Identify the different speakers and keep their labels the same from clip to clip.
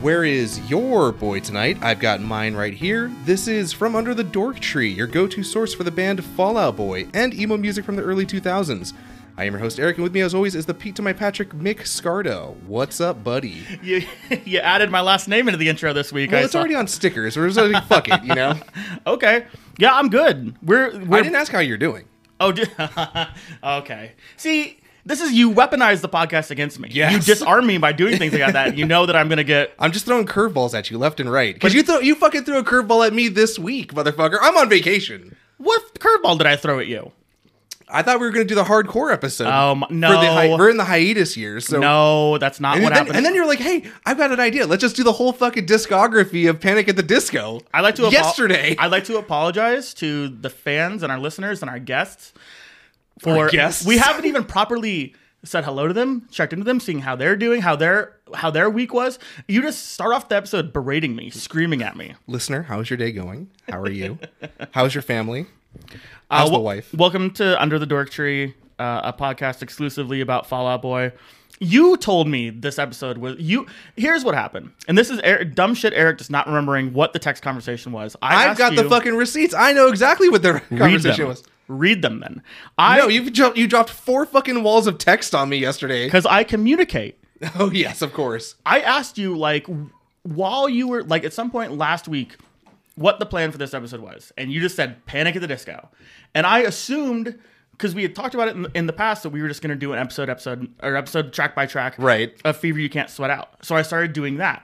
Speaker 1: Where is your boy tonight? I've got mine right here. This is From Under the Dork Tree, your go to source for the band Fallout Boy and emo music from the early 2000s. I am your host, Eric, and with me, as always, is the Pete to my Patrick, Mick Scardo. What's up, buddy?
Speaker 2: You, you added my last name into the intro this week.
Speaker 1: Well,
Speaker 2: I
Speaker 1: it's
Speaker 2: saw.
Speaker 1: already on stickers. We're just like, fuck it, you know?
Speaker 2: okay. Yeah, I'm good. We're, we're
Speaker 1: I didn't ask how you're doing.
Speaker 2: oh, d- okay. See, this is you weaponize the podcast against me.
Speaker 1: Yes.
Speaker 2: you disarm me by doing things like that. You know that I'm gonna get.
Speaker 1: I'm just throwing curveballs at you left and right. Because you, throw you fucking threw a curveball at me this week, motherfucker. I'm on vacation.
Speaker 2: What curveball did I throw at you?
Speaker 1: I thought we were going to do the hardcore episode.
Speaker 2: Um,
Speaker 1: For the
Speaker 2: no.
Speaker 1: hi- we're in the hiatus years, so
Speaker 2: No, that's not
Speaker 1: And
Speaker 2: what
Speaker 1: then,
Speaker 2: happened.
Speaker 1: and then you're like, "Hey, I've got an idea. Let's just do the whole fucking discography of Panic at the Disco."
Speaker 2: I like to apo-
Speaker 1: yesterday.
Speaker 2: I'd like to apologize to the fans and our listeners and our guests for
Speaker 1: Our guests?
Speaker 2: we haven't even properly said hello to them, checked into them, seeing how they're doing, how their how their week was. You just start off the episode berating me, screaming at me.
Speaker 1: Listener, how's your day going? How are you? How's your family? How's
Speaker 2: Uh, wel-
Speaker 1: the wife?
Speaker 2: Welcome to Under the Dork Tree, uh, a podcast exclusively about Fallout Boy. You told me this episode was you. Here's what happened, and this is Eric, dumb shit. Eric just not remembering what the text conversation was. I
Speaker 1: I've
Speaker 2: asked
Speaker 1: got the
Speaker 2: you-
Speaker 1: fucking receipts. I know exactly what the
Speaker 2: read
Speaker 1: conversation
Speaker 2: them.
Speaker 1: was.
Speaker 2: Read them then. I
Speaker 1: No, you dropped you dropped four fucking walls of text on me yesterday.
Speaker 2: because I communicate.
Speaker 1: Oh yes, of course.
Speaker 2: I asked you like while you were like at some point last week what the plan for this episode was, and you just said Panic at the Disco, and I assumed because we had talked about it in, in the past that we were just gonna do an episode episode or episode track by track
Speaker 1: Right.
Speaker 2: of Fever You Can't Sweat Out. So I started doing that.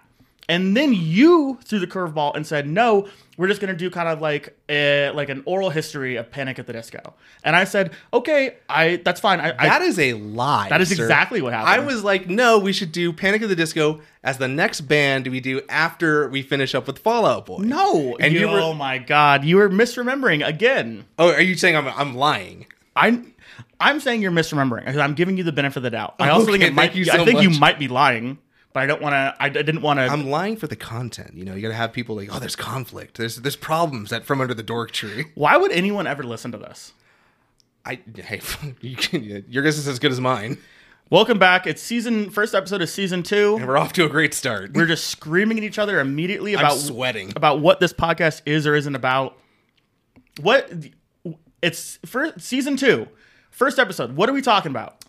Speaker 2: And then you threw the curveball and said, "No, we're just gonna do kind of like a, like an oral history of Panic at the Disco." And I said, "Okay, I that's fine. I, I
Speaker 1: That is a lie.
Speaker 2: That is
Speaker 1: sir.
Speaker 2: exactly what happened.
Speaker 1: I was like, no, we should do Panic at the Disco as the next band we do after we finish up with Fallout Boy.
Speaker 2: No,
Speaker 1: And you were-
Speaker 2: oh my god, you were misremembering again.
Speaker 1: Oh, are you saying I'm I'm lying?
Speaker 2: I'm I'm saying you're misremembering because I'm giving you the benefit of the doubt. I also
Speaker 1: Okay,
Speaker 2: think it might
Speaker 1: thank you
Speaker 2: I
Speaker 1: so
Speaker 2: think you
Speaker 1: much.
Speaker 2: might be lying, but I don't want to. I, I didn't want to.
Speaker 1: I'm lying for the content. You know, you gotta have people like, oh, there's conflict. There's there's problems that from under the dork tree.
Speaker 2: Why would anyone ever listen to this?
Speaker 1: I hey, you can, your guess is as good as mine.
Speaker 2: Welcome back. It's season first episode of season two.
Speaker 1: And we're off to a great start.
Speaker 2: We're just screaming at each other immediately
Speaker 1: I'm
Speaker 2: about
Speaker 1: sweating.
Speaker 2: about what this podcast is or isn't about. What it's first season two, first episode. What are we talking about?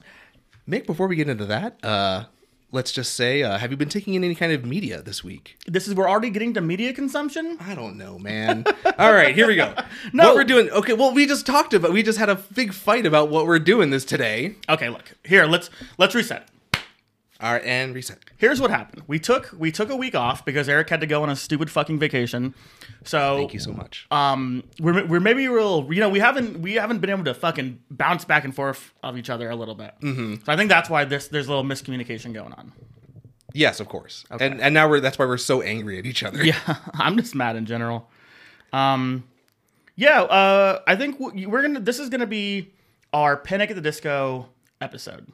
Speaker 1: Mick, before we get into that, uh, let's just say, uh, have you been taking in any kind of media this week?
Speaker 2: This is we're already getting to media consumption.
Speaker 1: I don't know, man. All right, here we go.
Speaker 2: No.
Speaker 1: what we're doing? Okay, well, we just talked about. We just had a big fight about what we're doing this today.
Speaker 2: Okay, look here. Let's let's reset.
Speaker 1: All right, and reset.
Speaker 2: Here's what happened. We took we took a week off because Eric had to go on a stupid fucking vacation. So
Speaker 1: Thank you so much.
Speaker 2: um, we're we're maybe real. You know, we haven't we haven't been able to fucking bounce back and forth of each other a little bit. Mm-hmm. So I think that's why this there's a little miscommunication going on.
Speaker 1: yes, of course. And and now we're that's why we're so angry at each other.
Speaker 2: Yeah, I'm just mad in general. Um, yeah, uh, I think w- we're gonna. This is gonna be our Panic at the Disco episode.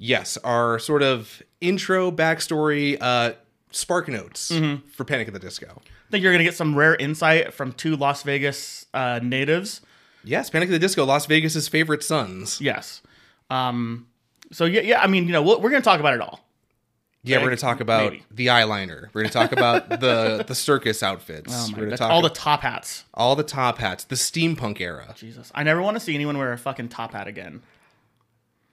Speaker 1: Yes, our sort of intro backstory uh spark notes
Speaker 2: Mm-hmm.
Speaker 1: for Panic at the Disco.
Speaker 2: I think you're gonna get some rare insight from two Las Vegas uh, natives.
Speaker 1: Yes, Panic at the Disco, Las Vegas's favorite sons.
Speaker 2: Yes. Um. So yeah, yeah. I mean, you know, we'll, we're gonna talk about it all.
Speaker 1: Yeah, we're going to talk about
Speaker 2: Maybe.
Speaker 1: the eyeliner. We're going to talk about the the circus outfits.
Speaker 2: Oh
Speaker 1: we're
Speaker 2: my
Speaker 1: going to
Speaker 2: God.
Speaker 1: talk
Speaker 2: All the top hats.
Speaker 1: all the top hats, the steampunk era.
Speaker 2: Jesus, I never want to see anyone wear a fucking top hat again.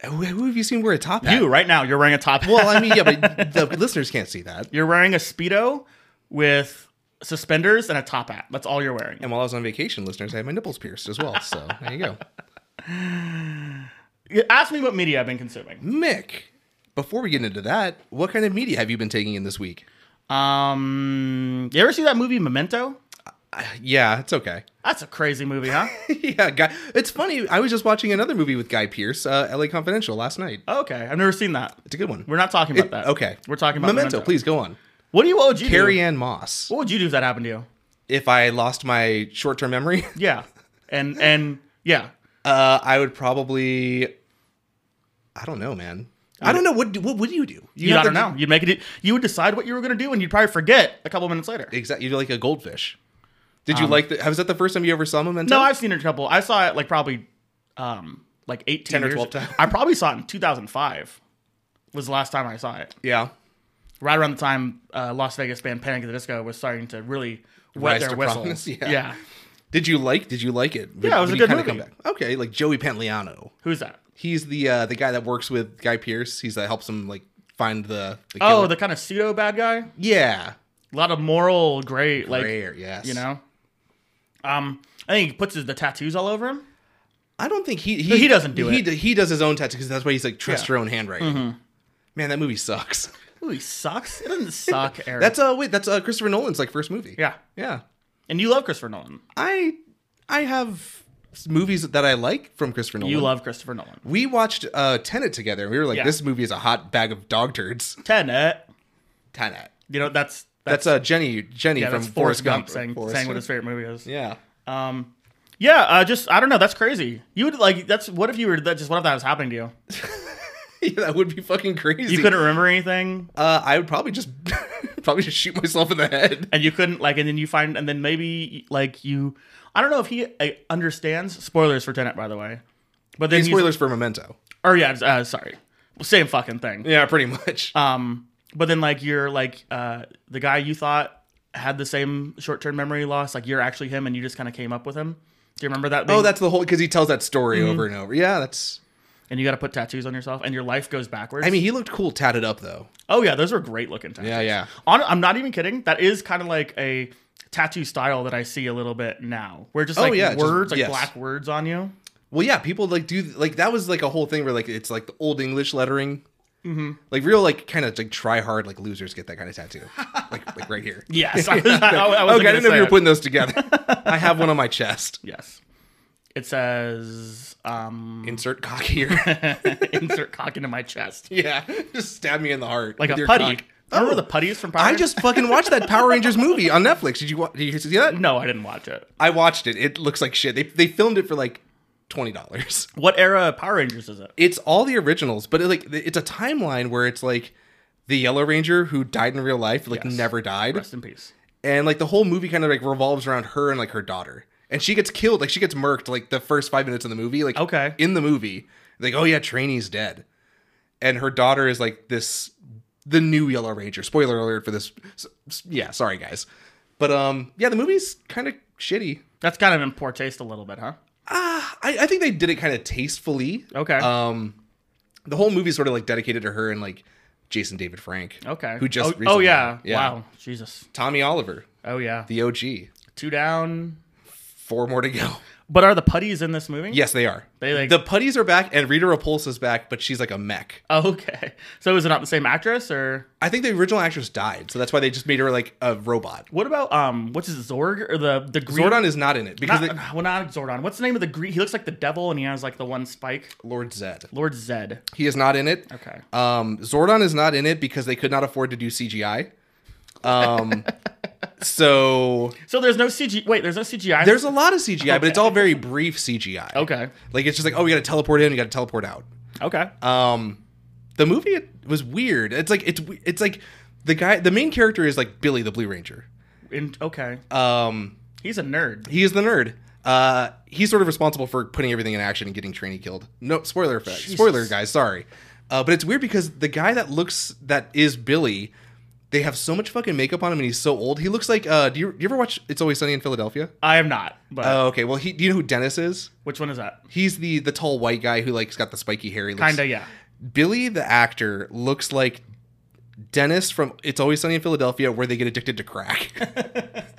Speaker 1: Who, who have you seen wear a top hat?
Speaker 2: You right now, you're wearing a top hat.
Speaker 1: Well, I mean, yeah, but the listeners can't see that.
Speaker 2: you're wearing a speedo with suspenders and a top hat. That's all you're wearing.
Speaker 1: And while I was on vacation, listeners, I had my nipples pierced as well. So there you go.
Speaker 2: You Ask me what media I've been consuming.
Speaker 1: Mick, before we get into that, what kind of media have you been taking in this week?
Speaker 2: Um, you ever see that movie Memento?
Speaker 1: Yeah, it's okay.
Speaker 2: That's a crazy movie, huh?
Speaker 1: yeah, guy. It's funny. I was just watching another movie with Guy Pearce, uh, L.A. Confidential, last night.
Speaker 2: okay, I've never seen that.
Speaker 1: It's a good one.
Speaker 2: We're not talking about that.
Speaker 1: okay.
Speaker 2: we're talking about
Speaker 1: Memento.
Speaker 2: Memento.
Speaker 1: Please go on.
Speaker 2: What do you? What would you
Speaker 1: Carrie
Speaker 2: do?
Speaker 1: Ann Moss.
Speaker 2: What would you do if that happened to you?
Speaker 1: If I lost my short-term memory,
Speaker 2: Yeah, and and yeah.
Speaker 1: uh, I would probably. I don't know, man. I don't know. What do, what would you do?
Speaker 2: You, I
Speaker 1: have
Speaker 2: don't
Speaker 1: to-
Speaker 2: know. You'd make it. e-, You would decide what you were going to do, and you'd probably forget a couple minutes later.
Speaker 1: Exactly. You're like a goldfish. Did you like the? Was that the first time you ever saw Memento?
Speaker 2: Um, No, I've seen it a couple. I saw it like probably, um, like eighteen
Speaker 1: 10 or
Speaker 2: years-
Speaker 1: 12 times.
Speaker 2: I probably saw it in two thousand five. Was the last time I saw it.
Speaker 1: yeah.
Speaker 2: right around the time uh, Las Vegas band Panic at the Disco was starting to really wet
Speaker 1: Rise
Speaker 2: their
Speaker 1: to
Speaker 2: whistle.
Speaker 1: prominence, yeah.
Speaker 2: yeah.
Speaker 1: Did you like? Did you like it? Would-
Speaker 2: Yeah, it was
Speaker 1: would
Speaker 2: a
Speaker 1: you
Speaker 2: good
Speaker 1: kinda
Speaker 2: movie.
Speaker 1: Okay, like Joey Pantoliano.
Speaker 2: Who's that?
Speaker 1: He's the uh, the guy that works with Guy Pierce. He's that helps him like find the. the
Speaker 2: Oh,
Speaker 1: killer.
Speaker 2: the kind of pseudo bad guy. A
Speaker 1: yeah,
Speaker 2: lot of moral gray, like
Speaker 1: rare. Yes,
Speaker 2: you know. Um, I think he puts his, the tattoos all over him.
Speaker 1: I don't think he
Speaker 2: he doesn't do
Speaker 1: he,
Speaker 2: it. Mm-hmm.
Speaker 1: d- He does his own tattoo because that's why he's like trust your own handwriting. Man, that movie sucks.
Speaker 2: Ooh, he sucks. It doesn't suck, Eric.
Speaker 1: That's uh wait, that's uh Christopher Nolan's like first movie.
Speaker 2: yeah.
Speaker 1: yeah.
Speaker 2: And you love Christopher Nolan.
Speaker 1: I I have s- movies that I like from Christopher Nolan.
Speaker 2: You love Christopher Nolan.
Speaker 1: We watched uh Tenet together, and we were like,
Speaker 2: Yeah.
Speaker 1: "This movie is a hot bag of dog turds."
Speaker 2: Tenet.
Speaker 1: Tenet.
Speaker 2: You know that's that's,
Speaker 1: That's uh Jenny Jenny
Speaker 2: yeah,
Speaker 1: from
Speaker 2: that's
Speaker 1: Forrest Gump,
Speaker 2: saying,
Speaker 1: Forrest.
Speaker 2: saying what his favorite movie is.
Speaker 1: Yeah.
Speaker 2: Um, yeah, uh, just I don't know. That's crazy. You would like that's what if you were that just what if that was happening to you?
Speaker 1: yeah, that would be fucking crazy.
Speaker 2: You couldn't remember anything,
Speaker 1: Uh, I would probably just probably just shoot myself in the head.
Speaker 2: and you couldn't like, and then you find, and then maybe like you, I don't know if he uh, understands spoilers for Tenet, by the way. But then he's-
Speaker 1: Spoilers for Memento.
Speaker 2: or yeah, uh, sorry, same fucking thing.
Speaker 1: Yeah, pretty much.
Speaker 2: Um, but then like you're like uh the guy you thought had the same short term memory loss, like you're actually him, and you just kind of came up with him. Do you remember that?
Speaker 1: oh,
Speaker 2: being-
Speaker 1: that's the whole because he tells that story over and over. Yeah, that's.
Speaker 2: and you got to put tattoos on yourself, and your life goes backwards.
Speaker 1: I mean, he looked cool tatted up though.
Speaker 2: oh yeah, those were great looking tattoos.
Speaker 1: Yeah, yeah.
Speaker 2: On, I'm not even kidding. That is kind of like a tattoo style that I see a little bit now, where just like
Speaker 1: Oh, yeah, just-
Speaker 2: words, like
Speaker 1: yes.
Speaker 2: black words on you.
Speaker 1: Well, yeah, people like do like that was like a whole thing where like it's like the old English lettering. Mm-hmm. Like real, like kind of like try hard, like losers get that kind of tattoo, like like right here.
Speaker 2: Yes, I, was, I, I wasn't
Speaker 1: okay, I
Speaker 2: gonna
Speaker 1: didn't know if
Speaker 2: say
Speaker 1: you were
Speaker 2: it.
Speaker 1: putting those together. I have one on my chest.
Speaker 2: Yes, it says um,
Speaker 1: Insert cock here.
Speaker 2: insert cock into my chest
Speaker 1: yeah, just stab me in the heart
Speaker 2: like
Speaker 1: with
Speaker 2: a
Speaker 1: your
Speaker 2: putty.
Speaker 1: cock.
Speaker 2: Remember
Speaker 1: Oh.
Speaker 2: the putties from Power?
Speaker 1: I
Speaker 2: Rangers?
Speaker 1: just fucking watched that Power Rangers movie on Netflix. Did you wa- did you see that?
Speaker 2: no, I didn't watch it.
Speaker 1: Mm-hmm. I watched it. It looks like shit. They they filmed it for like twenty dollars.
Speaker 2: What era of Power Rangers is it?
Speaker 1: It's all the originals, but it, like it's a timeline where it's like the Yellow Ranger who died in real life, like
Speaker 2: Yes.
Speaker 1: never died,
Speaker 2: Rest in peace.
Speaker 1: and like the whole movie kind of like revolves around her and like her daughter, and she gets killed. Like she gets murked like the first five minutes of the movie. Like
Speaker 2: Okay.
Speaker 1: in the movie, like oh yeah, Trainee's dead, and her daughter is like this the new Yellow Ranger. Spoiler alert for this. S- s- Yeah, sorry guys, but um yeah, the movie's kind of shitty.
Speaker 2: That's kind of in poor taste a little bit, huh?
Speaker 1: Ah, I, I think they did it kind of tastefully.
Speaker 2: Okay.
Speaker 1: Um, the whole movie's sort of like dedicated to her and like Jason David Frank.
Speaker 2: okay.
Speaker 1: Who just
Speaker 2: Oh,
Speaker 1: recently
Speaker 2: oh yeah.
Speaker 1: died. Yeah.
Speaker 2: Wow. Jesus.
Speaker 1: Tommy Oliver,
Speaker 2: Oh yeah.
Speaker 1: the OG.
Speaker 2: Two down.
Speaker 1: Four more to go.
Speaker 2: But are the putties in this movie?
Speaker 1: Yes, they are.
Speaker 2: They, like-
Speaker 1: the putties are back and Rita Repulsa's back, but she's like a mech.
Speaker 2: Oh, okay. So is it not the same actress or
Speaker 1: I think the original actress died, so that's why they just made her like a robot.
Speaker 2: what about um what's his Zorg or the the green
Speaker 1: Zordon is not in it because
Speaker 2: not, uh, well not Zordon. What's the name of the green he looks like the devil and he has like the one spike.
Speaker 1: they, Lord Zed.
Speaker 2: Lord Zed.
Speaker 1: He is not in it.
Speaker 2: Okay.
Speaker 1: Um, Zordon is not in it because they could not afford to do CGI. Um, so
Speaker 2: So there's no CG wait, there's no CGI.
Speaker 1: There's a lot of CGI, but it's all very brief CGI.
Speaker 2: Okay.
Speaker 1: Like it's just like, oh, we got to teleport in, we got to teleport out.
Speaker 2: Okay.
Speaker 1: Um, the movie it was weird. It's like it's we- it's like the guy, the main character is like Billy the Blue Ranger.
Speaker 2: In- okay.
Speaker 1: Um,
Speaker 2: He's a nerd.
Speaker 1: he is the nerd. Uh, he's sort of responsible for putting everything in action and getting Trainee killed. No spoiler effect. Spoiler, guys. Sorry. Uh, but it's weird because the guy that looks that is Billy, they have so much fucking makeup on him, and he's so old. He looks like. Uh, do you, do you ever watch It's Always Sunny in Philadelphia?
Speaker 2: I am not, but
Speaker 1: Oh, okay. Well, he. Do you know who Dennis is?
Speaker 2: which one is that?
Speaker 1: He's the the tall white guy who like's got the spiky hair. He looks-
Speaker 2: Kinda, yeah.
Speaker 1: Billy the actor looks like Dennis from It's Always Sunny in Philadelphia, where they get addicted to crack.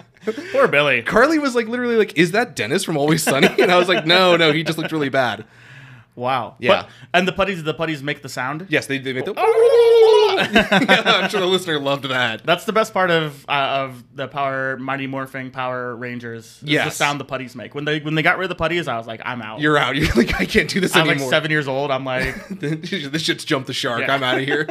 Speaker 2: Poor Billy.
Speaker 1: Carly was like literally like, "Is that Dennis from Always Sunny?" And I was like, "No, no, he just looked really bad."
Speaker 2: Wow.
Speaker 1: Yeah.
Speaker 2: But- and the putties, the putties make the sound. Oh!
Speaker 1: Yes, they they made the. Yeah, I'm sure the listener loved that.
Speaker 2: That's the best part of uh, of the Power Mighty Morphing Power Rangers. is the
Speaker 1: Yes.
Speaker 2: sound the putties make when they when they got rid of the putties, I was like, I'm out.
Speaker 1: You're out. You're like, I can't do this
Speaker 2: I'm like
Speaker 1: anymore.
Speaker 2: seven years old. I'm like,
Speaker 1: this shit's jumped the shark.
Speaker 2: Yeah.
Speaker 1: I'm out of here.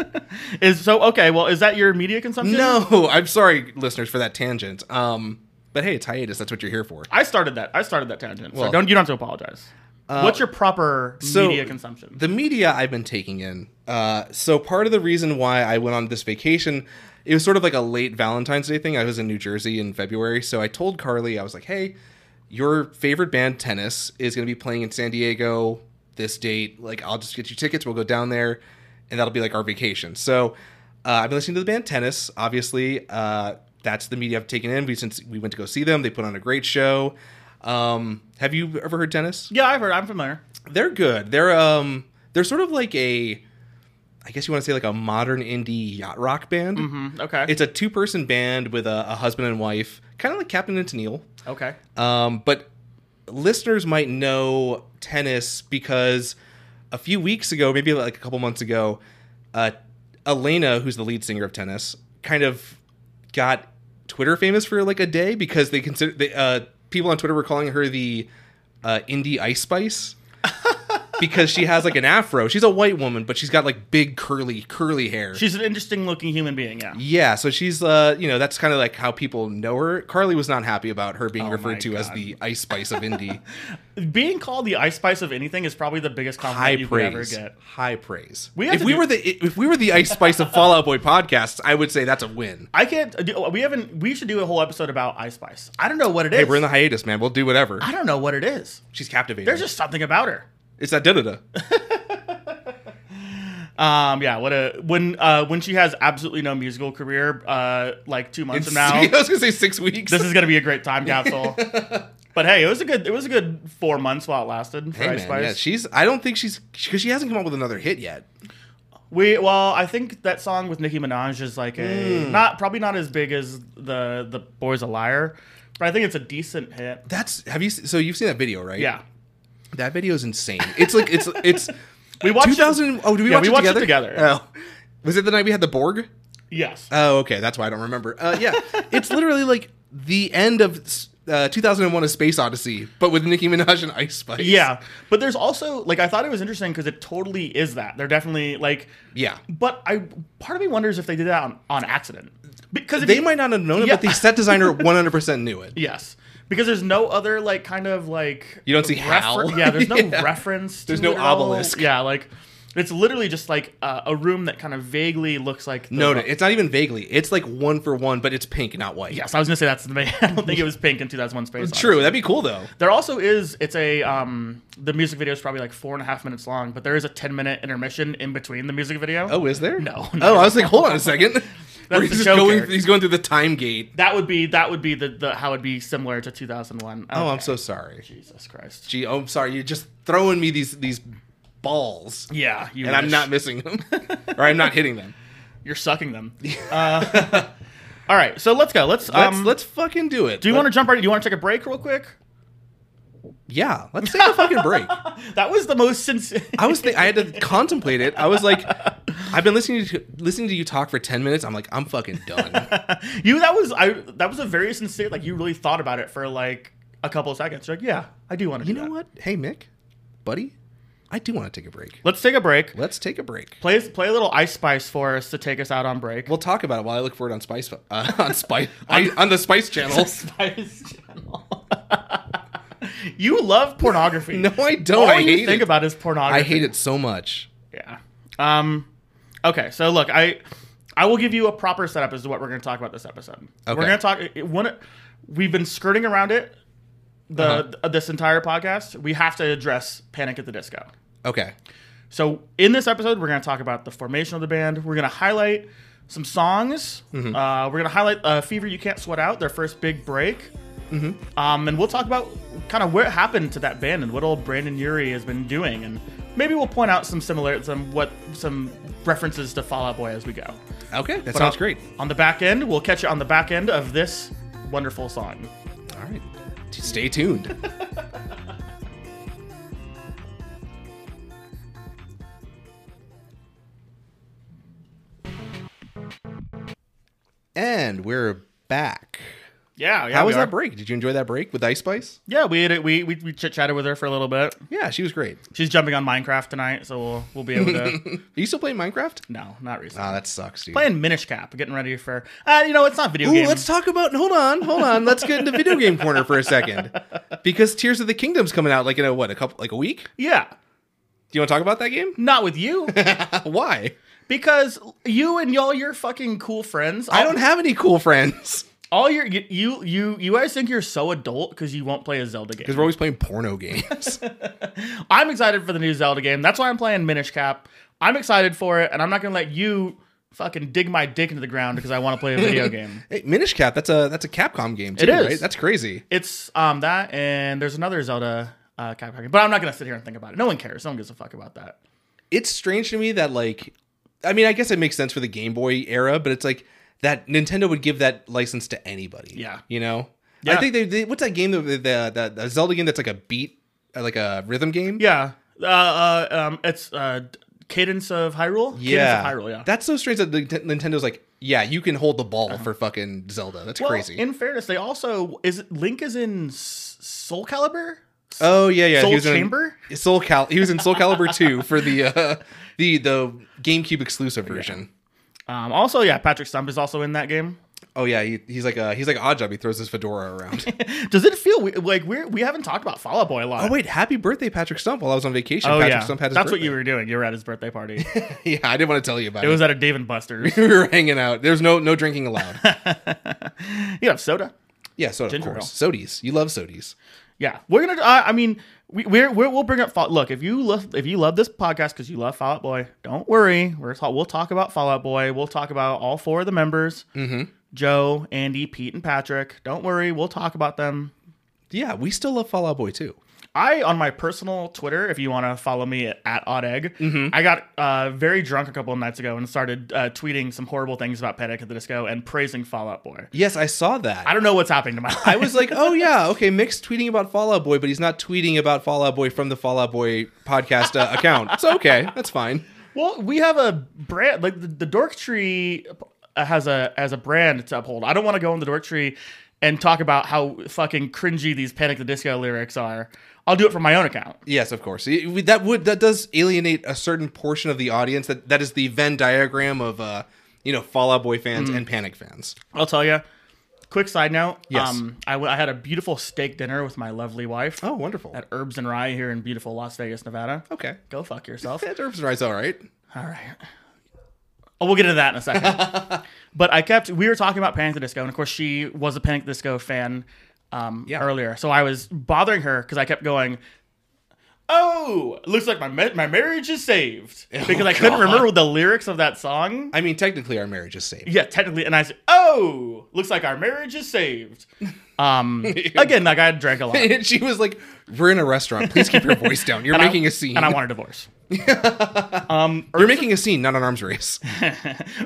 Speaker 2: is so okay. Well, is that your media consumption?
Speaker 1: no, I'm sorry, listeners, for that tangent. Um, but hey, it's hiatus. That's what you're here for.
Speaker 2: I started that. I started that tangent. so
Speaker 1: Well- uh,
Speaker 2: don't you don't have to apologize. What's your proper
Speaker 1: so-
Speaker 2: media consumption?
Speaker 1: the media I've been taking in. Uh, so part of the reason why I went on this vacation, it was sort of like a late Valentine's Day thing. I was in New Jersey in February, so I told Carly I was like, "Hey, your favorite band, Tennis, is going to be playing in San Diego this date. Like, I'll just get you tickets. We'll go down there, and that'll be like our vacation." So Uh, I've been listening to the band Tennis. Obviously, uh, that's the media I've taken in We- since we went to go see them. They put on a great show. Um, have you ever heard Tennis?
Speaker 2: Yeah, I've heard. I'm familiar.
Speaker 1: They're good. They're um, they're sort of like a, I guess you want to say like a modern indie yacht rock band.
Speaker 2: Mm, okay.
Speaker 1: It's a two-person band with a, a husband and wife, kind of like Captain and Tennille.
Speaker 2: okay.
Speaker 1: Um, but listeners might know tennis because a few weeks ago, maybe like a couple months ago, uh, Elena, who's the lead singer of tennis, kind of got Twitter famous for like a day because they consider they, uh, people on Twitter were calling her the uh, indie Ice Spice. because she has like an afro. She's a white woman, but she's got like big curly curly hair.
Speaker 2: She's an interesting looking human being. Yeah.
Speaker 1: Yeah, so she's uh, you know, that's kind of like how people know her. Carly was not happy about her being
Speaker 2: Oh my
Speaker 1: referred to as
Speaker 2: God.
Speaker 1: the Ice Spice of indie.
Speaker 2: Being called the ice spice of anything is probably the biggest compliment
Speaker 1: High
Speaker 2: you
Speaker 1: praise.
Speaker 2: could ever get.
Speaker 1: High praise.
Speaker 2: We have
Speaker 1: if
Speaker 2: to
Speaker 1: we
Speaker 2: do-
Speaker 1: were the if we were the Ice Spice of Fallout Boy podcasts, I would say that's a win.
Speaker 2: I can't. do- We haven't. We should do a whole episode about ice spice. I don't know what it is.
Speaker 1: Hey, we're in the hiatus, man. We'll do whatever.
Speaker 2: I don't know what it is.
Speaker 1: She's captivating.
Speaker 2: There's just something about her.
Speaker 1: it's that da da da.
Speaker 2: Um, yeah, what a when uh when she has absolutely no musical career, uh, like two months from now,
Speaker 1: I was gonna say six weeks.
Speaker 2: this is gonna be a great time capsule. but hey, it was a good it was a good four months while it lasted for
Speaker 1: Hey,
Speaker 2: Ice
Speaker 1: man,
Speaker 2: Spice.
Speaker 1: yeah, she's. I don't think she's because she hasn't come up with another hit yet.
Speaker 2: we well, I think that song with Nicki Minaj is like a
Speaker 1: Hmm.
Speaker 2: not probably not as big as the the boy's a liar, but I think it's a decent hit.
Speaker 1: That's have you? se- So you've seen that video, right?
Speaker 2: Yeah,
Speaker 1: That video is insane. It's like it's it's.
Speaker 2: We watched it-
Speaker 1: 2000. Oh, did we
Speaker 2: Yeah,
Speaker 1: watch
Speaker 2: we
Speaker 1: it
Speaker 2: watched it
Speaker 1: together?
Speaker 2: together.
Speaker 1: Oh, was it the night we had the Borg?
Speaker 2: yes,
Speaker 1: Oh, okay, that's why I don't remember. Uh, yeah, it's literally like the end of uh, 2001: A Space Odyssey, but with Nicki Minaj and Ice Spice.
Speaker 2: yeah. But there's also like I thought it was interesting because it totally is that they're definitely like
Speaker 1: yeah.
Speaker 2: But I part of me wonders if they did that on, on accident because if
Speaker 1: They
Speaker 2: you-
Speaker 1: might not have known it,
Speaker 2: Yeah.
Speaker 1: but the set designer 100 percent knew it.
Speaker 2: yes because there's no other like kind of like
Speaker 1: You don't see
Speaker 2: refer-
Speaker 1: how.
Speaker 2: yeah there's no
Speaker 1: Yeah.
Speaker 2: reference to
Speaker 1: There's no
Speaker 2: it at all.
Speaker 1: obelisk.
Speaker 2: yeah like it's literally just like a, a room that kind of vaguely looks like the,
Speaker 1: No, no, it's not even vaguely. It's like one for one, but it's pink, not white.
Speaker 2: yes I was gonna say that's the main I don't think it was pink in 2001 Space Odyssey.
Speaker 1: True. That'd be cool though.
Speaker 2: There also is it's a um the music video is probably like four and a half minutes long but there is a 10 minute intermission in between the music video
Speaker 1: Oh, is there?
Speaker 2: No, no.
Speaker 1: Oh, I was like, hold on a second. Where he's
Speaker 2: the
Speaker 1: just
Speaker 2: Joker.
Speaker 1: going. He's going through the time gate.
Speaker 2: that would be that would be the, the how it'd be similar to 2001
Speaker 1: Oh, I'm
Speaker 2: Okay.
Speaker 1: so sorry.
Speaker 2: Jesus Christ.
Speaker 1: Gee, oh, I'm sorry. You're just throwing me these these balls,
Speaker 2: Yeah, you
Speaker 1: and I'm
Speaker 2: wish.
Speaker 1: not missing them, or I'm not hitting them.
Speaker 2: You're sucking them. Uh, all right, so let's go. Let's.
Speaker 1: Let's
Speaker 2: Um,
Speaker 1: let's fucking do it.
Speaker 2: do you want to jump right? Do you want to take a break real quick?
Speaker 1: Yeah, let's take a fucking break.
Speaker 2: That was the most sincere.
Speaker 1: I was think I had to contemplate it. I was like, I've been listening to listening to you talk for ten minutes. I'm like, I'm fucking done.
Speaker 2: you that was I. That was a very sincere. Like you really thought about it for like a couple of seconds. You're like, yeah, I do want to.
Speaker 1: You
Speaker 2: do
Speaker 1: know
Speaker 2: that.
Speaker 1: what? Hey, Mick, buddy, I do want to take a break.
Speaker 2: Let's take a break.
Speaker 1: Let's take a break.
Speaker 2: Play play a little Ice Spice for us to take us out on break.
Speaker 1: We'll talk about it while I look for it on Spice uh, on Spice I, on the Spice Channel.
Speaker 2: Spice Channel. you love pornography.
Speaker 1: No, I don't.
Speaker 2: All
Speaker 1: I
Speaker 2: you
Speaker 1: hate
Speaker 2: think
Speaker 1: it.
Speaker 2: about is pornography.
Speaker 1: I hate it so much.
Speaker 2: Yeah. Um. Okay. So look, I I will give you a proper setup as to what we're going to talk about this episode. We're
Speaker 1: Okay.
Speaker 2: going to talk. It, one, we've been skirting around it the
Speaker 1: Uh-huh.
Speaker 2: this entire podcast. We have to address Panic at the Disco.
Speaker 1: Okay.
Speaker 2: So in this episode, we're going to talk about the formation of the band. We're going to highlight some songs. Uh, we're going to highlight uh, "Fever You Can't Sweat Out," their first big break. Um, and we'll talk about kind of what happened to that band and what old Brandon Urie has been doing, and maybe we'll point out some similar some what some references to Fall Out Boy as we go.
Speaker 1: Okay. That
Speaker 2: But
Speaker 1: sounds
Speaker 2: on-
Speaker 1: great.
Speaker 2: On the back end, we'll catch you on the back end of this wonderful song.
Speaker 1: All right. Stay tuned. and we're back.
Speaker 2: Yeah, yeah.
Speaker 1: How
Speaker 2: we
Speaker 1: was
Speaker 2: are.
Speaker 1: that break? Did you enjoy that break with Ice Spice?
Speaker 2: Yeah, we had it, we we, we chit chatted with her for a little bit.
Speaker 1: Yeah, she was great.
Speaker 2: She's jumping on Minecraft tonight, so we'll we'll be able to.
Speaker 1: Are you still playing Minecraft?
Speaker 2: no, not recently.
Speaker 1: Ah, that sucks, dude.
Speaker 2: playing Minish Cap, getting ready for. Uh, you know, it's not video
Speaker 1: Ooh,
Speaker 2: game.
Speaker 1: let's talk about. Hold on, hold on. Let's get into video game corner for a second, because Tears of the Kingdom's coming out like in a what, a couple, like a week.
Speaker 2: yeah,
Speaker 1: Do you want to talk about that game?
Speaker 2: not with you
Speaker 1: Why?
Speaker 2: because you and all your fucking cool friends.
Speaker 1: I don't have any cool friends.
Speaker 2: All your you you you, you guys think you're so adult because you won't play a Zelda
Speaker 1: Because
Speaker 2: game.
Speaker 1: we're always playing porno games.
Speaker 2: I'm excited for the new Zelda game. That's why I'm playing Minish Cap. I'm excited for it, and I'm not gonna let you fucking dig my dick into the ground because I want to play a video game.
Speaker 1: Hey, Minish Cap, that's a that's a Capcom game too,
Speaker 2: It is.
Speaker 1: right? That's crazy.
Speaker 2: It's um that and there's another Zelda uh, Capcom game, but I'm not gonna sit here and think about it. No one cares. No one gives a fuck about that.
Speaker 1: It's strange to me that like I mean, I guess it makes sense for the Game Boy era, but it's like that Nintendo would give that license to anybody.
Speaker 2: Yeah.
Speaker 1: You know? I
Speaker 2: Yeah.
Speaker 1: think they, they what's that game that the, the, the Zelda game that's like a beat uh, like a rhythm game?
Speaker 2: Yeah. Uh, uh um it's uh Cadence of Hyrule. Cadence of Hyrule. Yeah.
Speaker 1: That's so strange that the, Nintendo's like, yeah, you can hold the ball for fucking Zelda. That's
Speaker 2: Uh-huh. Well,
Speaker 1: crazy.
Speaker 2: In fairness, they also is it- Link is in S- Soul Calibur.
Speaker 1: oh yeah, yeah.
Speaker 2: Soul
Speaker 1: he was
Speaker 2: Chamber?
Speaker 1: In, Soul Cal. He was in Soul Calibur two for the uh, the the GameCube exclusive version.
Speaker 2: Um, also, yeah, Patrick Stump is also in that game.
Speaker 1: Oh yeah, he, he's like a, he's like odd job. He throws his fedora around.
Speaker 2: Does it feel we- like we're we haven't talked about Fall Out Boy a lot?
Speaker 1: oh wait, happy birthday, Patrick Stump! While I was on vacation,
Speaker 2: Oh,
Speaker 1: Patrick
Speaker 2: yeah,
Speaker 1: Stump had his
Speaker 2: that's
Speaker 1: birthday.
Speaker 2: what you were doing. You were at his birthday party.
Speaker 1: yeah, I didn't want to tell you about
Speaker 2: it
Speaker 1: it.
Speaker 2: was at a Dave and Buster's.
Speaker 1: we were hanging out. There's no no drinking allowed.
Speaker 2: you have soda.
Speaker 1: yeah, soda
Speaker 2: Ginger
Speaker 1: of course. Sodies. You love sodies.
Speaker 2: Yeah, we're gonna. I I mean, we, we're, we're we'll bring up. Fall, look, if you love if you love this podcast because you love Fallout Boy, don't worry. We're talk, we'll talk about Fallout Boy. We'll talk about all four of the members: mm-hmm. Joe, Andy, Pete, and Patrick. Don't worry, we'll talk about them.
Speaker 1: Yeah, we still love Fallout Boy too.
Speaker 2: I on my personal Twitter, if you want to follow me at, at odd egg,
Speaker 1: Mm-hmm.
Speaker 2: I got uh, very drunk a couple of nights ago and started uh, tweeting some horrible things about Panic at the Disco and praising Fallout Boy.
Speaker 1: Yes, I saw that.
Speaker 2: I don't know what's happening to my life.
Speaker 1: I was like, oh yeah, okay, Mick's tweeting about Fallout Boy, but he's not tweeting about Fallout Boy from the Fallout Boy podcast uh, account. So okay, that's fine.
Speaker 2: Well, we have a brand like the, the Dork Tree uh, has a as a brand to uphold. I don't want to go in the Dork Tree and talk about how fucking cringy these Panic at the Disco lyrics are. I'll do it from my own account.
Speaker 1: Yes, of course. It- we- that would that does alienate a certain portion of the audience. That that is the Venn diagram of uh, you know, Fallout Boy fans
Speaker 2: Mm.
Speaker 1: and Panic fans.
Speaker 2: I'll tell you. Quick side note.
Speaker 1: Yes.
Speaker 2: Um, I, w- I had a beautiful steak dinner with my lovely wife
Speaker 1: Oh, wonderful.
Speaker 2: at Herbs and Rye here in beautiful Las Vegas, Nevada.
Speaker 1: Okay,
Speaker 2: Go fuck yourself.
Speaker 1: that Herbs and Rice, all right.
Speaker 2: All right. Oh, we'll get into that in a second. but I kept, we were talking about Panic at the Disco, and of course, she was a Panic at the Disco fan um,
Speaker 1: Yeah.
Speaker 2: earlier. So I was bothering her because I kept going, Oh, looks like my ma- my marriage is saved.
Speaker 1: Oh,
Speaker 2: Because I couldn't remember the lyrics of that song.
Speaker 1: I mean, technically, our marriage is saved.
Speaker 2: Yeah, technically. And I said, Oh, looks like our marriage is saved. Um, again, like I drank a lot. And
Speaker 1: And she was like, "We're in a restaurant. Please keep your voice down. You're
Speaker 2: I-
Speaker 1: making a scene.
Speaker 2: And I want a divorce.
Speaker 1: You're making a scene, not an arms race."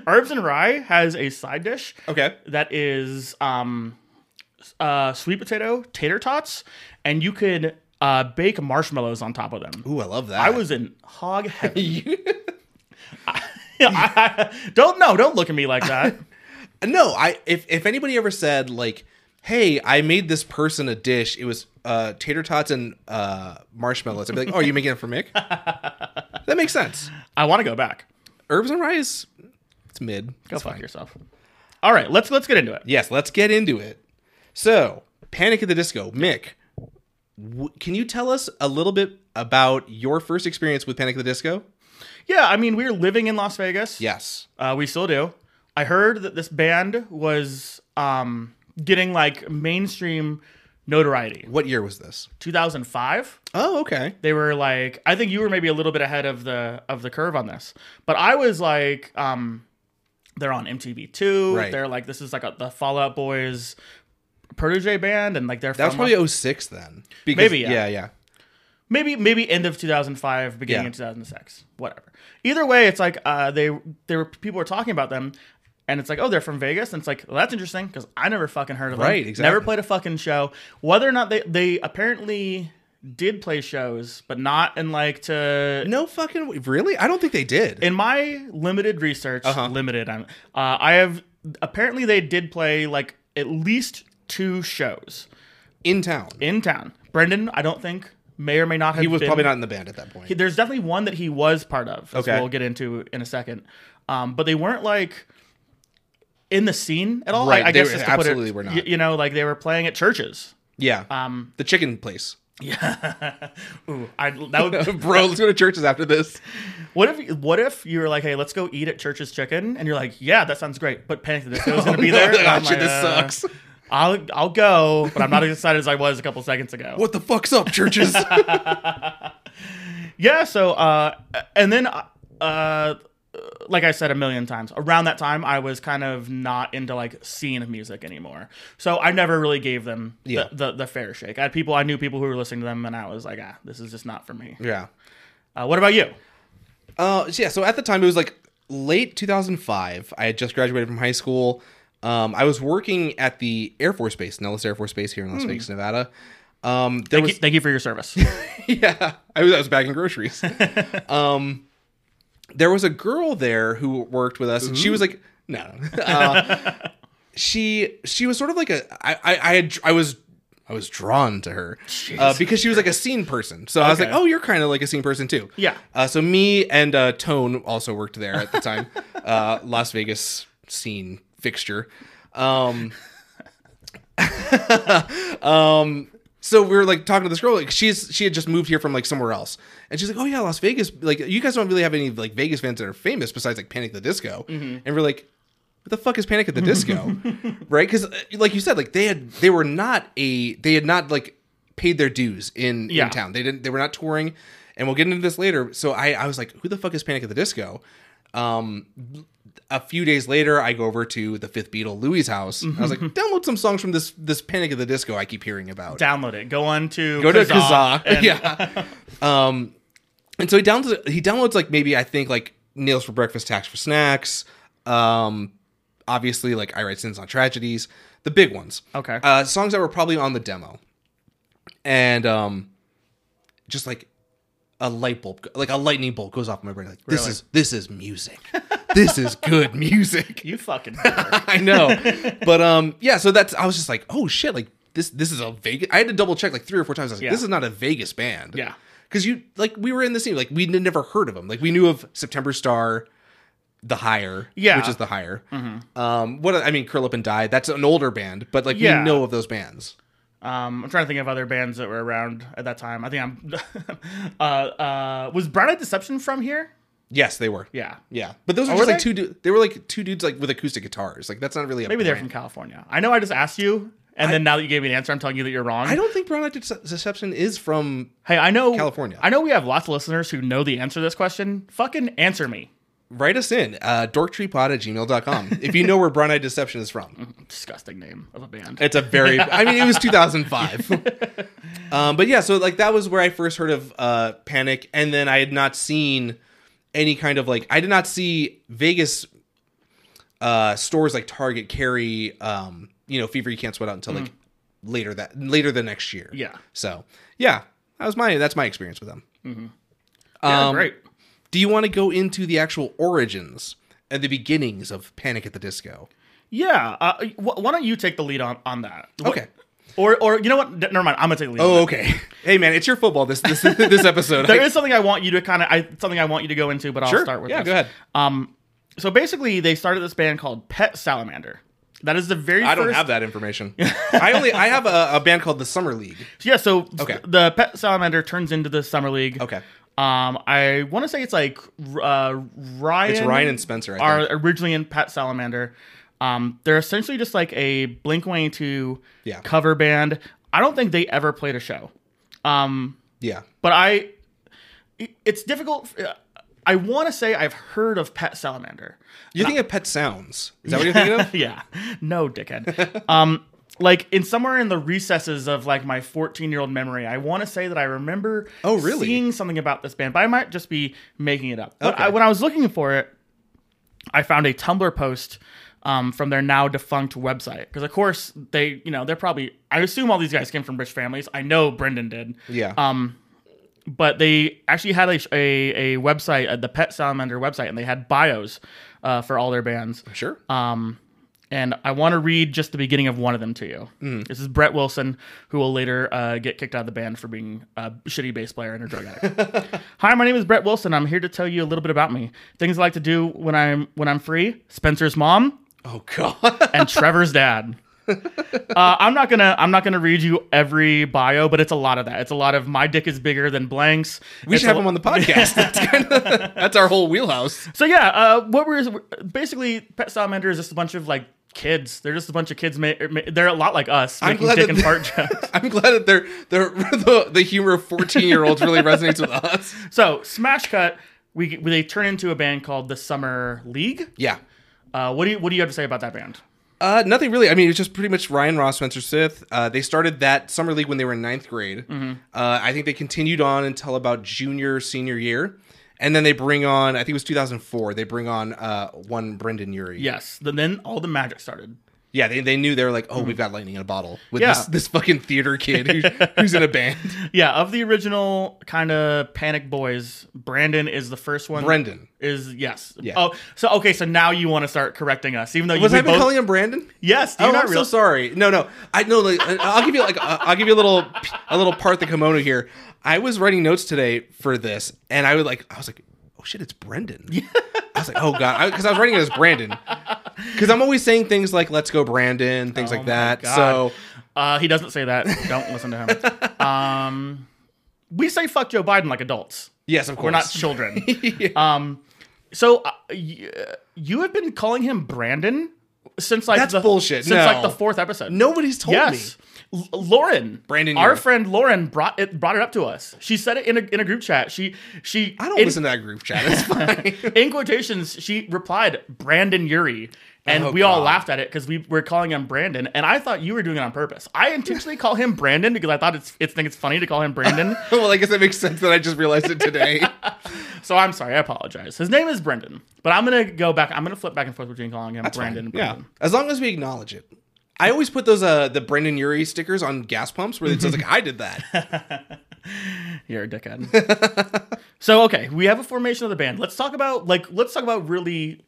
Speaker 2: Herbs and Rye has a side dish.
Speaker 1: Okay.
Speaker 2: that is um, uh, sweet potato tater tots, and you could uh, bake marshmallows on top of them.
Speaker 1: Ooh, I love that.
Speaker 2: I was in hog heaven. I- I- don't no, don't look at me like that.
Speaker 1: No, I if if anybody ever said like, "Hey, I made this person a dish. It was uh, tater tots and uh, marshmallows," I'd be like, "Oh, you making it for Mick?" that makes sense.
Speaker 2: I want to go back.
Speaker 1: Herbs and rice, it's mid.
Speaker 2: Go fuck yourself. All right, let's let's get into it.
Speaker 1: Yes, let's get into it. So, Panic at the Disco, Mick. W- can you tell us a little bit about your first experience with Panic at the Disco?
Speaker 2: Yeah, I mean we were living in Las Vegas.
Speaker 1: Yes.
Speaker 2: Uh, we still do. I heard that this band was um, getting like mainstream notoriety.
Speaker 1: What year was this?
Speaker 2: 2005.
Speaker 1: Oh, okay.
Speaker 2: they were like i think you were maybe a little bit ahead of the of the curve on this but i was like um they're on mtv2
Speaker 1: Right.
Speaker 2: they're like this is like a, the fallout boys protege band and like they're
Speaker 1: That was
Speaker 2: from
Speaker 1: probably 06 then. Because,
Speaker 2: Maybe, yeah.
Speaker 1: Yeah, yeah.
Speaker 2: maybe maybe end of 2005 beginning
Speaker 1: Yeah.
Speaker 2: of 2006 whatever either way it's like uh they they were people were talking about them and it's like oh they're from vegas and it's like well, that's interesting because i never fucking heard of them
Speaker 1: Right, exactly.
Speaker 2: never played a fucking show whether or not they they apparently did play shows but not in like to
Speaker 1: No fucking really? I don't think they did.
Speaker 2: in my limited research,
Speaker 1: Uh-huh.
Speaker 2: limited, I'm, uh, I have apparently they did play like at least two shows
Speaker 1: in town.
Speaker 2: in town. Brendan, I don't think may or may not have.
Speaker 1: He was
Speaker 2: been-
Speaker 1: probably not in the band at that point.
Speaker 2: He- There's definitely one that he was part of. as
Speaker 1: Okay.
Speaker 2: we'll get into in a second. Um, but they weren't like in the scene at all. I-
Speaker 1: Right,
Speaker 2: I,
Speaker 1: they
Speaker 2: guess
Speaker 1: were-
Speaker 2: just to put it-
Speaker 1: absolutely were not.
Speaker 2: y- You know, like they were playing at churches.
Speaker 1: yeah.
Speaker 2: Um,
Speaker 1: the chicken place.
Speaker 2: yeah. Ooh, I, that would
Speaker 1: Bro, let's go to churches after this.
Speaker 2: What if what if you were like, hey, let's go eat at Church's Chicken, and you're like, yeah, that sounds great, but Panic at the Disco is gonna be there.
Speaker 1: Oh, No,
Speaker 2: and
Speaker 1: that
Speaker 2: I'm
Speaker 1: shit,
Speaker 2: like,
Speaker 1: this
Speaker 2: uh,
Speaker 1: sucks.
Speaker 2: I'll I'll go, but I'm not as excited as I was a couple seconds ago.
Speaker 1: What the fuck's up, churches?
Speaker 2: Yeah. So, uh, and then uh, uh, like I said a million times, around that time I was kind of not into like scene music anymore. So I never really gave them
Speaker 1: Yeah.
Speaker 2: the, the the fair shake. I had people I knew people who were listening to them, and I was like, ah, this is just not for me.
Speaker 1: Yeah.
Speaker 2: Uh, what about you?
Speaker 1: Uh, so yeah, so at the time it was like late 2005. I had just graduated from high school. Um, I was working at the Air Force Base, Nellis Air Force Base here in Las
Speaker 2: Hmm.
Speaker 1: Vegas, Nevada. Um, there
Speaker 2: Thank,
Speaker 1: was
Speaker 2: you, thank you for your service.
Speaker 1: yeah, I was, I was bagging groceries. um, there was a girl there who worked with us, and she was like, no, Uh, she she was sort of like a I I I, had, I was. I was drawn to her uh, because she was like a scene person. So I was like,
Speaker 2: Okay.
Speaker 1: "Oh, you're kind of like a scene person too."
Speaker 2: Yeah.
Speaker 1: Uh, so me and uh, Tone also worked there at the time, uh, Las Vegas scene fixture. Um, um, so we were like talking to this girl. Like she's she had just moved here from like somewhere else, and she's like, "Oh yeah, Las Vegas. Like you guys don't really have any like Vegas fans that are famous besides like Panic at the Disco." And we're like, "What the fuck is Panic at the Disco?" right? Because like you said, like they had they were not a they had not like paid their dues in
Speaker 2: Yeah.
Speaker 1: in town. They didn't they were not touring, and we'll get into this later. So I I was like, "Who the fuck is Panic at the Disco?" Um, a few days later, I go over to the fifth Beatle, Louis' house. I was like, download some songs from this this Panic at the Disco I keep hearing about.
Speaker 2: Download it. Go on to
Speaker 1: go to Kazaa,
Speaker 2: Kazaa and-
Speaker 1: yeah. um, and so he downloads he downloads like maybe I think like Nails for Breakfast, Tax for Snacks. Um, obviously like I Write Sins on Tragedies, the big ones.
Speaker 2: Okay.
Speaker 1: uh, songs that were probably on the demo, and um, just like a light bulb, like a lightning bolt goes off in my brain. Like this
Speaker 2: Really?
Speaker 1: is this is music. this is good music.
Speaker 2: You fucking.
Speaker 1: I know. But um yeah, so that's I was just like, oh shit, like this this is a Vegas I had to double check like three or four times. I was like,
Speaker 2: Yeah.
Speaker 1: this is not a Vegas band.
Speaker 2: Yeah.
Speaker 1: Cause you like we were in the scene, like we'd never heard of them. Like we knew of September Star, the higher,
Speaker 2: Yeah. Mm-hmm.
Speaker 1: which is the higher. Um, what I mean, Curl Up and Die. That's an older band, but like
Speaker 2: Yeah.
Speaker 1: we know of those bands.
Speaker 2: Um, I'm trying to think of other bands that were around at that time. I think I'm. uh, uh, was Brown Eyed Deception from here?
Speaker 1: Yes, they were.
Speaker 2: Yeah,
Speaker 1: Yeah, but those were
Speaker 2: Oh,
Speaker 1: just
Speaker 2: were
Speaker 1: like
Speaker 2: they?
Speaker 1: two. Du- they were like two dudes like with acoustic guitars. Like that's not really a
Speaker 2: maybe they're from
Speaker 1: brand.
Speaker 2: California. I know I just asked you, and then now that you gave me an answer, I'm telling you that you're wrong.
Speaker 1: I don't think Brown Eyed Dece- Deception is from
Speaker 2: hey, I know
Speaker 1: California.
Speaker 2: I know we have lots of listeners who know the answer to this question. Fucking answer me.
Speaker 1: write us in uh, dorktreepod at gmail.com if you know where brown eyed deception is from
Speaker 2: Disgusting name of a band.
Speaker 1: it's a very i mean it was 2005 um, but yeah so like that was where i first heard of uh, panic and then i had not seen any kind of like i did not see vegas uh, stores like target carry um, you know fever you can't sweat out until like later that later the next year
Speaker 2: Mm-hmm. Yeah.
Speaker 1: so yeah that was my that's my experience with them
Speaker 2: Mm-hmm. Yeah,
Speaker 1: um,
Speaker 2: great.
Speaker 1: do you want to go into the actual origins and the beginnings of panic at the disco
Speaker 2: Yeah. Uh, wh- why don't you take the lead on on that? Wh-
Speaker 1: Okay.
Speaker 2: Or or you know what? D- Never mind. I'm gonna take the lead. on
Speaker 1: Oh,
Speaker 2: that.
Speaker 1: okay. Hey, man, it's your football this this this episode.
Speaker 2: There
Speaker 1: I-
Speaker 2: is something I want you to kind of I something I want you to go into, but I'll
Speaker 1: Sure.
Speaker 2: start with
Speaker 1: Yeah,
Speaker 2: this.
Speaker 1: go ahead.
Speaker 2: Um, so basically, they started this band called Pet Salamander. That is the very.
Speaker 1: I don't
Speaker 2: first,
Speaker 1: have that information. I only I have a, a band called the Summer League.
Speaker 2: Yeah, so
Speaker 1: Okay.
Speaker 2: the Pet Salamander turns into the Summer League.
Speaker 1: Okay.
Speaker 2: Um, I want to say it's like uh, Ryan.
Speaker 1: It's Ryan and Spencer. I
Speaker 2: are
Speaker 1: think.
Speaker 2: originally in Pet Salamander. Um, they're essentially just like a Blink One Two
Speaker 1: Yeah.
Speaker 2: cover band. I don't think they ever played a show. Um,
Speaker 1: Yeah.
Speaker 2: but I, it- it's difficult. uh, I want to say I've heard of Pet Salamander.
Speaker 1: You think of Pet Sounds? Is that what you're thinking of?
Speaker 2: yeah, no, dickhead. um, like in somewhere in the recesses of like my 14 year old memory, I want to say that I remember.
Speaker 1: Oh, really?
Speaker 2: Seeing something about this band, but I might just be making it up. But
Speaker 1: Okay.
Speaker 2: I, when I was looking for it, I found a Tumblr post. Um, from their now defunct website, because of course they, you know, they're probably. I assume all these guys came from rich families. I know Brendan did
Speaker 1: Yeah.
Speaker 2: but they actually had a, a, a website, uh, the Pet Salamander website, and they had bios uh, for all their bands.
Speaker 1: sure.
Speaker 2: And I want to read just the beginning of one of them to you.
Speaker 1: Mm.
Speaker 2: This is Brett Wilson, who will later uh, get kicked out of the band for being a shitty bass player and a drug addict. Hi, my name is Brett Wilson. I'm here to tell you a little bit about me. Things I like to do when I'm when I'm free. Spencer's mom,
Speaker 1: oh God.
Speaker 2: and Trevor's dad. Uh, I'm not gonna I'm not gonna read you every bio, but it's a lot of that. It's a lot of my dick is bigger than blanks.
Speaker 1: we should have him on the podcast. That's kind of that's our whole wheelhouse.
Speaker 2: So yeah, uh, what we're basically Pet Salamander is just a bunch of like kids. They're just a bunch of kids. Ma- ma- they're a lot like us, making
Speaker 1: glad
Speaker 2: dick
Speaker 1: that
Speaker 2: and
Speaker 1: the-
Speaker 2: fart jokes.
Speaker 1: I'm glad that they're, they're the the humor of 14 year olds really resonates with us.
Speaker 2: So smash cut we they turn into a band called the Summer League.
Speaker 1: Yeah.
Speaker 2: Uh, what do you what do you have to say about that band?
Speaker 1: Uh, nothing really. I mean, it's just pretty much Ryan Ross, Spencer Sith. Uh, they started that summer league when they were in ninth grade. Uh, I think they continued on until about junior, senior year. And then they bring on, I think it was 2004, they bring on uh, one Brendan Urie.
Speaker 2: Yes, then then all the magic started.
Speaker 1: Yeah, they, they knew they were like, oh, we've got lightning in a bottle with
Speaker 2: Yeah.
Speaker 1: this, this fucking theater kid who's, who's in a band.
Speaker 2: Yeah, of the original kind of Panic Boys, Brandon is the first one.
Speaker 1: Brendan.
Speaker 2: is yes.
Speaker 1: Yeah.
Speaker 2: Oh, so okay, so now you want to start correcting us, even though you
Speaker 1: Was
Speaker 2: we
Speaker 1: I been
Speaker 2: both.
Speaker 1: calling him Brandon?
Speaker 2: yes, do you
Speaker 1: Oh,
Speaker 2: not
Speaker 1: I'm so
Speaker 2: real-
Speaker 1: sorry. No, no. I no. Like, I- I'll give you like a, I'll give you a little a little part the kimono here. I was writing notes today for this, and I was like, I was like, oh shit, it's Brendan. I was like, oh god, because I, was writing it as Brandon, because I'm always saying things like "Let's go, Brandon," things like
Speaker 2: Oh, my
Speaker 1: that.
Speaker 2: God.
Speaker 1: So
Speaker 2: Uh, he doesn't say that. Don't listen to him. Um, we say fuck Joe Biden like adults.
Speaker 1: yes, of course,
Speaker 2: We're not children. Um, so uh, y- you have been calling him Brandon since like
Speaker 1: That's
Speaker 2: the,
Speaker 1: bullshit.
Speaker 2: Since like
Speaker 1: No.
Speaker 2: the fourth episode.
Speaker 1: Nobody's told
Speaker 2: Yes. L- Lauren,
Speaker 1: Brandon
Speaker 2: our
Speaker 1: Urie.
Speaker 2: friend Lauren brought it brought it up to us. She said it in a, in a group chat. She she
Speaker 1: me. I don't
Speaker 2: in,
Speaker 1: listen to that group chat. It's fine.
Speaker 2: in quotations. She replied Brandon Yuri, and
Speaker 1: Oh,
Speaker 2: we all
Speaker 1: God.
Speaker 2: laughed at it because we were calling him Brandon, and I thought you were doing it on purpose. I intentionally call him Brandon because I thought it's it's think it's funny to call him Brandon.
Speaker 1: well, I guess that makes sense that I just realized it today.
Speaker 2: so I'm sorry, I apologize. His name is Brendan, but I'm gonna go back. I'm gonna flip back and forth between calling him Brandon. and
Speaker 1: Yeah.
Speaker 2: Brendan.
Speaker 1: As long as we acknowledge it. I always put those uh the Brendan Urie stickers on gas pumps where it says like I did that.
Speaker 2: You're a dickhead. so okay, we have a formation of the band. Let's talk about like let's talk about really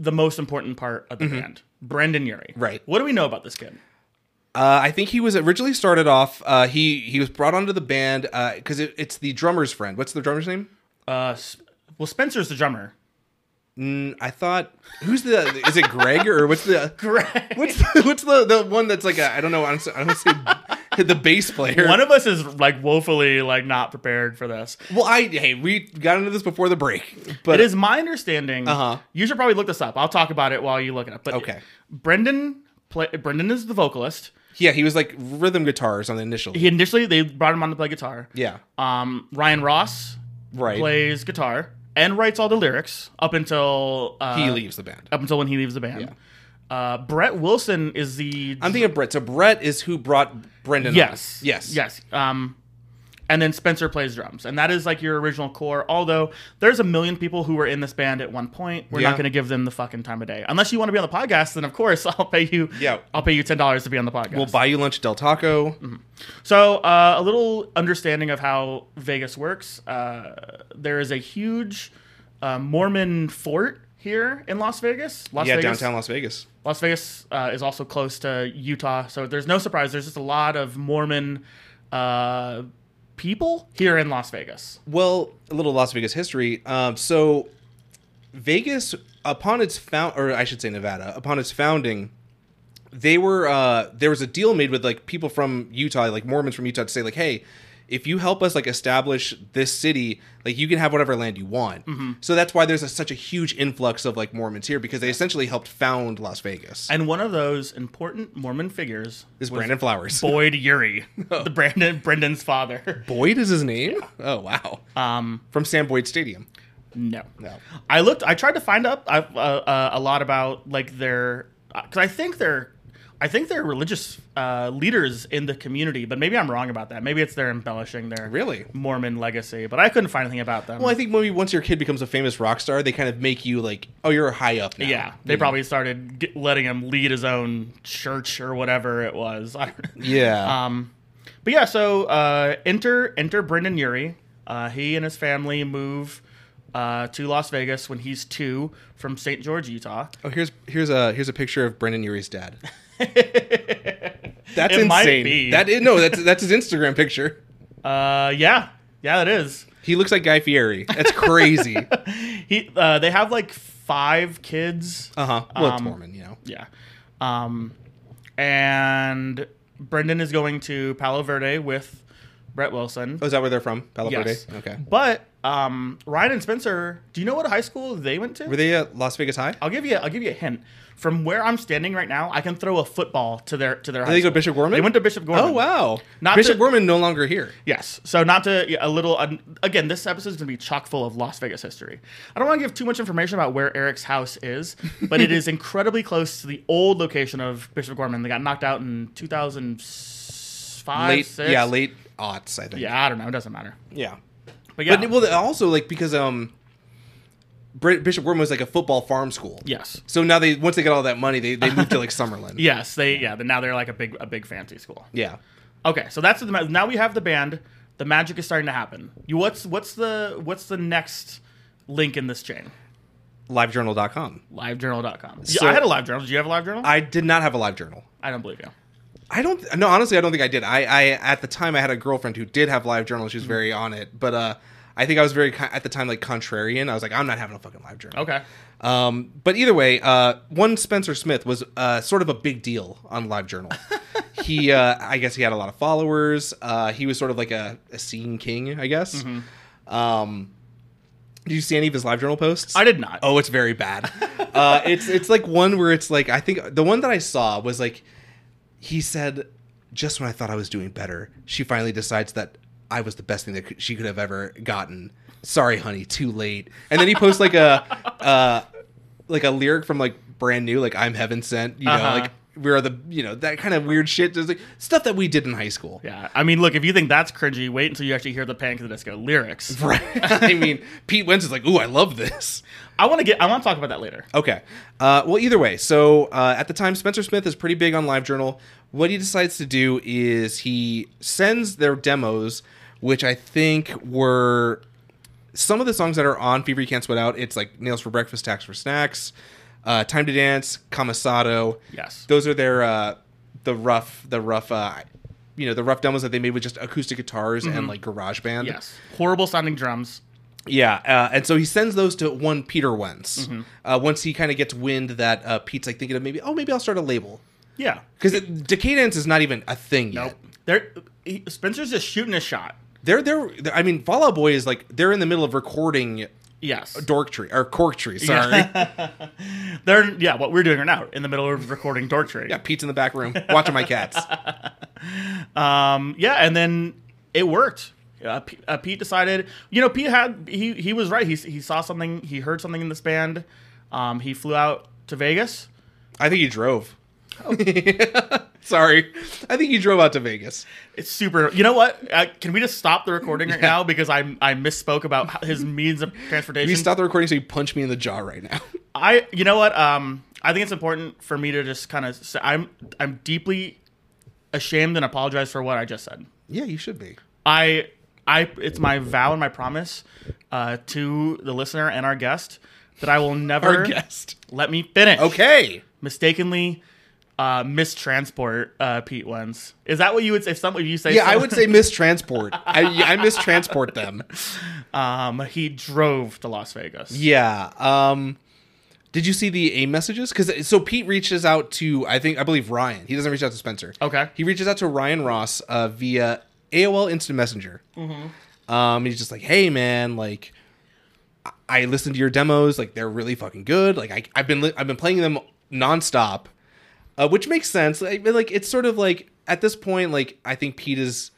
Speaker 2: the most important part of the band, Brendan Urie.
Speaker 1: Mm-hmm. Right.
Speaker 2: What do we know about this kid?
Speaker 1: Uh, I think he was originally started off. Uh, he he was brought onto the band because it, it's the drummer's friend. What's the drummer's name?
Speaker 2: Uh, S- well, Spencer's the drummer.
Speaker 1: Mm, I thought who's the is it Greg or what's the
Speaker 2: Greg.
Speaker 1: what's the, what's the the one that's like I I don't know honestly, I don't say the bass player.
Speaker 2: One of us is like woefully like not prepared for this.
Speaker 1: well, I hey we got into this before the break, but
Speaker 2: It is my understanding.
Speaker 1: Uh-huh.
Speaker 2: You should probably look this up. I'll talk about it while you look it up. But
Speaker 1: Okay.
Speaker 2: Brendan play. Brendan is the vocalist.
Speaker 1: yeah, he was like rhythm guitars on the initial.
Speaker 2: He initially they brought him on to play guitar.
Speaker 1: yeah,
Speaker 2: Um, Ryan Ross
Speaker 1: right.
Speaker 2: plays guitar and writes all the lyrics up until uh,
Speaker 1: he leaves the band.
Speaker 2: up until when he leaves the band. Uh, Brett Wilson is the
Speaker 1: I'm thinking of Brett. So Brett is who brought Brendan. on.
Speaker 2: yes
Speaker 1: yes,
Speaker 2: yes. Um, and then Spencer plays drums, and that is like your original core. Although there's a million people who were in this band at one point, we're
Speaker 1: Yeah.
Speaker 2: not going to give them the fucking time of day. Unless you want to be on the podcast, then of course I'll pay you.
Speaker 1: Yeah.
Speaker 2: I'll pay you ten dollars to be on the podcast.
Speaker 1: We'll buy you lunch at Del Taco.
Speaker 2: Mm-hmm. So, uh, a little understanding of how Vegas works. Uh, there is a huge uh, Mormon fort here in Las Vegas. Las
Speaker 1: yeah,
Speaker 2: Vegas,
Speaker 1: downtown Las Vegas.
Speaker 2: Las Vegas uh, is also close to Utah, so there's no surprise. There's just a lot of Mormon uh, people here in Las Vegas.
Speaker 1: Well, a little Las Vegas history. Um, so, Vegas, upon its found, or I should say Nevada, upon its founding, they were uh, there was a deal made with like people from Utah, like Mormons from Utah, to say like, hey, if you help us like establish this city, like you can have whatever land you want. So that's why there's a, such a huge influx of like Mormons here because they essentially helped found Las Vegas.
Speaker 2: And one of those important Mormon figures
Speaker 1: Is
Speaker 2: was
Speaker 1: Brandon Flowers?
Speaker 2: Boyd Uri, the Brandon Brendan's father.
Speaker 1: Boyd is his name. Oh wow,
Speaker 2: Um,
Speaker 1: from Sam Boyd Stadium.
Speaker 2: no,
Speaker 1: No.
Speaker 2: I looked. I tried to find up I, uh, uh, a lot about like their because I think they're. I think they're religious uh, leaders in the community, but maybe I'm wrong about that. Maybe it's they're embellishing their
Speaker 1: Really?
Speaker 2: Mormon legacy, but I couldn't find anything about them.
Speaker 1: Well, I think maybe once your kid becomes a famous rock star, they kind of make you like, oh, you're high up now.
Speaker 2: yeah, they probably started get, letting him lead his own church or whatever it was. I don't know.
Speaker 1: Yeah.
Speaker 2: Um, but yeah, so uh, enter enter Brendan Urie. Uh, he and his family move uh, to Las Vegas when he's two from St. George, Utah.
Speaker 1: oh, here's here's a here's a picture of Brendan Urie's dad. That's
Speaker 2: It
Speaker 1: insane.
Speaker 2: might be.
Speaker 1: That is, no, that's that's his Instagram picture.
Speaker 2: Uh, yeah, yeah, it is.
Speaker 1: He looks like Guy Fieri. That's crazy. uh
Speaker 2: He uh, they have like five kids.
Speaker 1: huh. Uh-huh. Well, it's
Speaker 2: Um,
Speaker 1: Mormon, you know.
Speaker 2: Yeah, um, and Brendan is going to Palo Verde with Brett Wilson.
Speaker 1: Oh, is that where they're from? Palo
Speaker 2: Yes.
Speaker 1: Verde? Okay.
Speaker 2: But um, Ryan and Spencer, do you know what high school they went to?
Speaker 1: Were they at Las Vegas High?
Speaker 2: I'll give you. I'll give you a hint. From where I'm standing right now, I can throw a football to their to their. High
Speaker 1: they go
Speaker 2: school.
Speaker 1: Bishop Gorman?
Speaker 2: They went to Bishop Gorman.
Speaker 1: Oh, wow.
Speaker 2: Not
Speaker 1: Bishop
Speaker 2: to-
Speaker 1: Gorman no longer here.
Speaker 2: Yes. So not to yeah, a little un- again, this episode is going to be chock full of Las Vegas history. I don't want to give too much information about where Eric's house is, but it is incredibly close to the old location of Bishop Gorman. They got knocked out in 2005.
Speaker 1: late,
Speaker 2: six.
Speaker 1: yeah, late aughts, I think.
Speaker 2: Yeah, I don't know. It doesn't matter.
Speaker 1: yeah.
Speaker 2: But yeah.
Speaker 1: But well, also like because um, Bri- Bishop Gorman was like a football farm school.
Speaker 2: yes.
Speaker 1: So now they once they get all that money, they, they moved to like Summerlin.
Speaker 2: Yes. They yeah. But now they're like a big a big fancy school.
Speaker 1: Yeah.
Speaker 2: Okay. So that's the ma- now we have the band. The magic is starting to happen. You what's what's the what's the next link in this chain?
Speaker 1: LiveJournal.com.
Speaker 2: Livejournal.com.
Speaker 1: So-
Speaker 2: yeah, I had a live journal. Did you have a live journal?
Speaker 1: I did not have a live journal.
Speaker 2: I don't believe you.
Speaker 1: I don't no honestly I don't think I did. I, I at the time I had a girlfriend who did have live journal. She
Speaker 2: Mm-hmm.
Speaker 1: was very on it, but uh, I think I was very ki- at the time like contrarian. I was like I'm not having a fucking live journal.
Speaker 2: Okay.
Speaker 1: Um, but either way, uh, one Spencer Smith was uh, sort of a big deal on LiveJournal. he, uh, I guess, he had a lot of followers. Uh, he was sort of like a, a scene king, I guess. Um, did you see any of his LiveJournal posts?
Speaker 2: Mm-hmm. I did not.
Speaker 1: Oh, it's very bad. uh, it's it's like one where it's like I think the one that I saw was like he said just when I thought I was doing better, she finally decides that I was the best thing that could, she could have ever gotten. Sorry, honey, too late. And then he posts like a uh, like a lyric from like brand new, like I'm heaven sent. You know,
Speaker 2: Uh-huh.
Speaker 1: like we are the you know that kind of weird shit. Just like stuff that we did in high school.
Speaker 2: Yeah. I mean, look, if you think that's cringy, wait until you actually hear the Panic at the Disco lyrics.
Speaker 1: Right. I mean, Pete Wentz is like, ooh, I love this.
Speaker 2: I want to get. I want to talk about that later.
Speaker 1: Okay. Uh, well, either way, so uh, at the time, Spencer Smith is pretty big on LiveJournal. What he decides to do is he sends their demos, which I think were some of the songs that are on Fever You Can't Sweat Out. It's like Nails for Breakfast, Tax for Snacks, uh, Time to Dance, Kamasado.
Speaker 2: Yes.
Speaker 1: Those are their uh, the rough the rough uh, you know the rough demos that they made with just acoustic guitars and like garage band.
Speaker 2: Mm-hmm. Yes. Horrible sounding drums.
Speaker 1: Yeah, uh, and so he sends those to one Peter Wentz. Uh, once he kind of gets wind that uh, Pete's like thinking of maybe, oh, maybe I'll start a label
Speaker 2: Yeah.
Speaker 1: because Decadence is not even a thing yet.
Speaker 2: Nope. They're, he, Spencer's just shooting a shot.
Speaker 1: They're, they're I mean, Fallout Boy is like they're in the middle of recording
Speaker 2: Yes.
Speaker 1: Dork Tree or Cork Tree. Sorry, yeah.
Speaker 2: They're yeah. What we're doing right now in the middle of recording Dortree.
Speaker 1: Pete's in the back room watching my cats.
Speaker 2: Um. Yeah. And then it worked. Uh, P- uh, Pete decided. You know, Pete had he he was right. He he saw something. He heard something in this band. Um. He flew out to Vegas.
Speaker 1: I think he drove. Oh. Sorry, I think he drove out to Vegas.
Speaker 2: It's super. You know what? Uh, can we just stop the recording right now because I I misspoke about how- his means of
Speaker 1: If you
Speaker 2: transportation.
Speaker 1: stop the recording, so you punch me in the jaw right now.
Speaker 2: I you know what? Um, I think it's important for me to just kind of say I'm I'm deeply ashamed and apologize for what I just said.
Speaker 1: yeah, you should be.
Speaker 2: I I it's my vow and my promise uh, to the listener and our guest that I will
Speaker 1: Our
Speaker 2: never
Speaker 1: guest.
Speaker 2: let me finish.
Speaker 1: Okay.
Speaker 2: mistakenly. Uh, mistransport uh, Pete Wentz. Is that what you would say? If somebody you say,
Speaker 1: Yeah, I
Speaker 2: some-
Speaker 1: would say mistransport. I, I mistransport them.
Speaker 2: Um, he drove to Las Vegas.
Speaker 1: Yeah. Um did you see the aim messages? Because so Pete reaches out to I think I believe Ryan. He doesn't reach out to Spencer.
Speaker 2: Okay.
Speaker 1: He reaches out to Ryan Ross uh, via AOL Instant Messenger. Um, he's just like, hey man, like I- I listened to your demos. Like they're really fucking good. Like I, I've been li- I've been playing them nonstop, uh, which makes sense. Like, but, like it's sort of like at this point, like I think Pete is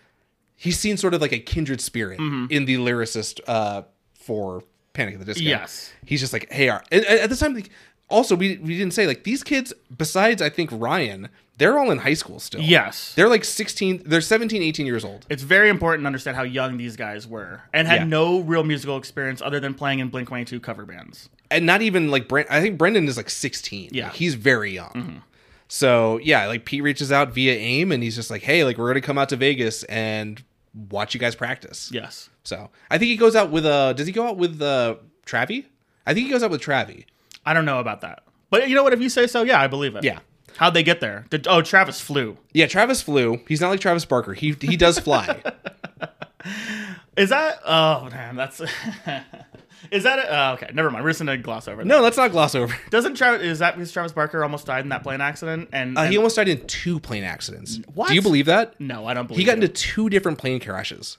Speaker 1: he's seen sort of like a kindred spirit in the lyricist uh, for Panic at the Disco.
Speaker 2: Yes.
Speaker 1: he's just like, hey, our, and, and at this time, like, also we we didn't say like these kids. Besides, I think Ryan, they're all in high school still.
Speaker 2: Yes.
Speaker 1: They're like 16, they're 17, 18 years old.
Speaker 2: It's very important to understand how young these guys were and had
Speaker 1: Yeah.
Speaker 2: no real musical experience other than playing in Blink 22 cover bands.
Speaker 1: and not even like Brent. I think Brendan is like 16.
Speaker 2: Yeah. Mm-hmm.
Speaker 1: Like, he's very young. So yeah, like Pete reaches out via AIM, and he's just like, "Hey, like we're gonna come out to Vegas and watch you guys practice."
Speaker 2: Yes.
Speaker 1: So I think he goes out with uh Does he go out with uh Travi? I think he goes out with Travi.
Speaker 2: I don't know about that. But you know what? If you say so, yeah, I believe it.
Speaker 1: Yeah.
Speaker 2: How'd they get there? Did, oh, Travis flew.
Speaker 1: Yeah, Travis flew. He's not like Travis Barker. He he does fly.
Speaker 2: Is that? Oh, man. That's. Is that a, uh, okay? Never mind. We're just gonna gloss over. that.
Speaker 1: No, let's not gloss over.
Speaker 2: Doesn't Travis? Is that because Travis Barker almost died in that plane accident? And,
Speaker 1: Uh,
Speaker 2: and-
Speaker 1: he almost died in two plane accidents.
Speaker 2: What?
Speaker 1: Do you believe that?
Speaker 2: no, I don't believe
Speaker 1: He got
Speaker 2: it.
Speaker 1: into two different plane crashes.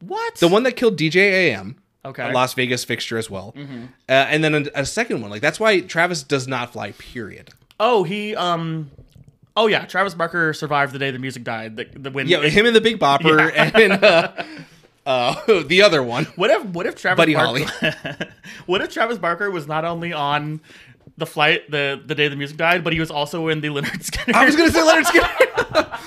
Speaker 2: what?
Speaker 1: The one that killed DJ AM,
Speaker 2: Okay.
Speaker 1: a Las Vegas fixture as well, uh, and then a, a second one. Like that's why Travis does not fly. Period.
Speaker 2: Oh, he um. Oh yeah, Travis Barker survived the day the music died. The, the when
Speaker 1: Yeah, him and the Big Bopper and uh, uh, the other one.
Speaker 2: What if what if Travis
Speaker 1: Buddy
Speaker 2: Barker, what if Travis Barker was not only on the flight the the day the music died, but he was also in the Leonard Skinner.
Speaker 1: I was gonna say Leonard Skinner.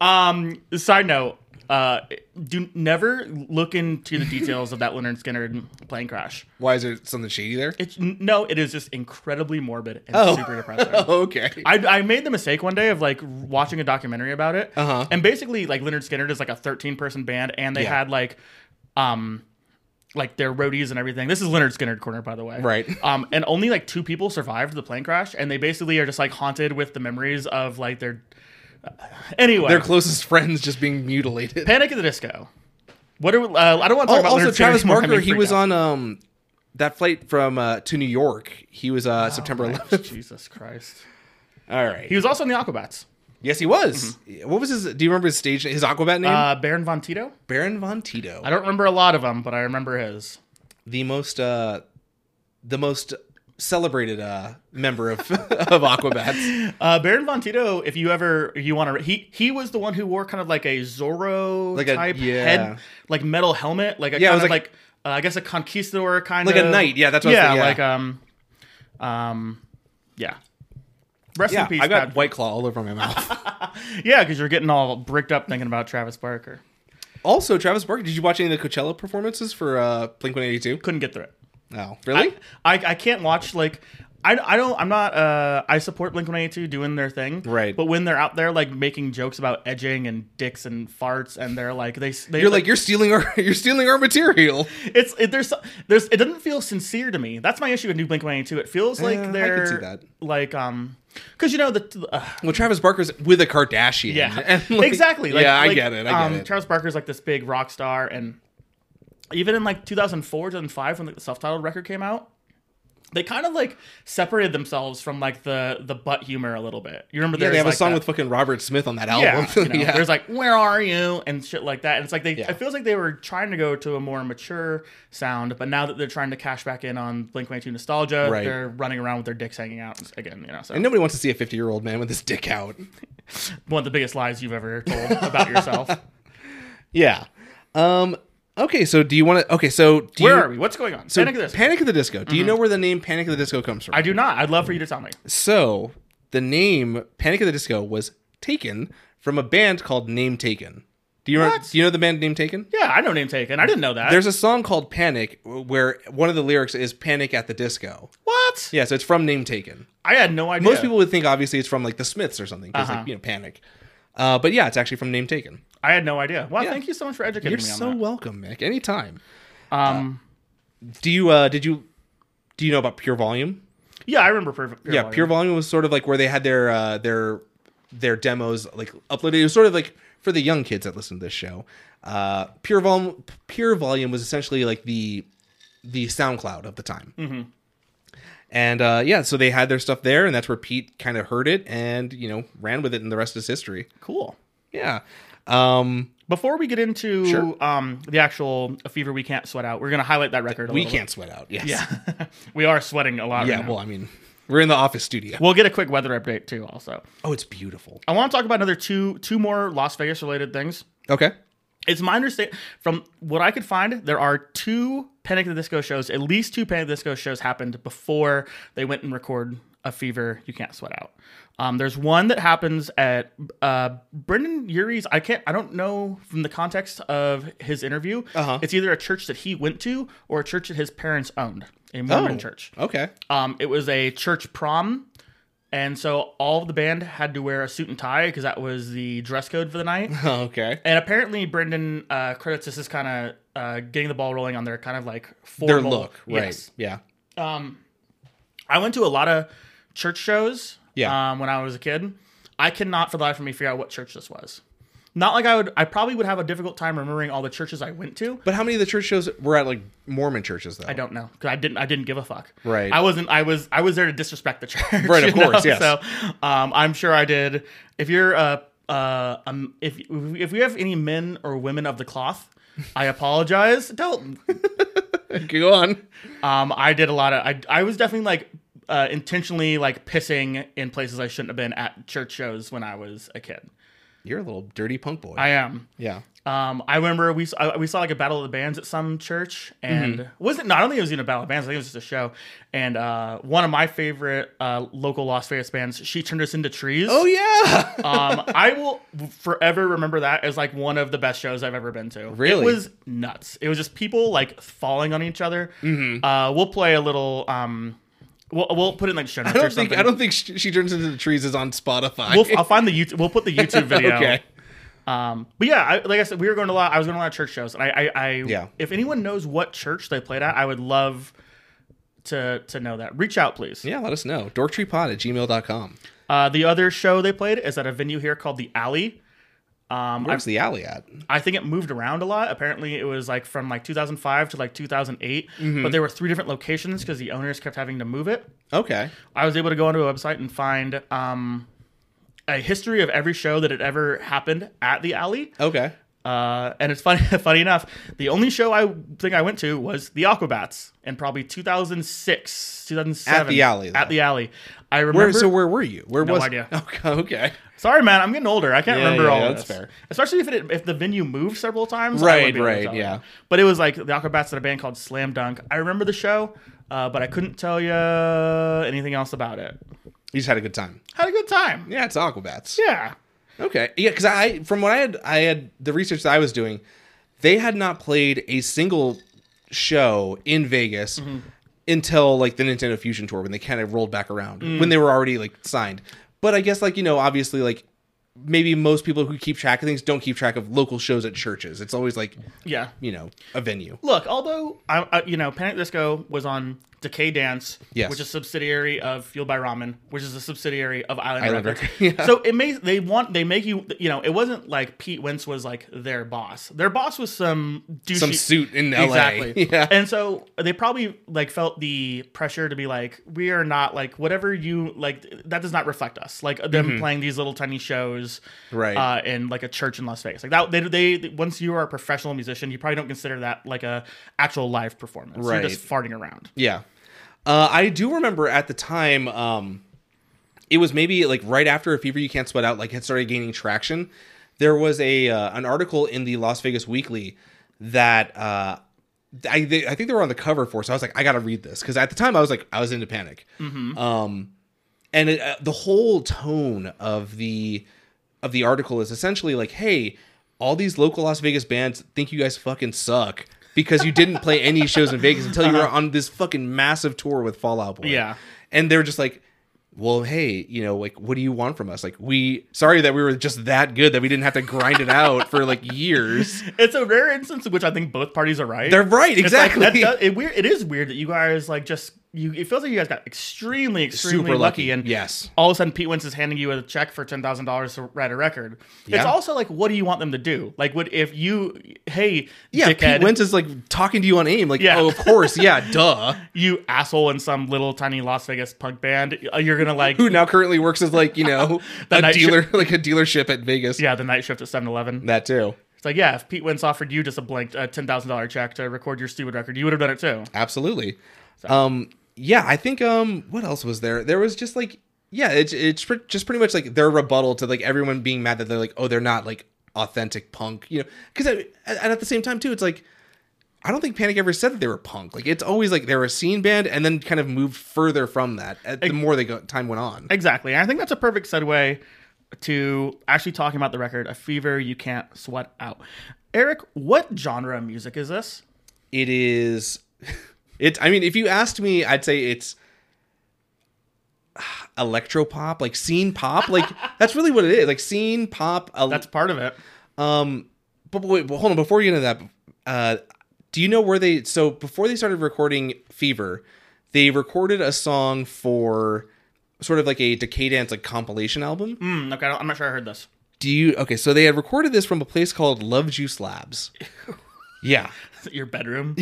Speaker 2: um side note, uh do never look into the details of that Leonard Skinner plane crash.
Speaker 1: why is there something shady there?
Speaker 2: It's no, it is just incredibly morbid and
Speaker 1: Oh.
Speaker 2: super depressing.
Speaker 1: Oh, okay.
Speaker 2: I, I made the mistake one day of like watching a documentary about it,
Speaker 1: Uh-huh.
Speaker 2: and basically like Leonard Skinner is like a 13 person band, and they
Speaker 1: Yeah.
Speaker 2: had like, um, like their roadies and everything. This is Leonard Skinner corner, by the way,
Speaker 1: Right.
Speaker 2: Um, and only like two people survived the plane crash, and they basically are just like haunted with the memories of like their. uh, Anyway,
Speaker 1: Their closest friends just being mutilated.
Speaker 2: Panic at the Disco. What are we- uh, I don't want to talk
Speaker 1: Oh,
Speaker 2: about
Speaker 1: also
Speaker 2: Leonard Skinner
Speaker 1: Travis
Speaker 2: anymore, I'm
Speaker 1: Barker. He
Speaker 2: freaked
Speaker 1: was
Speaker 2: out.
Speaker 1: on um that flight from uh, to New York. He was uh, September 11th.
Speaker 2: Jesus Christ.
Speaker 1: All right.
Speaker 2: He was also in the Aquabats.
Speaker 1: yes, he was. What was his? Do you remember his stage? His Aquabat name?
Speaker 2: Uh, Baron Von Tito.
Speaker 1: Baron von Tito.
Speaker 2: I don't remember a lot of them, but I remember his.
Speaker 1: the most uh the most celebrated uh member of of Aquabats.
Speaker 2: Uh, Baron Von Tito, if you ever you want to, he he was the one who wore kind of like a Zorro
Speaker 1: Like a-
Speaker 2: type
Speaker 1: yeah.
Speaker 2: head, like metal helmet, like a
Speaker 1: Yeah, it
Speaker 2: kind
Speaker 1: was
Speaker 2: of
Speaker 1: like-
Speaker 2: like, uh, I guess a conquistador kind
Speaker 1: Like
Speaker 2: of
Speaker 1: a knight, yeah, that's what I was thinking,
Speaker 2: yeah,
Speaker 1: yeah.
Speaker 2: like um, um, yeah. Rest
Speaker 1: Yeah,
Speaker 2: in peace.
Speaker 1: I got
Speaker 2: Pat-
Speaker 1: White Claw all over my mouth.
Speaker 2: yeah, because you're getting all bricked up thinking about Travis Barker.
Speaker 1: also, Travis Barker, did you watch any of the Coachella performances for uh Blink 182?
Speaker 2: Couldn't get through it.
Speaker 1: No. Really?
Speaker 2: I, I can't watch like I, I don't I'm not uh I support Blink 182 doing their thing
Speaker 1: Right.
Speaker 2: but when they're out there like making jokes about edging and dicks and farts and they're like they, they
Speaker 1: you're like you're stealing our you're stealing our material.
Speaker 2: it's it, there's so- there's it doesn't feel sincere to me that's my issue with New Blink 182 it feels like
Speaker 1: I could
Speaker 2: they're
Speaker 1: see that.
Speaker 2: like um because you know the uh,
Speaker 1: Well, Travis Barker's with a Kardashian.
Speaker 2: yeah
Speaker 1: And, like,
Speaker 2: exactly like,
Speaker 1: yeah, I
Speaker 2: like,
Speaker 1: get it. I
Speaker 2: um,
Speaker 1: get it.
Speaker 2: Travis Barker's like this big rock star and even in like 2004 2005 when like, the self-titled record came out they kind of like separated themselves from like the the butt humor a little bit you remember
Speaker 1: yeah, they
Speaker 2: there's,
Speaker 1: have a
Speaker 2: like,
Speaker 1: song
Speaker 2: that-
Speaker 1: with fucking Robert Smith on that album.
Speaker 2: yeah, you know,
Speaker 1: Yeah.
Speaker 2: there's like where are you and shit like that and it's like they
Speaker 1: Yeah.
Speaker 2: it feels like they were trying to go to a more mature sound but now that they're trying to cash back in on blink 182 nostalgia
Speaker 1: Right.
Speaker 2: they're running around with their dicks hanging out again you know so
Speaker 1: and nobody wants to see a 50 year old man with his dick out.
Speaker 2: one of the biggest lies you've ever told about yourself
Speaker 1: Yeah. Um. Okay. So do you want to? Okay. So do
Speaker 2: where
Speaker 1: you,
Speaker 2: are we what's going on
Speaker 1: So
Speaker 2: Panic at this
Speaker 1: Panic at the Disco. Do you know where the name Panic at the Disco comes from?
Speaker 2: Mm-hmm. I do not. I'd love for you to tell me.
Speaker 1: so the name Panic at the Disco was taken from a band called Name Taken. Do you remember,
Speaker 2: What?
Speaker 1: do you know the band Name Taken?
Speaker 2: Yeah, I know name taken. I didn't know that.
Speaker 1: There's a song called Panic where one of the lyrics is Panic at the Disco.
Speaker 2: what?
Speaker 1: Yeah, so it's from Name Taken.
Speaker 2: I had no idea.
Speaker 1: Most people would think obviously it's from like the Smiths or something because
Speaker 2: Uh-huh.
Speaker 1: like you know Panic. Uh, but yeah, it's actually from Name Taken.
Speaker 2: I had no idea. Wow,
Speaker 1: Yeah.
Speaker 2: thank you so much for educating
Speaker 1: You're
Speaker 2: me on
Speaker 1: so welcome, Mick. Anytime.
Speaker 2: that. Um,
Speaker 1: Do you uh did you do you know about Pure Volume?
Speaker 2: yeah, I remember. Pure, pure
Speaker 1: yeah,
Speaker 2: Volume.
Speaker 1: Pure Volume was sort of like where they had their uh, their their demos like uploaded. It was sort of like for the young kids that listen to this show. Uh, Pure Volume Pure Volume was essentially like the the SoundCloud of the time.
Speaker 2: Mm-hmm.
Speaker 1: And uh, yeah, so they had their stuff there, and that's where Pete kind of heard it and you know ran with it, and the rest is history.
Speaker 2: Cool.
Speaker 1: Yeah. Um,
Speaker 2: Before we get into
Speaker 1: Sure.
Speaker 2: um the actual a fever we can't sweat out, we're gonna highlight that record. A
Speaker 1: we
Speaker 2: little
Speaker 1: can't sweat out. Yes.
Speaker 2: bit. Yeah, we are sweating a lot.
Speaker 1: Yeah.
Speaker 2: right now.
Speaker 1: Well, I mean, we're in the office studio.
Speaker 2: we'll get a quick weather update too. Also,
Speaker 1: Oh, it's beautiful.
Speaker 2: I want to talk about another two two more Las Vegas related things.
Speaker 1: Okay.
Speaker 2: It's my understanding from what I could find, there are two Panic at the Disco shows. At least two Panic at the Disco shows happened before they went and record a fever you can't sweat out. Um, there's one that happens at uh, Brendan Urie's. I can't. I don't know from the context of his interview.
Speaker 1: Uh-huh.
Speaker 2: It's either a church that he went to or a church that his parents owned, a Mormon
Speaker 1: Oh,
Speaker 2: church.
Speaker 1: Okay.
Speaker 2: Um, it was a church prom, and so all of the band had to wear a suit and tie because that was the dress code for the night.
Speaker 1: Okay.
Speaker 2: And apparently, Brendan uh, credits this as kind of uh, getting the ball rolling on their kind of like
Speaker 1: Their
Speaker 2: formal
Speaker 1: look. Right.
Speaker 2: Yes.
Speaker 1: Yeah.
Speaker 2: I went to a lot of church shows.
Speaker 1: Yeah.
Speaker 2: Um, when I was a kid, I cannot for the life of me figure out what church this was. Not like I would. I probably would have a difficult time remembering all the churches I went to.
Speaker 1: But how many of the church shows were at like Mormon churches though?
Speaker 2: I don't know because I didn't. I didn't give a fuck.
Speaker 1: Right.
Speaker 2: I wasn't. I was. I was there to disrespect the church.
Speaker 1: Right, of
Speaker 2: you know?
Speaker 1: course, yes.
Speaker 2: So, um, I'm sure I did. If you're uh uh um if if we have any men or women of the cloth, I apologize. Don't.
Speaker 1: Go on.
Speaker 2: Um, I did a lot of. I I was definitely like. Uh, intentionally like pissing in places I shouldn't have been at church shows when I was a kid.
Speaker 1: You're a little dirty punk boy.
Speaker 2: I am.
Speaker 1: yeah.
Speaker 2: Um, I remember we saw, we saw like a battle of the bands at some church, and wasn't no, I don't think it was even a battle of bands. I think it was just a show. And uh, one of my favorite uh, local Las Vegas bands, she turned us into trees.
Speaker 1: Oh yeah.
Speaker 2: um, I will forever remember that as like one of the best shows I've ever been to.
Speaker 1: Really?
Speaker 2: it was nuts. It was just people like falling on each other.
Speaker 1: Mm-hmm.
Speaker 2: Uh, we'll play a little. Um, we'll, we'll put it in like show notes
Speaker 1: I
Speaker 2: or
Speaker 1: don't
Speaker 2: something.
Speaker 1: think I don't think sh- she turns into the trees is on Spotify.
Speaker 2: We'll, I'll find the YouTube. We'll put the YouTube video.
Speaker 1: Okay.
Speaker 2: Um, but yeah, I, like I said, we were going to a lot. I was going to a lot of church shows, and I, I, I
Speaker 1: Yeah.
Speaker 2: If anyone knows what church they played at, I would love to to know that. Reach out, please.
Speaker 1: yeah, let us know. Dorktreepod at gmail.com.
Speaker 2: Uh, the other show they played is at a venue here called the Alley. Um, I,
Speaker 1: Where's the alley at?
Speaker 2: I think it moved around a lot. Apparently, it was like from like 2005 to like 2008,
Speaker 1: Mm-hmm.
Speaker 2: but there were three different locations because the owners kept having to move it.
Speaker 1: Okay.
Speaker 2: I was able to go onto a website and find um, a history of every show that had ever happened at the Alley.
Speaker 1: Okay.
Speaker 2: Uh, and it's funny, funny enough, the only show I think I went to was the Aquabats in probably 2006, 2007.
Speaker 1: At the alley, though.
Speaker 2: At the alley. I remember.
Speaker 1: Where so where were you? Where was
Speaker 2: idea.
Speaker 1: Okay. okay.
Speaker 2: sorry, man, I'm getting older. I can't
Speaker 1: Yeah,
Speaker 2: remember
Speaker 1: yeah,
Speaker 2: all
Speaker 1: yeah,
Speaker 2: of
Speaker 1: that's
Speaker 2: this.
Speaker 1: fair.
Speaker 2: Especially if it, if the venue moved several times. I
Speaker 1: Right,
Speaker 2: wouldn't be able to
Speaker 1: right,
Speaker 2: tell you.
Speaker 1: yeah.
Speaker 2: But it was like the Aquabats had a band called Slam Dunk. I remember the show, uh, but I couldn't tell you anything else about it.
Speaker 1: You just had a good time.
Speaker 2: Had a good time.
Speaker 1: Yeah, it's Aquabats.
Speaker 2: Yeah.
Speaker 1: Okay. Yeah, because I from what I had I had the research that I was doing, they had not played a single show in Vegas until like the Nintendo Fusion Tour when they kind of rolled back around when they were already like signed. But I guess like you know obviously like maybe most people who keep track of things don't keep track of local shows at churches. It's always like
Speaker 2: Yeah.
Speaker 1: you know a venue.
Speaker 2: Look, although I, I you know, Panic Disco was on Decay Dance,
Speaker 1: Yes.
Speaker 2: which is a subsidiary of Fueled by Ramen, which is a subsidiary of Island,
Speaker 1: Island
Speaker 2: Records.
Speaker 1: Record, yeah.
Speaker 2: So it makes they want they make you you know, it wasn't like Pete Wentz was like their boss. Their boss was some douchey
Speaker 1: Some suit in LA.
Speaker 2: Exactly.
Speaker 1: Yeah.
Speaker 2: And so they probably like felt the pressure to be like, we are not like whatever you like. That does not reflect us. Like them playing these little tiny shows,
Speaker 1: Mm-hmm. Right.
Speaker 2: Uh, in like a church in Las Vegas. Like that. They, they once you are a professional musician, you probably don't consider that like a actual live performance.
Speaker 1: Right.
Speaker 2: You're just farting around.
Speaker 1: Yeah. Uh, I do remember at the time, um, it was maybe like right after a fever you can't sweat out like had started gaining traction. There was a uh, an article in the Las Vegas Weekly that uh, I they, I think they were on the cover for. So I was like, I gotta read this because at the time I was like I was into Panic,
Speaker 2: Mm-hmm.
Speaker 1: um, and it, uh, the whole tone of the of the article is essentially like, hey, all these local Las Vegas bands think you guys fucking suck because you didn't play any shows in Vegas until you were on this fucking massive tour with Fallout Boy.
Speaker 2: Uh-huh. Yeah.
Speaker 1: And they're just like, well, hey, you know, like, what do you want from us? Like, we, sorry that we were just that good that we didn't have to grind it out for like years.
Speaker 2: It's a rare instance in which I think both parties are right.
Speaker 1: They're right,
Speaker 2: It's like,
Speaker 1: exactly.
Speaker 2: that does- it weird. It is weird that you guys like just you. It feels like you guys got extremely, extremely
Speaker 1: Super lucky.
Speaker 2: lucky, and
Speaker 1: yes.
Speaker 2: all of a sudden Pete Wentz is handing you a check for ten thousand dollars to write a record.
Speaker 1: Yeah.
Speaker 2: It's also like, what do you want them to do? Like, would if you, hey,
Speaker 1: Yeah.
Speaker 2: dickhead,
Speaker 1: Pete Wentz is like talking to you on AIM. Like,
Speaker 2: Yeah.
Speaker 1: oh, of course. Yeah. duh.
Speaker 2: you asshole in some little tiny Las Vegas punk band, uh, you're gonna like,
Speaker 1: Who now currently works as like, you know, a
Speaker 2: night shi-
Speaker 1: dealer, like a dealership at Vegas.
Speaker 2: yeah, the night shift at 7-Eleven.
Speaker 1: That too.
Speaker 2: It's like, yeah, if Pete Wentz offered you just a blank uh, ten thousand dollar check to record your stupid record, you would have done it too.
Speaker 1: Absolutely. Um, yeah, I think. Um, what else was there? There was just like, yeah, it's it's pre- just pretty much like their rebuttal to like everyone being mad that they're like, oh, they're not like authentic punk, you know? Because and at the same time too, it's like. I don't think Panic ever said that they were punk. Like it's always like they were a scene band, and then kind of moved further from that. At, the more they go, time went on.
Speaker 2: Exactly. And I think that's a perfect segue to actually talking about the record, A Fever You Can't Sweat Out. Eric, what genre of music is this?
Speaker 1: it is it i mean if you asked me i'd say it's electro pop like scene pop like that's really what it is like scene pop el-
Speaker 2: That's part of it.
Speaker 1: um but wait but hold on before you get into that uh do you know where they so before they started recording fever they recorded a song for sort of like a decadence like compilation album
Speaker 2: Mm. Hmm, okay, I don't- I'm not sure I heard this.
Speaker 1: Do you okay? So they had recorded this from a place called Love Juice Labs. yeah.
Speaker 2: Your bedroom.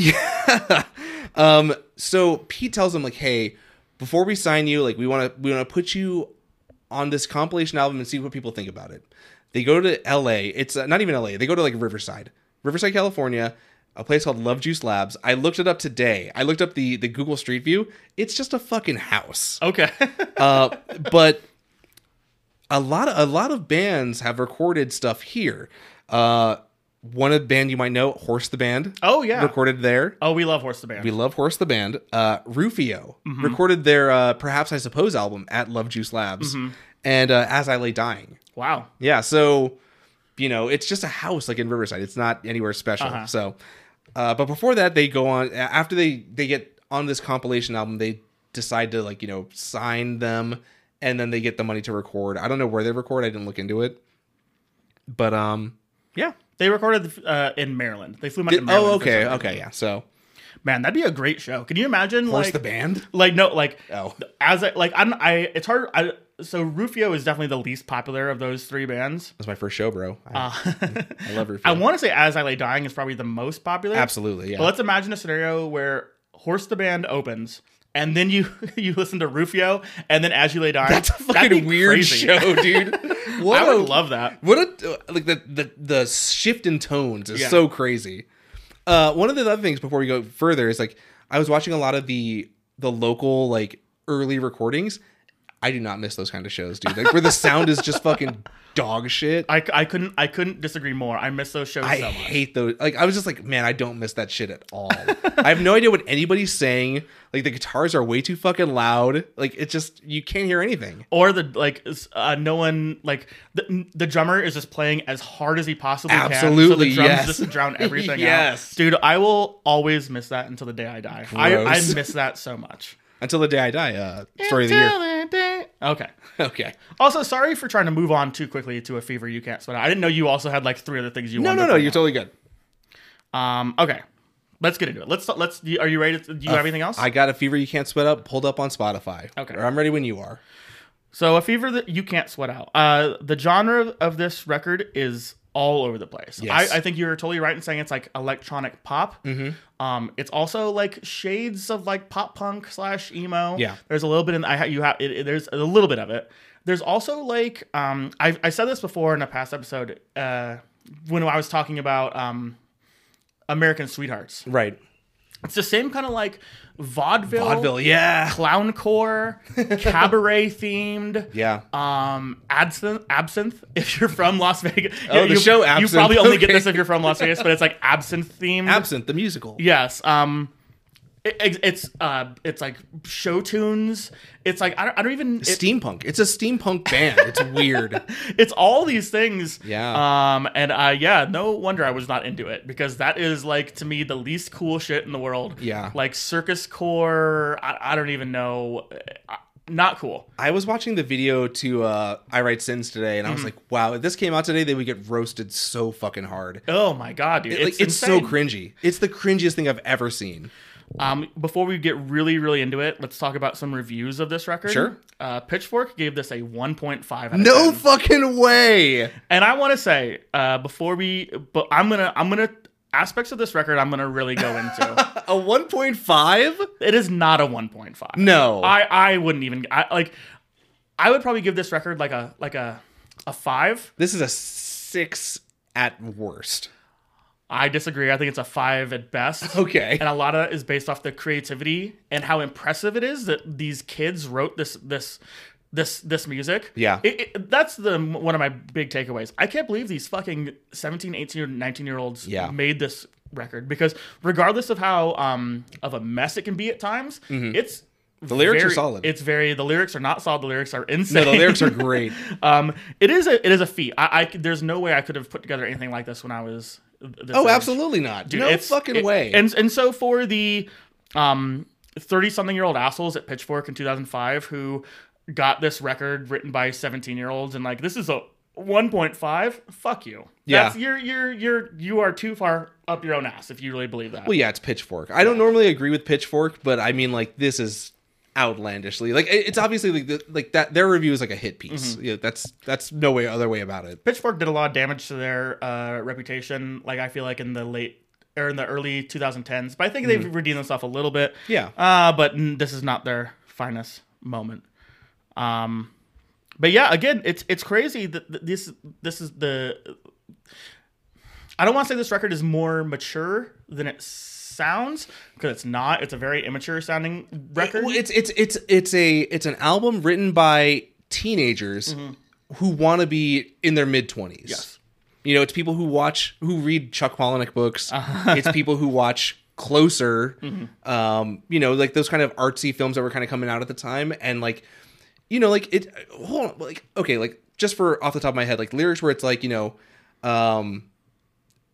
Speaker 1: Um. So Pete tells them like, "Hey, before we sign you, like, we want to we want to put you on this compilation album and see what people think about it." They go to L.A. It's uh, not even L.A. They go to like Riverside, Riverside, California, a place called Love Juice Labs. I looked it up today. I looked up the the Google Street View. It's just a fucking house.
Speaker 2: Okay.
Speaker 1: Uh, but a lot of a lot of bands have recorded stuff here. Uh, one of the band you might know, Horse the Band,
Speaker 2: oh yeah.
Speaker 1: recorded there.
Speaker 2: Oh, we love Horse the Band.
Speaker 1: We love Horse the Band. Uh, Rufio
Speaker 2: Mm-hmm.
Speaker 1: recorded their uh, Perhaps I Suppose album at Love Juice Labs,
Speaker 2: Mm-hmm.
Speaker 1: and uh, As I Lay Dying.
Speaker 2: wow.
Speaker 1: Yeah, so you know, it's just a house like in Riverside. It's not anywhere special.
Speaker 2: Uh-huh.
Speaker 1: So, uh, but before that, they go on after they they get on this compilation album. They decide to like you know sign them, and then they get the money to record. I don't know where they record. I didn't look into it, but um, yeah.
Speaker 2: They recorded uh, in Maryland. They flew them out to
Speaker 1: Did-
Speaker 2: Maryland.
Speaker 1: oh,
Speaker 2: for
Speaker 1: okay,
Speaker 2: some-
Speaker 1: okay, yeah. So,
Speaker 2: Man, that'd be a great show. Can you imagine?
Speaker 1: Horse
Speaker 2: like
Speaker 1: the band.
Speaker 2: Like no, like
Speaker 1: Oh,
Speaker 2: as I like I'm I it's hard I so Rufio is definitely the least popular of those three bands.
Speaker 1: that's my first show, bro. I,
Speaker 2: Uh,
Speaker 1: I love Rufio.
Speaker 2: I want to say As I Lay Dying is probably the most popular.
Speaker 1: Absolutely, yeah.
Speaker 2: But let's imagine a scenario where Horse the Band opens and then you you listen to Rufio and then As You Lay Dying.
Speaker 1: that's a
Speaker 2: That'd
Speaker 1: fucking
Speaker 2: be
Speaker 1: weird
Speaker 2: crazy.
Speaker 1: show, dude. What
Speaker 2: I would
Speaker 1: a-
Speaker 2: love that.
Speaker 1: What a like the the the shift in tones is
Speaker 2: Yeah.
Speaker 1: so crazy. Uh, one of the other things before we go further is like I was watching a lot of the the local like early recordings. I do not miss those kind of shows, dude. Like where the sound is just fucking dog shit. I,
Speaker 2: I, I couldn't I couldn't disagree more. I miss those shows so much.
Speaker 1: hate those. Like I was just like, man, I don't miss that shit at all. I have no idea what anybody's saying. Like the guitars are way too fucking loud. Like it just you can't hear anything.
Speaker 2: Or the like, s- uh, no one like the, the drummer is just playing as hard as he possibly can. so
Speaker 1: Absolutely,
Speaker 2: the drums
Speaker 1: yes.
Speaker 2: just drown everything
Speaker 1: Yes.
Speaker 2: out. dude, I will always miss that until the day I die. I, I
Speaker 1: Gross.
Speaker 2: miss that so much.
Speaker 1: Until the day I die. Uh, story of the year.
Speaker 2: Until the day- Okay.
Speaker 1: Okay.
Speaker 2: Also, sorry for trying to move on too quickly to a fever you can't sweat. out. I didn't know you also had like three other things you
Speaker 1: No,
Speaker 2: wanted.
Speaker 1: no,
Speaker 2: to
Speaker 1: no.
Speaker 2: bring
Speaker 1: You're
Speaker 2: up.
Speaker 1: totally good.
Speaker 2: um. Okay. Let's get into it. Let's let's. do you- Are you ready? To, do you have anything else?
Speaker 1: Uh, I got a fever you can't sweat up. Pulled up on Spotify.
Speaker 2: Okay.
Speaker 1: Or I'm ready when you are.
Speaker 2: So a fever that you can't sweat out. Uh, the genre of this record is all over the place.
Speaker 1: Yes. Mm-hmm.
Speaker 2: I, I think you're totally right in saying it's like electronic pop. Um, it's also like shades of like pop punk slash emo.
Speaker 1: Yeah.
Speaker 2: There's a little bit in I ha- you have it, it- there's a little bit of it. There's also like um, I I said this before in a past episode uh, when I was talking about um, American Sweethearts.
Speaker 1: Right.
Speaker 2: It's the same kind of like vaudeville,
Speaker 1: Vaudeville. Yeah.
Speaker 2: clowncore, cabaret themed
Speaker 1: Yeah.
Speaker 2: um absinthe absinthe if you're from las vegas
Speaker 1: Oh, the show
Speaker 2: you
Speaker 1: Absinthe.
Speaker 2: probably only get
Speaker 1: Okay.
Speaker 2: this if you're from las vegas but it's like absinthe themed
Speaker 1: Absinthe, the musical.
Speaker 2: yes um it- it- it's uh it's like show tunes it's like i don't, I don't even it-
Speaker 1: Steampunk. It's a steampunk band. It's weird.
Speaker 2: it's all these things
Speaker 1: Yeah.
Speaker 2: um and uh yeah no wonder i was not into it because that is like to me the least cool shit in the world
Speaker 1: Yeah.
Speaker 2: like circus core i, I don't even know Uh, not cool
Speaker 1: I was watching the video to uh, I Write Sins today, and I was
Speaker 2: Mm-hmm.
Speaker 1: like, wow, if this came out today, they would get roasted so fucking hard.
Speaker 2: oh my god dude
Speaker 1: Like,
Speaker 2: it's,
Speaker 1: it's so
Speaker 2: insane.
Speaker 1: cringy. It's the cringiest thing I've ever seen.
Speaker 2: Um, before we get really, really into it, let's talk about some reviews of this record.
Speaker 1: Sure.
Speaker 2: Uh, Pitchfork gave this a 1.5 out of
Speaker 1: No
Speaker 2: 10.
Speaker 1: fucking way.
Speaker 2: and I want to say, uh, before we, but I'm gonna, I'm gonna aspects of this record I'm gonna really go into.
Speaker 1: A 1.5?
Speaker 2: it is not a 1.5.
Speaker 1: No.
Speaker 2: I, I wouldn't even, I like, I would probably give this record like a, like a, a five.
Speaker 1: this is a six at worst.
Speaker 2: I disagree. I think it's a five at best.
Speaker 1: Okay.
Speaker 2: and a lot of it is based off the creativity and how impressive it is that these kids wrote this this this this music
Speaker 1: Yeah.
Speaker 2: It- it- that's the one of my big takeaways i can't believe these fucking 17 18 or 19 year olds
Speaker 1: Yeah.
Speaker 2: made this record because regardless of how um of a mess it can be at times it's the
Speaker 1: Mm-hmm. lyrics are solid.
Speaker 2: it's very the lyrics are not solid the lyrics are insane
Speaker 1: No, the lyrics are great.
Speaker 2: um it is a it is a feat i, I c- there's no way i could have put together anything like this when i was this
Speaker 1: Oh,
Speaker 2: age.
Speaker 1: absolutely not.
Speaker 2: Dude,
Speaker 1: no
Speaker 2: it's-
Speaker 1: fucking
Speaker 2: it-
Speaker 1: way.
Speaker 2: And and so for the um 30 something year old assholes at Pitchfork in 2005 who got this record written by 17 year olds and like this is a 1.5 fuck you.
Speaker 1: Yeah.
Speaker 2: That's you're you're you're you are too far up your own ass if you really believe that.
Speaker 1: Well, yeah, it's Pitchfork. I don't normally agree with Pitchfork, but I mean, like, this is outlandishly. Like it- it's obviously like the, like that. Their review is like a hit piece. Yeah, that's that's no way other way about it.
Speaker 2: Pitchfork did a lot of damage to their uh, reputation. Like I feel like in the late or in the early 2010s, but I think they've redeemed themselves a little bit.
Speaker 1: Mm-hmm. Yeah.
Speaker 2: Uh, but n- this is not their finest moment. Um, but yeah, again, it's it's crazy that th- this this is the. I don't want to say this record is more mature than it sounds because it's not. It's a very immature sounding record.
Speaker 1: Well, it's it's it's it's a it's an album written by teenagers who want to be in their mid twenties.
Speaker 2: Mm-hmm. Yes.
Speaker 1: You know, it's people who watch who read Chuck Palahniuk books.
Speaker 2: Uh-huh.
Speaker 1: it's people who watch Closer.
Speaker 2: Mm-hmm.
Speaker 1: Um, you know, like those kind of artsy films that were kind of coming out at the time, and like, you know, like it. Hold on, like okay, like just for off the top of my head, like lyrics where it's like you know. um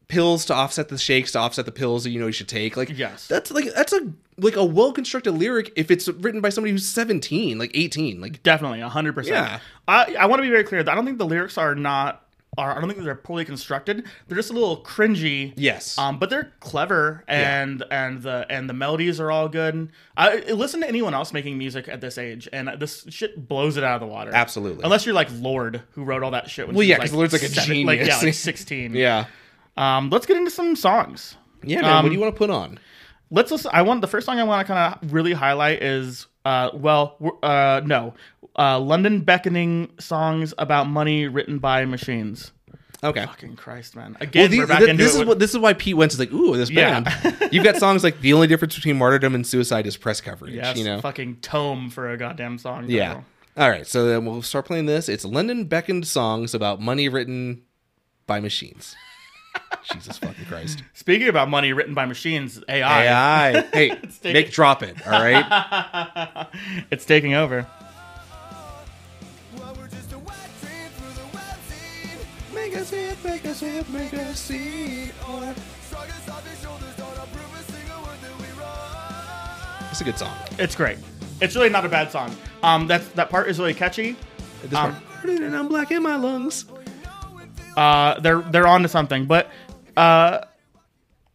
Speaker 1: pills to offset the shakes to offset the pills that you know you should take like
Speaker 2: Yes.
Speaker 1: that's like that's a like a well constructed lyric if it's written by somebody who's 17 like 18 like
Speaker 2: Definitely, hundred percent.
Speaker 1: Yeah.
Speaker 2: I I want to be very clear. that I don't think the lyrics are not are. I don't think they're poorly constructed. They're just a little cringy.
Speaker 1: yes
Speaker 2: Um, but they're clever and and the and the melodies are all good. I I listen to anyone else making music at this age, and this shit blows it out of the water.
Speaker 1: absolutely
Speaker 2: Unless you're like Lord, who wrote all that shit. When
Speaker 1: Well,
Speaker 2: she
Speaker 1: yeah,
Speaker 2: was
Speaker 1: 'cause Lord's like a
Speaker 2: seven- Like, yeah,
Speaker 1: genius.
Speaker 2: like sixteen.
Speaker 1: yeah
Speaker 2: Um, let's get into some songs.
Speaker 1: yeah man what
Speaker 2: Um,
Speaker 1: do you want to put on
Speaker 2: Let's listen. I want the first song I want to kind of really highlight is uh well we're- uh no uh London Beckoning songs about money written by machines.
Speaker 1: okay
Speaker 2: Fucking Christ, man!
Speaker 1: well,
Speaker 2: Again,
Speaker 1: these,
Speaker 2: we're back
Speaker 1: th-
Speaker 2: into
Speaker 1: this
Speaker 2: it
Speaker 1: is
Speaker 2: with-
Speaker 1: what this is why Pete Wentz is like, ooh, this
Speaker 2: Yeah.
Speaker 1: band. You've got songs like the only difference between martyrdom and suicide is press coverage.
Speaker 2: yeah, it's
Speaker 1: you know,
Speaker 2: fucking tome for a goddamn song.
Speaker 1: yeah.
Speaker 2: title.
Speaker 1: All right, so then we'll start playing this. It's London Beckoned songs about money written by machines. Jesus fucking Christ!
Speaker 2: Speaking about money written by machines, AI,
Speaker 1: AI, hey,
Speaker 2: taking-
Speaker 1: Nick, drop it. All right.
Speaker 2: it's taking over.
Speaker 3: Well, we're just a wet dream through the wet scene.
Speaker 1: Make us hit, make us hit, make us see.
Speaker 3: Or shrug us off your shoulders, don't approve a single word that we write.
Speaker 1: It's a good song.
Speaker 2: It's great. It's really not a bad song. Um, that's that part is really catchy.
Speaker 1: This part. And I'm black in my lungs.
Speaker 2: uh, they're they're onto something. But uh,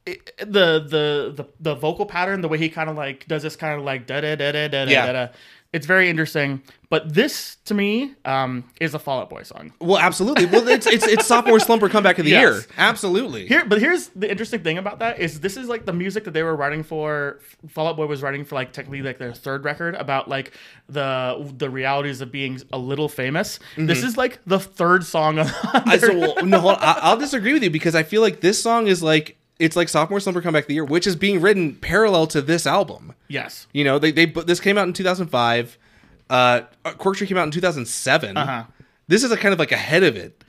Speaker 2: it, the, the the the vocal pattern, the way he kind of like does this kind of like da da da da da
Speaker 1: Yeah.
Speaker 2: da da, it's very interesting. But this to me um, is a Fall Out Boy song.
Speaker 1: Well, absolutely. Well, it's it's, it's sophomore slumber comeback of the
Speaker 2: Yes.
Speaker 1: year. Absolutely.
Speaker 2: Here, but here's the interesting thing about that is this is like the music that they were writing for. Fall Out Boy was writing for like technically like their third record about like the the realities of being a little famous. This is like the third song on.
Speaker 1: Mm-hmm. I, so, well, no, hold on. I, I'll disagree with you because I feel like this song is like it's like sophomore slumber comeback of the year, which is being written parallel to this album.
Speaker 2: yes.
Speaker 1: You know, they they but this came out in 2005. Uh, Cork Tree came out in 2007.
Speaker 2: Uh-huh.
Speaker 1: This is a kind of like ahead of it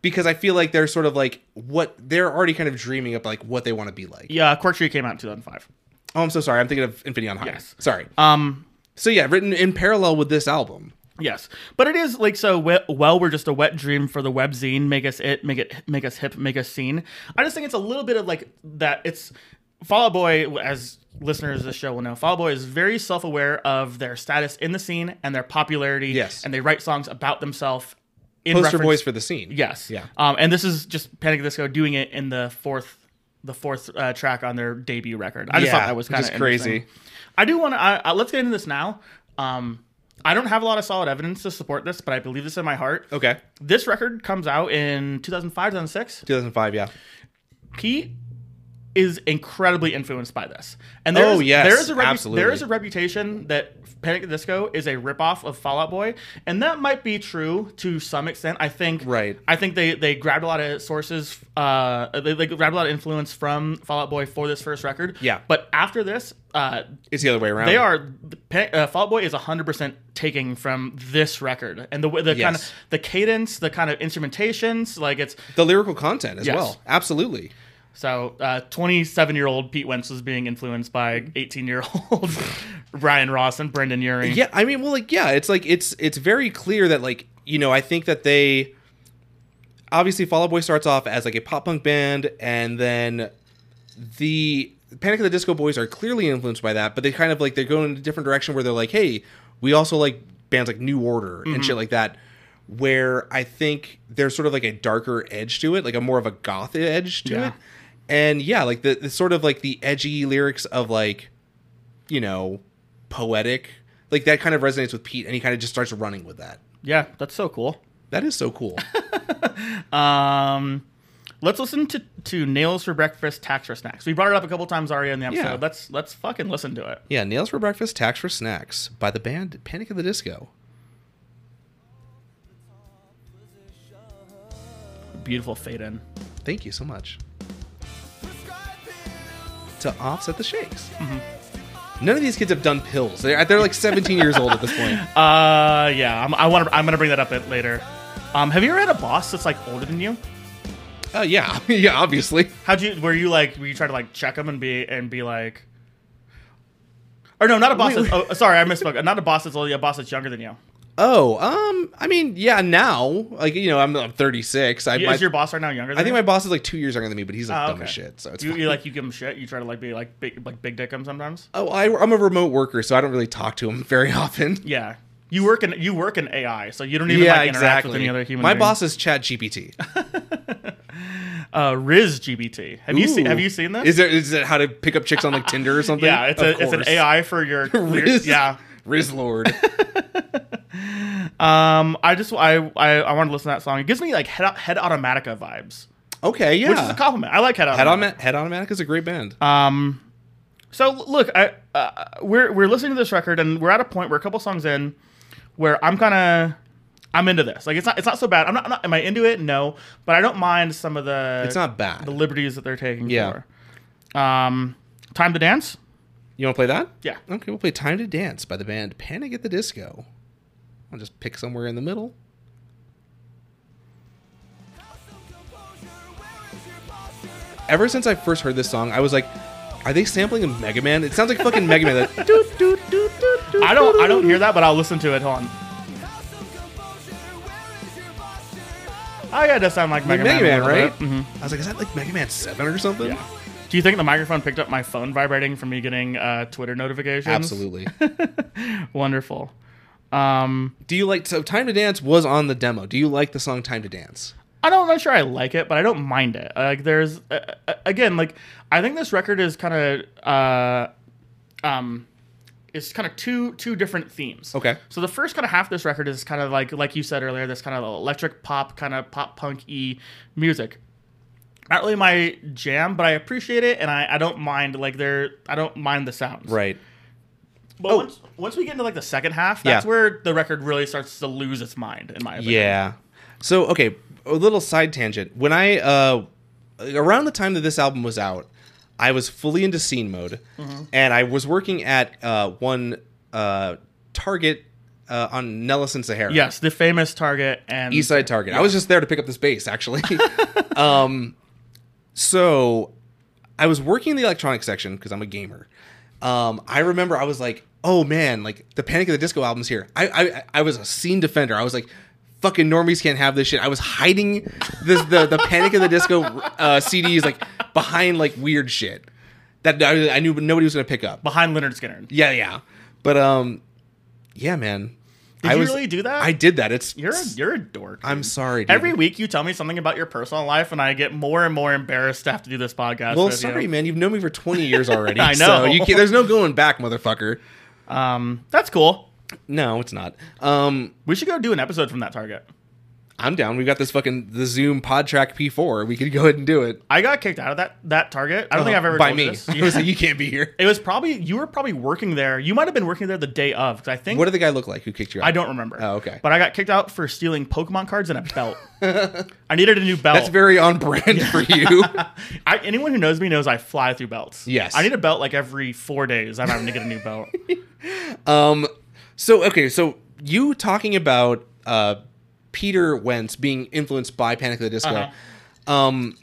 Speaker 1: because I feel like they're sort of like what they're already kind of dreaming up like what they want to be like.
Speaker 2: Yeah, Cork Tree came out in 2005.
Speaker 1: Oh, I'm so sorry. I'm thinking of Infinity on High.
Speaker 2: Yes.
Speaker 1: Sorry.
Speaker 2: Um,
Speaker 1: so yeah, written in parallel with this album.
Speaker 2: Yes, but it is like so. we- Well, we're just a wet dream for the web zine. Make us it. Make it. Make us hip. Make us seen. I just think it's a little bit of like that. It's Fall Out Boy, as listeners of the show will know. Fall Out Boy is very self-aware of their status in the scene and their popularity.
Speaker 1: Yes.
Speaker 2: and they write songs about themselves. In
Speaker 1: Poster
Speaker 2: reference-
Speaker 1: boys for the scene.
Speaker 2: Yes.
Speaker 1: Yeah.
Speaker 2: Um, and this is just Panic at the Disco doing it in the fourth, the fourth uh, track on their debut record. I just
Speaker 1: Yeah,
Speaker 2: thought that was
Speaker 1: which
Speaker 2: kind
Speaker 1: is
Speaker 2: of
Speaker 1: crazy.
Speaker 2: I do want to. I, I, let's get into this now. Um, I don't have a lot of solid evidence to support this, but I believe this in my heart.
Speaker 1: Okay.
Speaker 2: This record comes out in 2005, 2006.
Speaker 1: 2005. Yeah.
Speaker 2: Pete is incredibly influenced by this. And there
Speaker 1: Oh,
Speaker 2: is,
Speaker 1: yes,
Speaker 2: there is a repu-
Speaker 1: absolutely.
Speaker 2: there is a reputation that Panic at the Disco is a ripoff of Fallout Boy, and that might be true to some extent. I think
Speaker 1: Right.
Speaker 2: I think they they grabbed a lot of sources uh they, they grabbed a lot of influence from Fallout Boy for this first record.
Speaker 1: Yeah. Oh.
Speaker 2: But after this, uh
Speaker 1: It's the other way around.
Speaker 2: they are Pa- uh, Fall Out Boy is 100% taking from this record and the way the kind of
Speaker 1: Yes.
Speaker 2: the cadence, the kind of instrumentations, like it's
Speaker 1: the lyrical content as
Speaker 2: Yes.
Speaker 1: well. Absolutely.
Speaker 2: so, uh, 27-year-old Pete Wentz was being influenced by 18-year-old Ryan Ross and Brendan Urie.
Speaker 1: Yeah. I mean, well, like, yeah, it's like it's it's very clear that like you know I think that they obviously Fall Out Boy starts off as like a pop punk band, and then the Panic at the Disco Boys are clearly influenced by that, but they kind of like they're going in a different direction where they're like, hey, we also like bands like New Order and shit like that, where I think there's sort of like a darker edge to it, like a more of a goth edge to
Speaker 2: Yeah.
Speaker 1: it. And yeah, like the, the sort of like the edgy lyrics of like, you know, poetic like that kind of resonates with Pete, and he kind of just starts running with that.
Speaker 2: Yeah, that's so cool.
Speaker 1: That is so cool.
Speaker 2: Um, let's listen to, to Nails for Breakfast, Tax for Snacks. We brought it up a couple times already in the episode.
Speaker 1: Yeah.
Speaker 2: Let's let's fucking listen to it.
Speaker 1: yeah, Nails for Breakfast, Tax for Snacks by the band Panic at the Disco.
Speaker 2: Beautiful fade in.
Speaker 1: Thank you so much. To offset the shakes.
Speaker 2: Mm-hmm.
Speaker 1: None of these kids have done pills. They're, they're like 17 years old at this point.
Speaker 2: Uh, yeah, I'm, I want to. I'm gonna bring that up it later. Um, have you ever had a boss that's like older than you?
Speaker 1: Uh, yeah, yeah, obviously.
Speaker 2: How'd you? Were you like? Were you trying to like check them and be and be like? Or no, not a boss.
Speaker 1: Wait,
Speaker 2: that's, Oh, sorry, I misspoke. Not a boss that's only a boss that's younger than you.
Speaker 1: Oh, um, I mean, yeah, now, like, you know, I'm, I'm 36. I,
Speaker 2: Is
Speaker 1: my,
Speaker 2: your boss right now younger? than
Speaker 1: I think my
Speaker 2: you?
Speaker 1: boss is like two years younger than me, but he's like
Speaker 2: Oh,
Speaker 1: dumb
Speaker 2: okay.
Speaker 1: as shit. So it's
Speaker 2: You,
Speaker 1: fine.
Speaker 2: you like you give him shit. You try to like be like big like big dick him sometimes.
Speaker 1: Oh, I, I'm a remote worker, so I don't really talk to him very often.
Speaker 2: Yeah, you work in you work in AI, so you don't even like interact with any other human.
Speaker 1: My
Speaker 2: being.
Speaker 1: boss is Chad GPT.
Speaker 2: uh, Riz GBT. Have you seen Have you seen this?
Speaker 1: Is there is it how to pick up chicks on like Tinder or something?
Speaker 2: yeah, it's
Speaker 1: Of
Speaker 2: a, it's an
Speaker 1: course.
Speaker 2: AI for your
Speaker 1: Riz,
Speaker 2: yeah.
Speaker 1: Riz Lord.
Speaker 2: Um, I just I I, I want to listen to that song. It gives me like head head automatica vibes,
Speaker 1: Okay, yeah.
Speaker 2: which is a compliment. I like head automatica.
Speaker 1: Head on Head Automatic is a great band.
Speaker 2: Um, so look, I uh, we're we're listening to this record, and we're at a point where a couple songs in, where I'm kind of I'm into this. Like it's not it's not so bad. I'm not, I'm not am I into it? No, but I don't mind some of the
Speaker 1: it's not bad.
Speaker 2: the liberties that they're taking.
Speaker 1: Yeah.
Speaker 2: For. Um, time to dance.
Speaker 1: you want to play that?
Speaker 2: Yeah.
Speaker 1: Okay, we'll play "Time to Dance" by the band Panic at the Disco. I'll just pick somewhere in the middle. Ever since I first heard this song, I was like, "Are they sampling a Mega Man?" It sounds like fucking Mega Man. Like, doot, doot, doot, doot, doot,
Speaker 2: I don't I
Speaker 1: doot,
Speaker 2: don't hear that, but I'll listen to it. Hold on. Oh yeah, it does sound like Mega,
Speaker 1: Mega, Man,
Speaker 2: Man, a little
Speaker 1: right?
Speaker 2: bit. Mhm.
Speaker 1: I was like, "Is that like Mega Man Seven or something?"
Speaker 2: Yeah. Do you think the microphone picked up my phone vibrating from me getting uh, Twitter notifications?
Speaker 1: Absolutely.
Speaker 2: Wonderful. Um,
Speaker 1: Do you like so? "Time to Dance" was on the demo. Do you like the song "Time to Dance"?
Speaker 2: I don't, I'm not sure I like it, but I don't mind it. Like, there's uh, uh, again, like I think this record is kind of, uh, um, it's kind of two two different themes.
Speaker 1: Okay.
Speaker 2: So the first kind of half of this record is kind of like like you said earlier, this kind of electric pop, kind of pop punk y music. Not really my jam, but I appreciate it, and I, I don't mind like there I don't mind the sounds.
Speaker 1: Right.
Speaker 2: But
Speaker 1: Oh.
Speaker 2: once once we get into like the second half, that's
Speaker 1: Yeah.
Speaker 2: where the record really starts to lose its mind, in my opinion.
Speaker 1: Yeah. So okay, a little side tangent. When I uh around the time that this album was out, I was fully into scene mode, and I was working at uh, one uh, Target uh, on Nellis and Sahara.
Speaker 2: Yes, the famous Target and
Speaker 1: East Side Target. I was just there to pick up this bass, actually. um, so I was working in the electronic section because I'm a gamer. Um, I remember I was like, oh man, like the Panic at the Disco album's here. I I, I was a scene defender. I was like, fucking normies can't have this shit. I was hiding this the the Panic at the Disco uh, CDs like behind like weird shit that I, I knew nobody was gonna pick up.
Speaker 2: behind Leonard Skinner.
Speaker 1: Yeah, yeah. But um, yeah, man.
Speaker 2: Did
Speaker 1: I
Speaker 2: you
Speaker 1: was,
Speaker 2: really do that?
Speaker 1: I did that. It's
Speaker 2: You're a, you're a dork.
Speaker 1: I'm
Speaker 2: dude.
Speaker 1: sorry. Dude.
Speaker 2: Every week you tell me something about your personal life, and I get more and more embarrassed to have to do this podcast.
Speaker 1: well,
Speaker 2: with
Speaker 1: sorry,
Speaker 2: you.
Speaker 1: man. You've known me for 20 years already.
Speaker 2: I
Speaker 1: so
Speaker 2: know.
Speaker 1: you can't, there's no going back, motherfucker.
Speaker 2: Um, that's cool.
Speaker 1: No, it's not. Um,
Speaker 2: We should go do an episode from that Target.
Speaker 1: I'm down. We've got this fucking the Zoom pod track P4. We could go ahead and do it.
Speaker 2: I got kicked out of that that Target. I don't think I've ever
Speaker 1: Uh, by
Speaker 2: told you
Speaker 1: me.
Speaker 2: this.
Speaker 1: I was like, you can't be here.
Speaker 2: It was probably you were probably working there. You might have been working there the day of because I think
Speaker 1: What did the guy look like who kicked you out?
Speaker 2: I don't remember.
Speaker 1: Oh, okay.
Speaker 2: But I got kicked out for stealing Pokemon cards and a belt. I needed a new belt.
Speaker 1: That's very on brand for you.
Speaker 2: I, anyone who knows me knows I fly through belts.
Speaker 1: Yes.
Speaker 2: I need a belt like every four days. I'm having to get a new belt.
Speaker 1: um, so okay, so you talking about uh Peter Wentz being influenced by Panic at the Disco.
Speaker 2: Uh-huh.
Speaker 1: Um,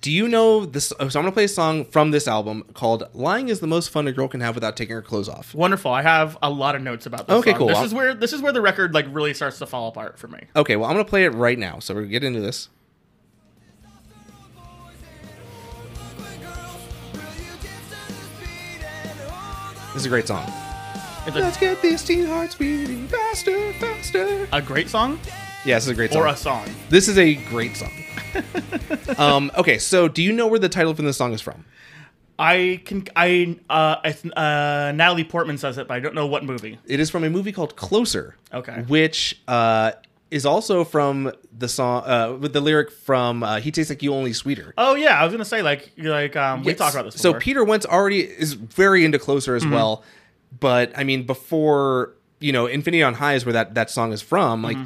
Speaker 1: do you know this? So I'm gonna play a song from this album called "Lying Is the Most Fun a Girl Can Have Without Taking Her Clothes Off."
Speaker 2: Wonderful. I have a lot of notes about this.
Speaker 1: Okay,
Speaker 2: song.
Speaker 1: cool.
Speaker 2: This
Speaker 1: I'll-
Speaker 2: is where this is where the record like really starts to fall apart for me.
Speaker 1: Okay, well, I'm going to play it right now. So we're going to get into this. This is a great song.
Speaker 2: It's
Speaker 1: Let's
Speaker 2: a,
Speaker 1: get these teen hearts beating faster, faster.
Speaker 2: a great song
Speaker 1: Yeah, this is a great song.
Speaker 2: or a song.
Speaker 1: This is a great song. um, okay, so do you know where the title from this song is from?
Speaker 2: I can I uh, it's, uh Natalie Portman says it, but I don't know what movie.
Speaker 1: It is from a movie called Closer.
Speaker 2: Okay.
Speaker 1: Which uh, is also from the song uh, with the lyric from uh, "He Tastes Like You Only Sweeter."
Speaker 2: Oh yeah, I was gonna say like like um we
Speaker 1: Yes.
Speaker 2: talked about this.
Speaker 1: So
Speaker 2: before. Mm-hmm.
Speaker 1: Peter Wentz already is very into Closer as well, but I mean, before you know, Infinity on High is where that that song is from. Like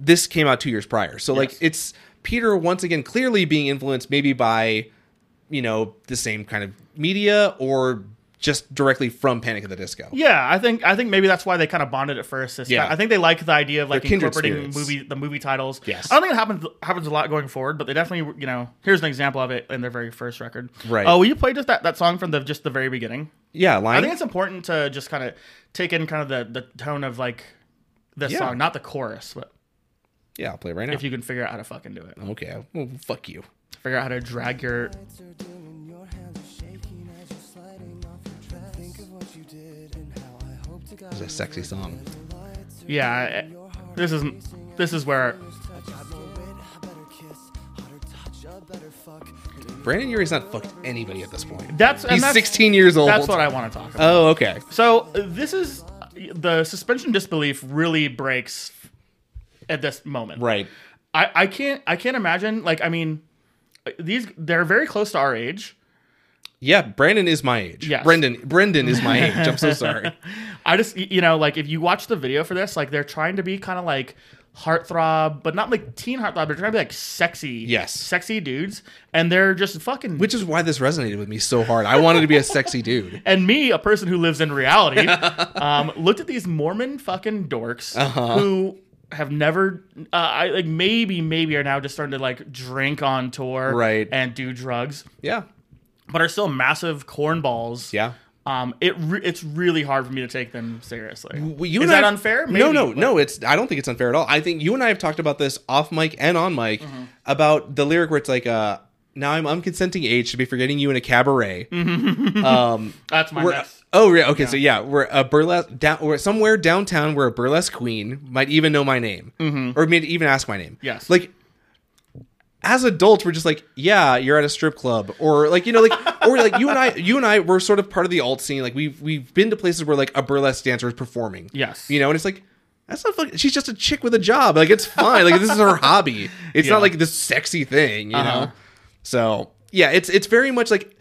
Speaker 1: this came out two years prior, so like
Speaker 2: Mm-hmm. Yes.
Speaker 1: it's Peter once again clearly being influenced maybe by you know the same kind of media or just directly from Panic at the Disco.
Speaker 2: Yeah, I think I think maybe that's why they kind of bonded at first. It's
Speaker 1: Yeah.
Speaker 2: kind- I think they like the idea of like
Speaker 1: They're kindred
Speaker 2: incorporating
Speaker 1: spirits.
Speaker 2: movie the movie titles.
Speaker 1: Yes.
Speaker 2: I don't think it happens happens a lot going forward, but they definitely you know here's an example of it in their very first record.
Speaker 1: Right.
Speaker 2: Oh, will you play just that, that song from the just the very beginning?
Speaker 1: Yeah,
Speaker 2: I
Speaker 1: line.
Speaker 2: think it's important to just kind of take in kind of the the tone of like this
Speaker 1: Yeah.
Speaker 2: song, not the chorus, but
Speaker 1: yeah, I'll play it right now.
Speaker 2: if you can figure out how to fucking do it,
Speaker 1: okay, well, fuck you.
Speaker 2: figure out how to drag your
Speaker 3: Lights are dim and your hands are shaking as you're sliding off your dress. Think of what you did and how I hope to God.
Speaker 1: It's a sexy song.
Speaker 2: yeah. I- This is this is where
Speaker 1: Brandon Urie's not fucked anybody at this point.
Speaker 2: that's and
Speaker 1: He's
Speaker 2: that's,
Speaker 1: 16 years old.
Speaker 2: That's what I want to talk about.
Speaker 1: Oh, okay.
Speaker 2: So uh, this is the suspension disbelief really breaks at this moment.
Speaker 1: Right.
Speaker 2: I, I can't I can't imagine like I mean these they're very close to our age.
Speaker 1: Yeah, Brandon is my age.
Speaker 2: Yes.
Speaker 1: Brendan Brendan is my age. I'm so sorry.
Speaker 2: I just y- you know like if you watch the video for this like they're trying to be kind of like heartthrob but not like teen heartthrob they're trying to be like sexy
Speaker 1: Yes.
Speaker 2: sexy dudes and they're just fucking
Speaker 1: Which is why this resonated with me so hard. I wanted to be a sexy dude.
Speaker 2: and me, a person who lives in reality, um, looked at these Mormon fucking dorks
Speaker 1: Uh-huh.
Speaker 2: who have never, uh, I like maybe, maybe are now just starting to like drink on tour,
Speaker 1: Right.
Speaker 2: and do drugs,
Speaker 1: Yeah.
Speaker 2: but are still massive cornballs.
Speaker 1: Yeah.
Speaker 2: Um, it re- it's really hard for me to take them seriously.
Speaker 1: Well, you
Speaker 2: Is
Speaker 1: and I-
Speaker 2: that unfair?
Speaker 1: no, no,
Speaker 2: but-
Speaker 1: no. It's I don't think it's unfair at all. I think you and I have talked about this off mic and on mic
Speaker 2: Mm-hmm.
Speaker 1: about the lyric where it's like, uh, "Now I'm unconsenting age to be forgetting you in a cabaret." Um,
Speaker 2: That's my
Speaker 1: we're-
Speaker 2: next.
Speaker 1: oh, yeah. Okay, so yeah, we're a burlesque down, or somewhere downtown where a burlesque queen might even know my name, or may even ask my name.
Speaker 2: Mm-hmm. Yes.
Speaker 1: like as adults, we're just like, yeah, you're at a strip club, or like you know, like or like you and I, you and I were sort of part of the alt scene. Like we've we've been to places where like a burlesque dancer is performing.
Speaker 2: Yes.
Speaker 1: you know, and it's like. That's not fucking. She's just a chick with a job. Like it's fine. Like this is her hobby. It's
Speaker 2: Yeah.
Speaker 1: not like this sexy thing, you
Speaker 2: Uh-huh.
Speaker 1: know. So yeah, it's it's very much like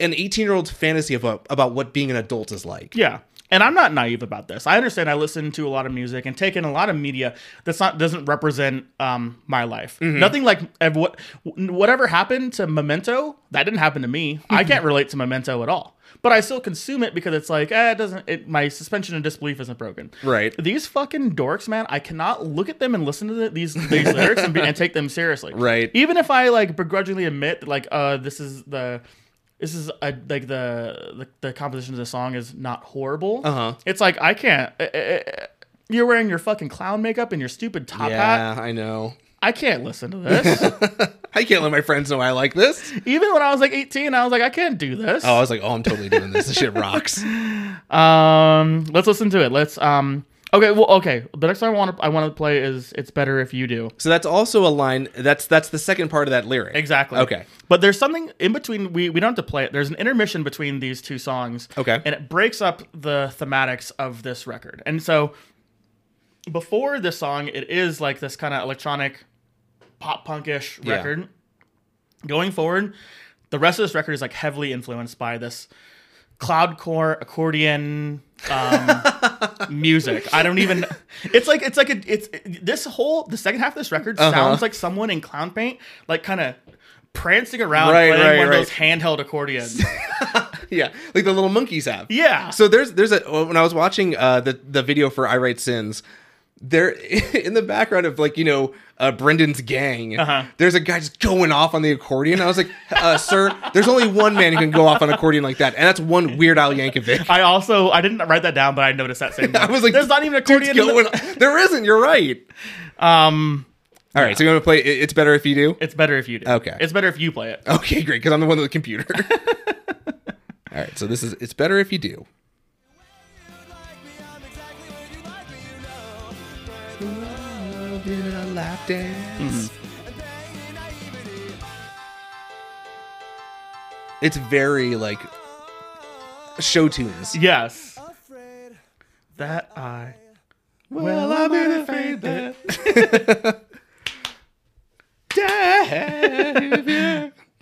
Speaker 1: an 18 year old's fantasy of a, about what being an adult is like.
Speaker 2: Yeah. And I'm not naive about this. I understand I listen to a lot of music and take in a lot of media that's not doesn't represent um, my life.
Speaker 1: Mm-hmm.
Speaker 2: Nothing like ev- what whatever happened to Memento, that didn't happen to me.
Speaker 1: Mm-hmm.
Speaker 2: I can't relate to Memento at all. But I still consume it because it's like, eh, it doesn't it, my suspension of disbelief isn't broken.
Speaker 1: Right.
Speaker 2: These fucking dorks, man, I cannot look at them and listen to the, these these lyrics and, be, and take them seriously.
Speaker 1: Right.
Speaker 2: Even if I like begrudgingly admit that like uh this is the this is a, like the, the the composition of the song is not horrible.
Speaker 1: Uh-huh.
Speaker 2: It's like I can't. eh, eh, eh, You're wearing your fucking clown makeup and your stupid top hat.
Speaker 1: Yeah, I know.
Speaker 2: I can't listen to this.
Speaker 1: I can't let my friends know I like this.
Speaker 2: Even when I was like 18, I was like, I can't do this.
Speaker 1: Oh, I was like, oh, I'm totally doing this. This shit rocks.
Speaker 2: Um, let's listen to it. Let's um. Okay, well, okay. The next song I want to I want to play is "It's Better If You Do."
Speaker 1: So that's also a line. That's that's the second part of that lyric.
Speaker 2: Exactly.
Speaker 1: Okay.
Speaker 2: But there's something in between. We, we don't have to play it. There's an intermission between these two songs.
Speaker 1: Okay.
Speaker 2: And it breaks up the thematics of this record. And so before this song, it is like this kind of electronic pop punkish
Speaker 1: Yeah.
Speaker 2: record. Going forward, the rest of this record is like heavily influenced by this cloudcore accordion um, music. I don't even. It's like it's like a it's this whole the second half of this record
Speaker 1: Uh-huh.
Speaker 2: sounds like someone in clown paint, like kind of prancing around
Speaker 1: Right,
Speaker 2: playing
Speaker 1: right,
Speaker 2: one
Speaker 1: right.
Speaker 2: of those handheld accordions.
Speaker 1: Yeah, like the little monkeys have.
Speaker 2: yeah.
Speaker 1: So there's there's a when I was watching uh the the video for I Write Sins, there in the background of like you know uh, Brendan's gang,
Speaker 2: Uh-huh.
Speaker 1: there's a guy just going off on the accordion. I was like, uh, sir, there's only one man who can go off on accordion like that, and that's one Weird Al Yankovic.
Speaker 2: I also I didn't write that down, but I noticed that same.
Speaker 1: I
Speaker 2: thing.
Speaker 1: was like,
Speaker 2: there's not even an
Speaker 1: "Dude's
Speaker 2: accordion. in the-
Speaker 1: going on." There isn't. You're right.
Speaker 2: um,
Speaker 1: All right, so you want to play? It- It's better if you do.
Speaker 2: it's better if you do.
Speaker 1: Okay.
Speaker 2: It's better if you play it.
Speaker 1: Okay, great, because I'm the one with the computer. All right, so this is it's better if you do. It's very like show tunes.
Speaker 2: Yes. That I. Well, I've been afraid that.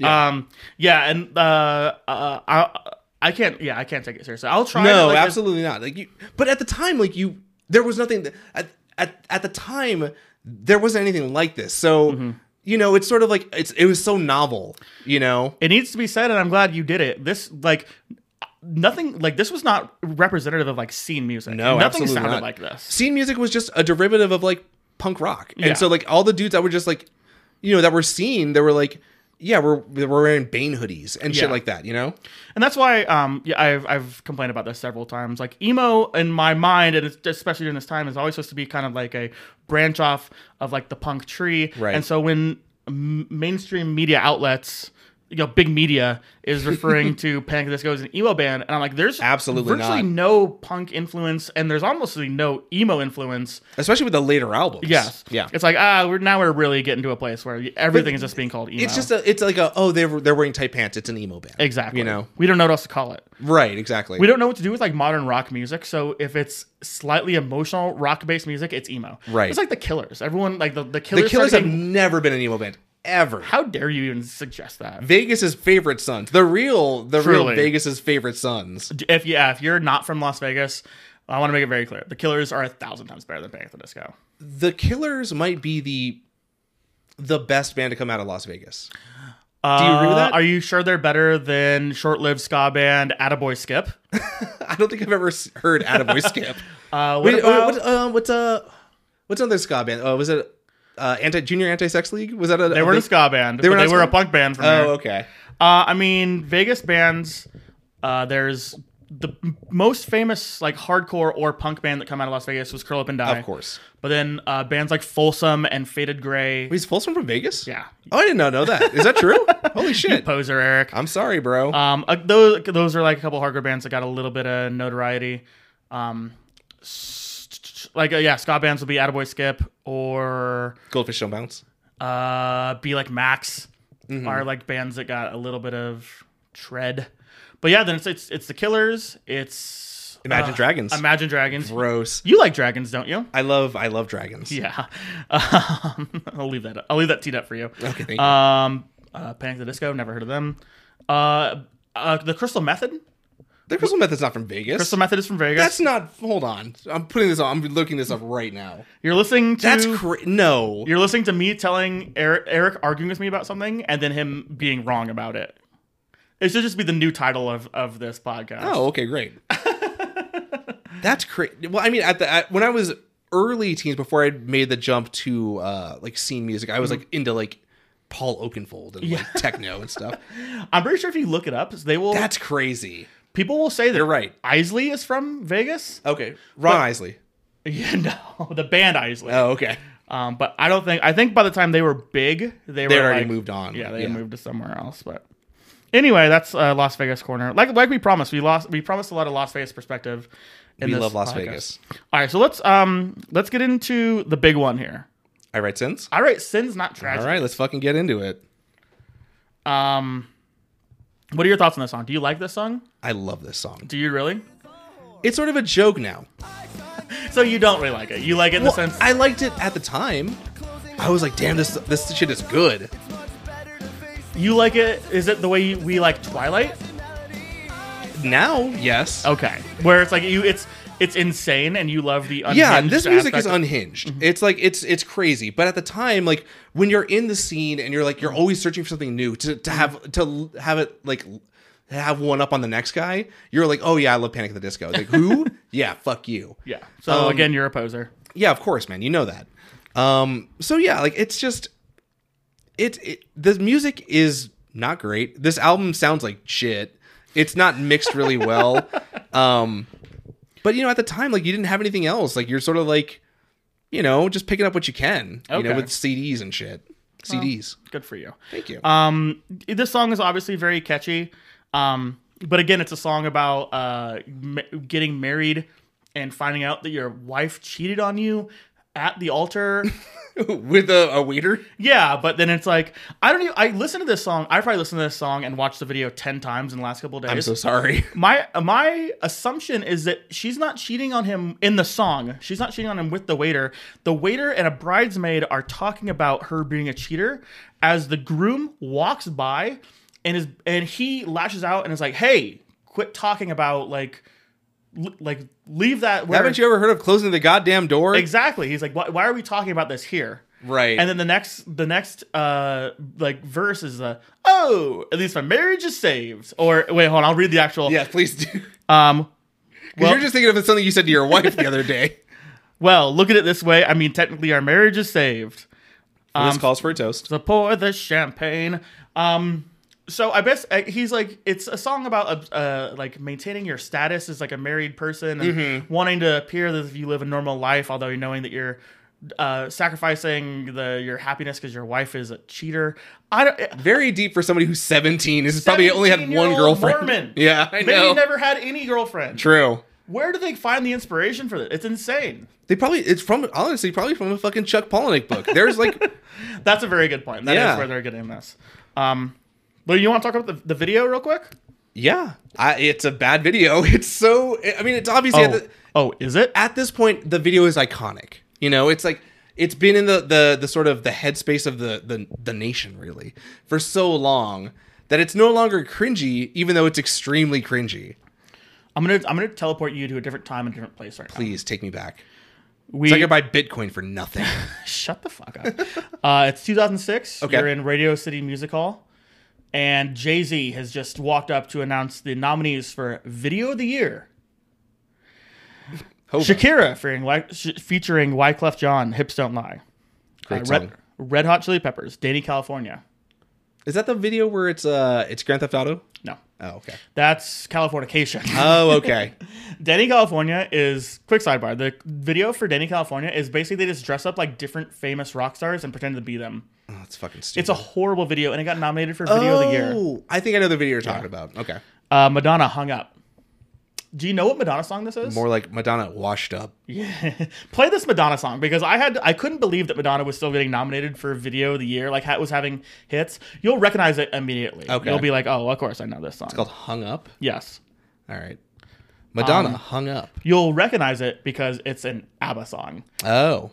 Speaker 2: Um. Yeah, and uh, uh, I, I can't. Yeah, I can't take it seriously. I'll try. to,
Speaker 1: No,
Speaker 2: like, as-
Speaker 1: absolutely not. Like you, but at the time, like you, there was nothing that, at, at at the time there wasn't anything like this. So
Speaker 2: Mm-hmm.
Speaker 1: you know, it's sort of like it's it was so novel. You know,
Speaker 2: it needs to be said, and I'm glad you did it. This like nothing like this was not representative of like scene music.
Speaker 1: no,
Speaker 2: nothing
Speaker 1: absolutely
Speaker 2: sounded
Speaker 1: not.
Speaker 2: like this.
Speaker 1: Scene music was just a derivative of like punk rock,
Speaker 2: Yeah.
Speaker 1: and so like all the dudes that were just like, you know, that were seen, they were like, yeah, we're we're wearing Bane hoodies and shit
Speaker 2: Yeah.
Speaker 1: like that. You know,
Speaker 2: And that's why um yeah, I've I've complained about this several times. Like emo in my mind and it's especially during this time is always supposed to be kind of like a branch off of like the punk tree.
Speaker 1: Right.
Speaker 2: And so when m- mainstream media outlets you know, big media is referring to Panic at the Disco as an emo band, and I'm like, there's
Speaker 1: Absolutely
Speaker 2: virtually
Speaker 1: not.
Speaker 2: no punk influence, and there's almost no emo influence.
Speaker 1: especially with the later albums.
Speaker 2: Yes,
Speaker 1: yeah.
Speaker 2: It's like ah, we're now we're really getting to a place where everything is just being called emo.
Speaker 1: It's just a, it's like a oh they're they're wearing tight pants. It's an emo band.
Speaker 2: exactly.
Speaker 1: You know,
Speaker 2: we don't know what else to call it.
Speaker 1: right? Exactly.
Speaker 2: We don't know what to do with like modern rock music. So if it's slightly emotional rock based music, it's emo.
Speaker 1: Right.
Speaker 2: It's like the Killers. Everyone like the the Killers.
Speaker 1: The Killers have
Speaker 2: started getting-
Speaker 1: never been an emo band ever.
Speaker 2: how dare you even suggest that?
Speaker 1: Vegas's favorite sons, the real, the real
Speaker 2: Truly.
Speaker 1: Vegas's favorite sons.
Speaker 2: If yeah, if you're not from Las Vegas, I want to make it very clear: the Killers are a thousand times better than Panic at the Disco.
Speaker 1: The Killers might be the the best band to come out of Las Vegas.
Speaker 2: Uh,
Speaker 1: you agree with that?
Speaker 2: Are you sure they're better than short-lived ska band Attaboy Skip?
Speaker 1: I don't think I've ever s- heard Attaboy Skip.
Speaker 2: Uh, what
Speaker 1: Wait,
Speaker 2: about-
Speaker 1: what, uh, what's uh, what's another ska band? Oh, was it uh, Anti Junior Anti Sex League? Was that a
Speaker 2: They were a ska band.
Speaker 1: they
Speaker 2: They
Speaker 1: were
Speaker 2: were, but
Speaker 1: not
Speaker 2: they were a
Speaker 1: ska-
Speaker 2: punk band from here.
Speaker 1: Oh, okay.
Speaker 2: Uh, I mean, Vegas bands. Uh, there's the m- most famous like hardcore or punk band that come out of Las Vegas was Curl Up and Die.
Speaker 1: Of course.
Speaker 2: But then uh, bands like Folsom and Faded Gray.
Speaker 1: Wait, is Folsom from Vegas?
Speaker 2: yeah.
Speaker 1: Oh, I did not know that. Is that true? Holy shit!
Speaker 2: Poser Eric.
Speaker 1: I'm sorry, bro.
Speaker 2: Um, uh, those those are like a couple hardcore bands that got a little bit of notoriety. Um, s- like uh, yeah, ska bands would be Attaboy Skip or
Speaker 1: Goldfish don't bounce.
Speaker 2: uh, be like Max
Speaker 1: Mm-hmm.
Speaker 2: are like bands that got a little bit of tread. But yeah, then it's it's, it's the Killers. It's
Speaker 1: Imagine
Speaker 2: uh,
Speaker 1: Dragons.
Speaker 2: Imagine Dragons.
Speaker 1: Gross.
Speaker 2: You like dragons, don't you?
Speaker 1: I love I love dragons.
Speaker 2: Yeah. Um, I'll leave that. I'll leave that teed up for you.
Speaker 1: Okay, thank you.
Speaker 2: Um, uh, Panic at the Disco. Never heard of them. Uh, uh, the Crystal Method.
Speaker 1: The Crystal Method's not from Vegas.
Speaker 2: Crystal Method is from Vegas.
Speaker 1: That's not. Hold on. I'm putting this on. I'm looking this up right now.
Speaker 2: you're listening to.
Speaker 1: That's cra- no.
Speaker 2: you're listening to me telling Eric, Eric arguing with me about something, and then him being wrong about it. It should just be the new title of of this podcast.
Speaker 1: Oh, okay, great. That's crazy. Well, I mean, at the at, when I was early teens, before I made the jump to uh like scene music, I was
Speaker 2: Mm-hmm.
Speaker 1: like into like Paul Oakenfold and like techno and stuff.
Speaker 2: I'm pretty sure if you look it up, they will.
Speaker 1: That's crazy.
Speaker 2: people will say that
Speaker 1: You're right. Oh.
Speaker 2: Isley is from Vegas.
Speaker 1: Okay, Ron
Speaker 2: But-
Speaker 1: Isley.
Speaker 2: Yeah, no, the band Isley.
Speaker 1: Oh, okay.
Speaker 2: Um, but I don't think. I think by the time they were big, they were
Speaker 1: They already
Speaker 2: like-
Speaker 1: moved on.
Speaker 2: Yeah, they had moved to somewhere else. But anyway, that's uh, Las Vegas corner. Like like we promised, we lost. We promised a lot of Las Vegas perspective. In
Speaker 1: We
Speaker 2: this
Speaker 1: love Las
Speaker 2: podcast.
Speaker 1: Vegas.
Speaker 2: All right, so let's um let's get into the big one here.
Speaker 1: I write sins.
Speaker 2: All right, sin's not
Speaker 1: All
Speaker 2: tragic.
Speaker 1: right, let's fucking get into it.
Speaker 2: Um, what are your thoughts on this song? Do you like this song?
Speaker 1: I love this song.
Speaker 2: Do you really?
Speaker 1: It's sort of a joke now.
Speaker 2: So you don't really like it. You like it in
Speaker 1: Well,
Speaker 2: the sense
Speaker 1: I liked it at the time. I was like, damn, this this shit is good.
Speaker 2: you like it. Is it the way you, we like Twilight?
Speaker 1: Now, Oh, yes.
Speaker 2: Okay, where it's like you, it's it's insane, and you love the unhinged
Speaker 1: yeah, this music is
Speaker 2: aspect of- Mm-hmm.
Speaker 1: unhinged. It's like it's it's crazy. But at the time, like when you're in the scene and you're like you're always searching for something new to, to have to l- have it like l- have one up on the next guy, you're like, oh yeah, I love Panic at the Disco. Like who? yeah, fuck you.
Speaker 2: yeah. So
Speaker 1: Um,
Speaker 2: again, you're a poser.
Speaker 1: Yeah, of course, man. You know that. Um, so yeah, like it's just it, it the music is not great. This album sounds like shit. It's not mixed really well. Um but you know, at the time, like you didn't have anything else. Like you're sort of like, you know, just picking up what you can. You know,
Speaker 2: Okay.
Speaker 1: with CDs and shit. CDs.
Speaker 2: Good for you.
Speaker 1: Thank you.
Speaker 2: Um, this song is obviously very catchy. Um, but again, it's a song about uh ma- getting married and finding out that your wife cheated on you at the altar.
Speaker 1: with a, a waiter.
Speaker 2: yeah, but then it's like I don't even. I listened to this song. I probably listened to this song and watched the video ten times in the last couple of days.
Speaker 1: I'm so sorry.
Speaker 2: my my assumption is that she's not cheating on him in the song. She's not cheating on him with the waiter. The waiter and a bridesmaid are talking about her being a cheater as the groom walks by and is and he lashes out and is like, "Hey, quit talking about like l- like leave that where
Speaker 1: Haven't you ever heard of closing the goddamn door?
Speaker 2: Exactly. He's like, "Why why are we talking about this here?"
Speaker 1: Right.
Speaker 2: And then the next, the next, uh, like verse is the oh, at least my marriage is saved. Or wait, hold on, I'll read the actual.
Speaker 1: yeah, please do. 'Cause
Speaker 2: Um, well-
Speaker 1: you're just thinking of something you said to your wife the other day.
Speaker 2: Well, look at it this way. I mean, technically, our marriage is saved. Um,
Speaker 1: this calls for a toast.
Speaker 2: So pour the champagne. Um, so I guess uh, he's like, it's a song about uh, uh, like maintaining your status as like a married person and
Speaker 1: Mm-hmm.
Speaker 2: wanting to appear as if you live a normal life, although knowing that you're uh, sacrificing the your happiness because your wife is a cheater. I don't. eh,
Speaker 1: Very deep for somebody who's 17. This is probably only had one
Speaker 2: 17-year-old
Speaker 1: girlfriend.
Speaker 2: Mormon.
Speaker 1: Yeah, I
Speaker 2: Maybe
Speaker 1: know.
Speaker 2: he never had any girlfriend.
Speaker 1: True.
Speaker 2: Where do they find the inspiration for this? It's insane.
Speaker 1: They probably it's from honestly probably from a fucking Chuck Palahniuk book. There's like
Speaker 2: That's a very good point. That is
Speaker 1: Yeah.
Speaker 2: where they're getting this. Um, but you want to talk about the, the video real quick?
Speaker 1: yeah, I, it's a bad video. It's so I mean it's obviously at, the,
Speaker 2: oh, is it?
Speaker 1: at this point the video is iconic. You know, it's like it's been in the the the sort of the headspace of the the the nation really for so long that it's no longer cringy, even though it's extremely cringy.
Speaker 2: I'm gonna I'm gonna teleport you to a different time and different place right
Speaker 1: Please take me back.
Speaker 2: now. We
Speaker 1: It's like I buy Bitcoin for nothing.
Speaker 2: shut the fuck up. uh, it's 2006.
Speaker 1: Okay.
Speaker 2: You're in Radio City Music Hall, and Jay Z has just walked up to announce the nominees for Video of the Year.
Speaker 1: Hope.
Speaker 2: Shakira featuring Wy- sh- featuring Wyclef John, "Hips Don't Lie." Uh,
Speaker 1: Great
Speaker 2: Red,
Speaker 1: song.
Speaker 2: Red Hot Chili Peppers, "Dating California."
Speaker 1: Is that the video where it's uh it's Grand Theft Auto?
Speaker 2: No,
Speaker 1: Oh okay.
Speaker 2: that's Californication.
Speaker 1: Oh okay.
Speaker 2: Danny California is quick sidebar. The video for Danny California is basically they just dress up like different famous rock stars and pretend to be them.
Speaker 1: oh, that's fucking stupid.
Speaker 2: It's a horrible video, and it got nominated for Video of the Year.
Speaker 1: Oh, I think I know the video you're talking about. Okay.
Speaker 2: Uh, Madonna hung up. Do you know what Madonna song this is?
Speaker 1: More like Madonna washed up.
Speaker 2: Yeah. Play this Madonna song because I had I couldn't believe that Madonna was still getting nominated for Video of the Year. Like ha- was having hits. You'll recognize it immediately.
Speaker 1: Okay.
Speaker 2: You'll be like, oh, of course I know this song.
Speaker 1: Called Hung Up.
Speaker 2: yes.
Speaker 1: All right.
Speaker 2: Um.
Speaker 1: Madonna hung up.
Speaker 2: You'll recognize it because it's an ABBA song.
Speaker 1: Oh.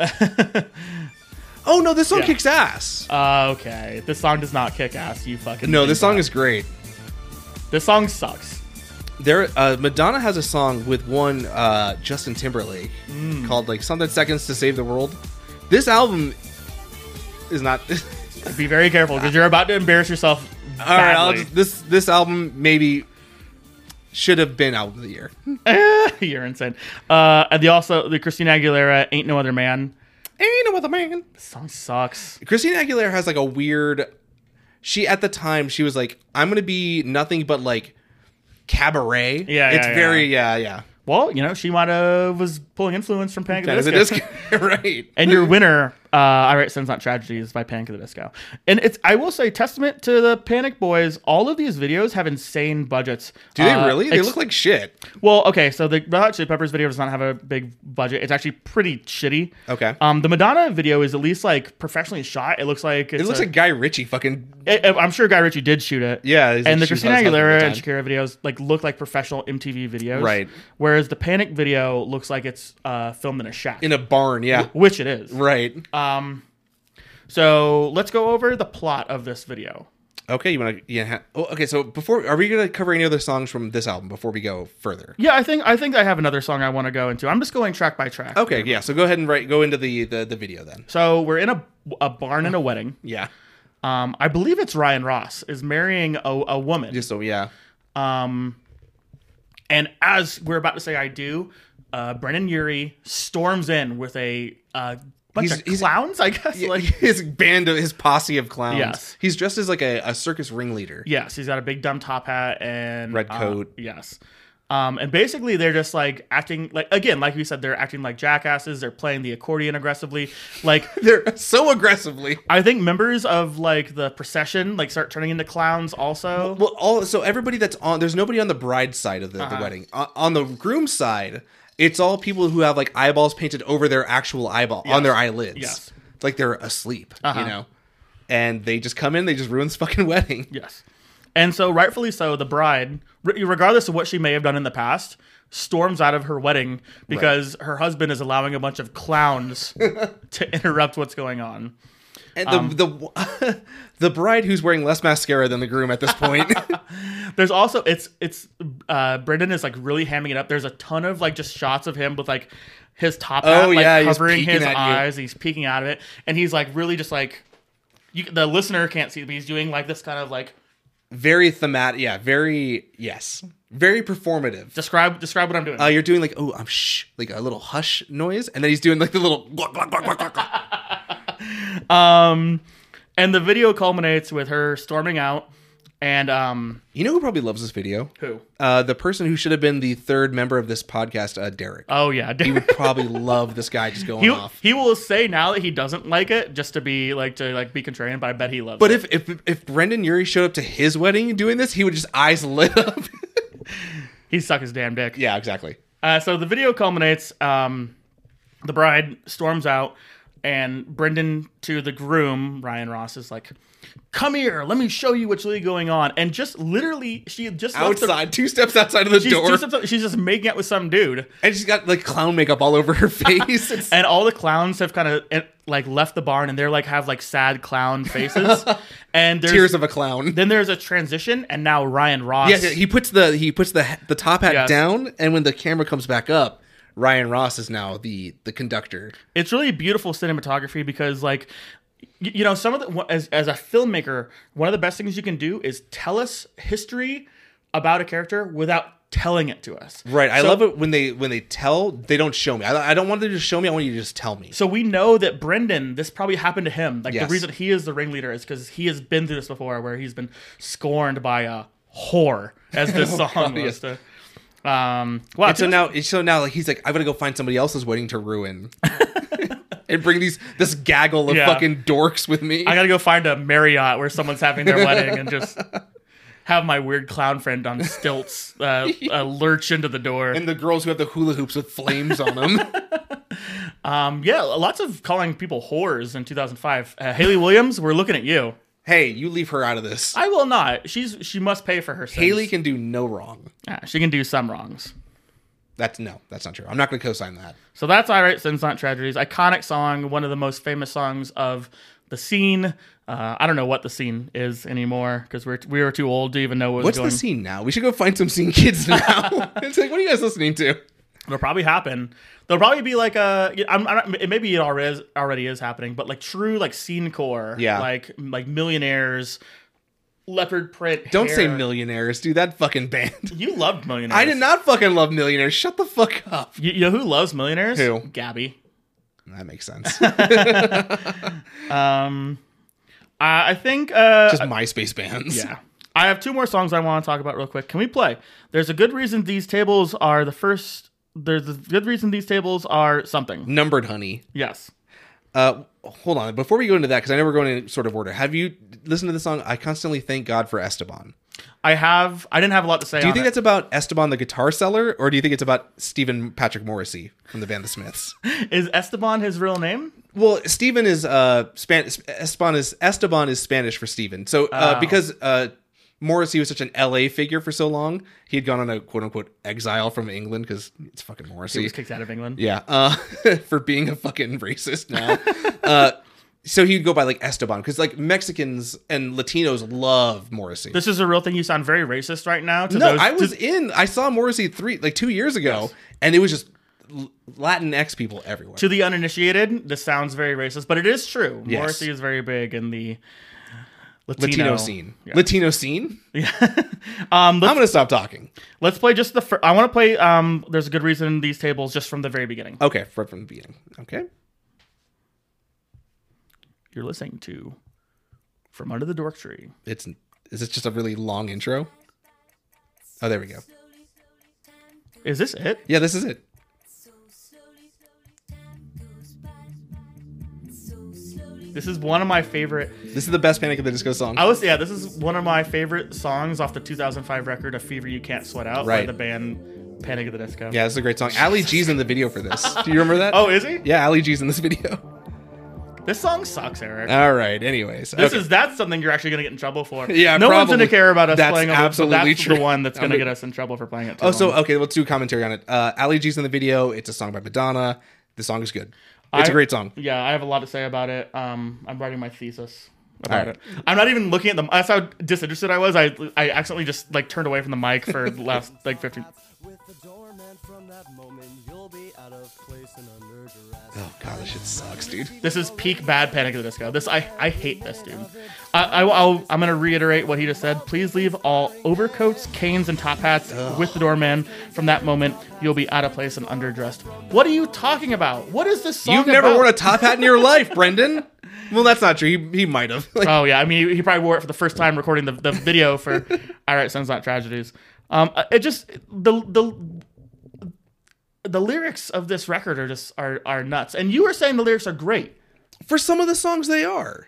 Speaker 1: oh no, this song
Speaker 2: Yeah. Uh,
Speaker 1: kicks ass.
Speaker 2: okay. This song does not kick ass. You fucking
Speaker 1: no, this
Speaker 2: think
Speaker 1: song is great.
Speaker 2: so. this song sucks.
Speaker 1: There uh, Madonna has a song with one uh Justin Timberlake
Speaker 2: Mm.
Speaker 1: called like something seconds to save the world. This album is not
Speaker 2: Be very careful because you're about to embarrass yourself.
Speaker 1: All right, I'll
Speaker 2: badly.
Speaker 1: just, this this album maybe should have been album of the year.
Speaker 2: you're insane. Uh, and the also the Christina Aguilera "Ain't No Other Man"
Speaker 1: Ain't no other man.
Speaker 2: This song sucks.
Speaker 1: Christina Aguilera has like a weird. She at the time she was like, I'm gonna be nothing but like cabaret.
Speaker 2: Yeah,
Speaker 1: it's
Speaker 2: yeah,
Speaker 1: very yeah yeah.
Speaker 2: Well, you know she might have was pulling influence from Panic!
Speaker 1: That
Speaker 2: at
Speaker 1: is
Speaker 2: the
Speaker 1: a
Speaker 2: Disco.
Speaker 1: disc, right?
Speaker 2: and your winner, uh, I write "Sins Not Tragedies" by Panic! at the Disco. And it's I will say testament to the Panic Boys. All of these videos have insane budgets.
Speaker 1: Do they really? They
Speaker 2: look like.
Speaker 1: look like shit.
Speaker 2: Well, okay, so the Red Hot Chili Peppers video does not have a big budget. It's actually pretty shitty.
Speaker 1: Okay.
Speaker 2: Um, the Madonna video is at least like professionally shot. It looks like it's
Speaker 1: It looks
Speaker 2: a-
Speaker 1: like Guy Ritchie fucking.
Speaker 2: I- I'm sure Guy Ritchie did shoot it.
Speaker 1: Yeah, he's,
Speaker 2: And
Speaker 1: like,
Speaker 2: the
Speaker 1: shooting
Speaker 2: Christina
Speaker 1: his husband all
Speaker 2: Aguilera
Speaker 1: the
Speaker 2: and Shakira videos like look like professional MTV videos.
Speaker 1: Right.
Speaker 2: Whereas the Panic video looks like it's uh, filmed in a shack,
Speaker 1: in a barn. Yeah,
Speaker 2: which it is.
Speaker 1: right.
Speaker 2: Um, so let's go over the plot of this video.
Speaker 1: Okay, you want to yeah. ha- Oh, okay, so before are we gonna cover any other songs from this album before we go further?
Speaker 2: Yeah, I think I think I have another song I want to go into. I'm just going track by track.
Speaker 1: Okay, yeah. So go ahead and write, go into the, the the video then.
Speaker 2: So we're in a a barn and a wedding.
Speaker 1: Yeah.
Speaker 2: Um, I believe it's Ryan Ross is marrying a, a woman.
Speaker 1: Just so yeah.
Speaker 2: Um, and as we're about to say, I do. Uh, Brennan Yuri storms in with a uh, bunch
Speaker 1: He's-
Speaker 2: of
Speaker 1: he's-
Speaker 2: clowns, I guess.
Speaker 1: Yeah,
Speaker 2: Like,
Speaker 1: his band of his posse of clowns.
Speaker 2: Yes.
Speaker 1: He's dressed as like a, a circus ringleader.
Speaker 2: yes, he's got a big dumb top hat and
Speaker 1: Red
Speaker 2: uh,
Speaker 1: coat.
Speaker 2: yes. Um, and basically, they're just like acting like again, like we said, they're acting like jackasses. They're playing the accordion aggressively. Like
Speaker 1: They're so aggressively.
Speaker 2: I think members of like the procession like start turning into clowns. Also,
Speaker 1: Uh-huh. Well, all so everybody that's on there's nobody on the bride's side of the, the wedding. O- on the groom's side, It's all people who have like eyeballs painted over their actual eyeball on their eyelids.
Speaker 2: Yes.
Speaker 1: It's like they're asleep,
Speaker 2: Uh-huh.
Speaker 1: you know. And they just come in, they just ruin this fucking wedding.
Speaker 2: Yes. And so, rightfully so, the bride, re- regardless of what she may have done in the past, storms out of her wedding because her husband is allowing a bunch of clowns to interrupt what's going on.
Speaker 1: And the the the bride who's wearing less mascara than the groom at this point.
Speaker 2: There's also it's it's uh Brendan is like really hamming it up. There's a ton of like just shots of him with like his top hat
Speaker 1: Oh,
Speaker 2: like
Speaker 1: yeah, he's
Speaker 2: covering
Speaker 1: peeking
Speaker 2: his
Speaker 1: at you.
Speaker 2: eyes. He's peeking out of it, and he's like really just like you, the listener can't see, but he's doing like this kind of like
Speaker 1: very thematic. Yeah, very yes, very performative.
Speaker 2: describe describe what I'm doing.
Speaker 1: uh, you're doing like oh I'm shh like a little hush noise, and then he's doing like the little glug, glug, glug, glug, glug, glug.
Speaker 2: Um, and the video culminates with her storming out, and um,
Speaker 1: you know who probably loves this video?
Speaker 2: who?
Speaker 1: Uh, the person who should have been the third member of this podcast, uh, Derek.
Speaker 2: Oh yeah,
Speaker 1: he would probably love this guy just going
Speaker 2: he,
Speaker 1: off.
Speaker 2: he will say now that he doesn't like it just to be like to like be contrarian, but I bet he loves.
Speaker 1: But
Speaker 2: it.
Speaker 1: if if if Brendan Urie showed up to his wedding doing this, he would just eyes lit up.
Speaker 2: he suck his damn dick.
Speaker 1: yeah, exactly.
Speaker 2: Uh, so the video culminates. Um, the bride storms out, and Brendan to the groom, Ryan Ross, is like, "Come here, let me show you what's really going on." And just literally, she just left the-
Speaker 1: Outside, two steps outside of the
Speaker 2: she's,
Speaker 1: door,
Speaker 2: just- she's just making out with some dude,
Speaker 1: and she's got like clown makeup all over her face. It's-
Speaker 2: and all the clowns have kind of like left the barn, and they're like have like sad clown faces, and there's,
Speaker 1: tears of a clown.
Speaker 2: then there's a transition, and now Ryan Ross,
Speaker 1: Yeah, he puts the he puts the the top hat
Speaker 2: Yes.
Speaker 1: down, and when the camera comes back up, Ryan Ross is now the the conductor.
Speaker 2: it's really beautiful cinematography because like y- you know some of the as, as a filmmaker one of the best things you can do is tell us history about a character without telling it to us
Speaker 1: Right. I
Speaker 2: So-
Speaker 1: love it when they when they tell they don't show me. I, I don't want them to show me. I want you to just tell me.
Speaker 2: so we know that Brendan, this probably happened to him. Like
Speaker 1: Yes.
Speaker 2: the reason he is the ringleader is because he has been through this before, where he's been scorned by a whore, as this
Speaker 1: Oh,
Speaker 2: song was. to- um, wow,
Speaker 1: And so now, and so now, like he's like, I'm gonna go find somebody else's wedding to ruin, and bring these this gaggle of
Speaker 2: Yeah.
Speaker 1: fucking dorks with me.
Speaker 2: I gotta go find a Marriott where someone's having their wedding and just have my weird clown friend on stilts uh, uh, lurch into the door.
Speaker 1: and the girls who have the hula hoops with flames on them.
Speaker 2: Um, yeah, lots of calling people whores in 2005. Uh, Haley Williams, we're looking at you.
Speaker 1: hey, you leave her out of this.
Speaker 2: I will not. She's she must pay for her sins.
Speaker 1: Haley can do no wrong.
Speaker 2: Yeah, she can do some wrongs.
Speaker 1: That's no, that's not true. I'm not gonna co-sign that.
Speaker 2: So that's I Write Sins Not Tragedies. Iconic song, one of the most famous songs of the scene. Uh, I don't know what the scene is anymore because we're we were too old to even know what
Speaker 1: What's
Speaker 2: was going.
Speaker 1: the scene now? We should go find some scene kids now. it's like, what are you guys listening to?
Speaker 2: It'll probably happen. There'll probably be like a. I'm, I'm not- it- maybe it already is, already is happening, but like true like scene core.
Speaker 1: Yeah.
Speaker 2: Like like millionaires, leopard print.
Speaker 1: Don't say
Speaker 2: hair.
Speaker 1: millionaires, dude. That fucking band.
Speaker 2: You loved millionaires.
Speaker 1: I did not fucking love millionaires. Shut the fuck up.
Speaker 2: You, you know who loves millionaires?
Speaker 1: Who?
Speaker 2: Gabby.
Speaker 1: That makes sense.
Speaker 2: Um, I, I think. Uh,
Speaker 1: Just MySpace bands.
Speaker 2: yeah. I have two more songs I want to talk about real quick. Can we play? There's a good reason these tables are the first. There's a good reason these tables are something.
Speaker 1: Numbered Honey.
Speaker 2: Yes.
Speaker 1: Uh, hold on. Before we go into that, because I know we're going in sort of order. Have you listened to the song "I Constantly Thank God for Esteban"?
Speaker 2: I have. I didn't have a lot to say.
Speaker 1: Do you think that's about Esteban the guitar seller, or do you think it's about Stephen Patrick Morrissey from the band The Smiths?
Speaker 2: is Esteban his real name?
Speaker 1: well, Stephen is uh, Span- Esteban is Esteban is Spanish for Stephen. So uh,
Speaker 2: Oh.
Speaker 1: because uh, Morrissey was such an LA figure for so long, he had gone on a quote unquote exile from England because it's fucking Morrissey.
Speaker 2: He was kicked out of England.
Speaker 1: Yeah, uh, for being a fucking racist now. uh, so he'd go by like Esteban because like Mexicans and Latinos love Morrissey.
Speaker 2: This is a real thing. You sound very racist right now. To
Speaker 1: no,
Speaker 2: those,
Speaker 1: I was
Speaker 2: to-
Speaker 1: in. I saw Morrissey three like two years ago, and it was just L- Latinx people everywhere.
Speaker 2: to the uninitiated. This sounds very racist, but it is true.
Speaker 1: Yes.
Speaker 2: Morrissey is very big in the Latino,
Speaker 1: Latino scene,
Speaker 2: Yeah.
Speaker 1: Latino scene.
Speaker 2: um,
Speaker 1: I'm
Speaker 2: let's,
Speaker 1: gonna stop talking.
Speaker 2: let's play just the. Fir- I want to play. Um, there's a good reason these tables just from the very beginning.
Speaker 1: Okay, right from the beginning. Okay,
Speaker 2: You're listening to from under the dork tree.
Speaker 1: it's is this just a really long intro? Oh, there we go.
Speaker 2: Is this it?
Speaker 1: Yeah, this is it.
Speaker 2: This is one of my favorite.
Speaker 1: This is the best Panic at the Disco song.
Speaker 2: I was yeah. This is one of my favorite songs off the 2005 record "A Fever You Can't Sweat Out" by
Speaker 1: Right.
Speaker 2: the band Panic at the Disco.
Speaker 1: Yeah, this is a great song. Ali G's in the video for this. Do you remember that?
Speaker 2: Oh, is he?
Speaker 1: yeah, Ali G's in this video.
Speaker 2: This song sucks, Eric.
Speaker 1: All right. Anyways,
Speaker 2: This
Speaker 1: okay.
Speaker 2: is that's something you're actually gonna get in trouble for.
Speaker 1: Yeah,
Speaker 2: no one's
Speaker 1: probably.
Speaker 2: gonna care about us
Speaker 1: That's
Speaker 2: playing.
Speaker 1: absolutely
Speaker 2: it, but that's
Speaker 1: true.
Speaker 2: the one that's
Speaker 1: I'm
Speaker 2: gonna
Speaker 1: gonna-
Speaker 2: get us in trouble for playing it. Too
Speaker 1: Oh, so
Speaker 2: long.
Speaker 1: okay. Let's do commentary on it. Uh, Ali G's in the video. It's a song by Madonna. The song is good. uh, It's a
Speaker 2: I-
Speaker 1: great song.
Speaker 2: Yeah, I have a lot to say about it. Um, I'm writing my thesis about
Speaker 1: Alright.
Speaker 2: it. I'm not even looking at them. That's how disinterested I was. I I accidentally just like turned away from the mic for the last like 15.
Speaker 3: With the doorman from that moment, you'll be out of place and under duress.
Speaker 1: Oh god, this shit sucks, dude.
Speaker 2: This is peak bad Panic at the Disco. This I I hate this dude. I, I will I'm gonna reiterate what he just said. Please leave all overcoats, canes, and top hats with the doorman. From that moment, you'll be out of place and underdressed. What are you talking about? What is this song?
Speaker 1: You've never
Speaker 2: about?
Speaker 1: worn a top hat in your life, Brendan. Well, that's not true. He, he might have. Like,
Speaker 2: Oh yeah, I mean he probably wore it for the first time recording the, the video for All Right Sons Not Tragedies. Um, it just the the the lyrics of this record are just are are nuts. And you were saying the lyrics are great.
Speaker 1: for some of the songs, they are.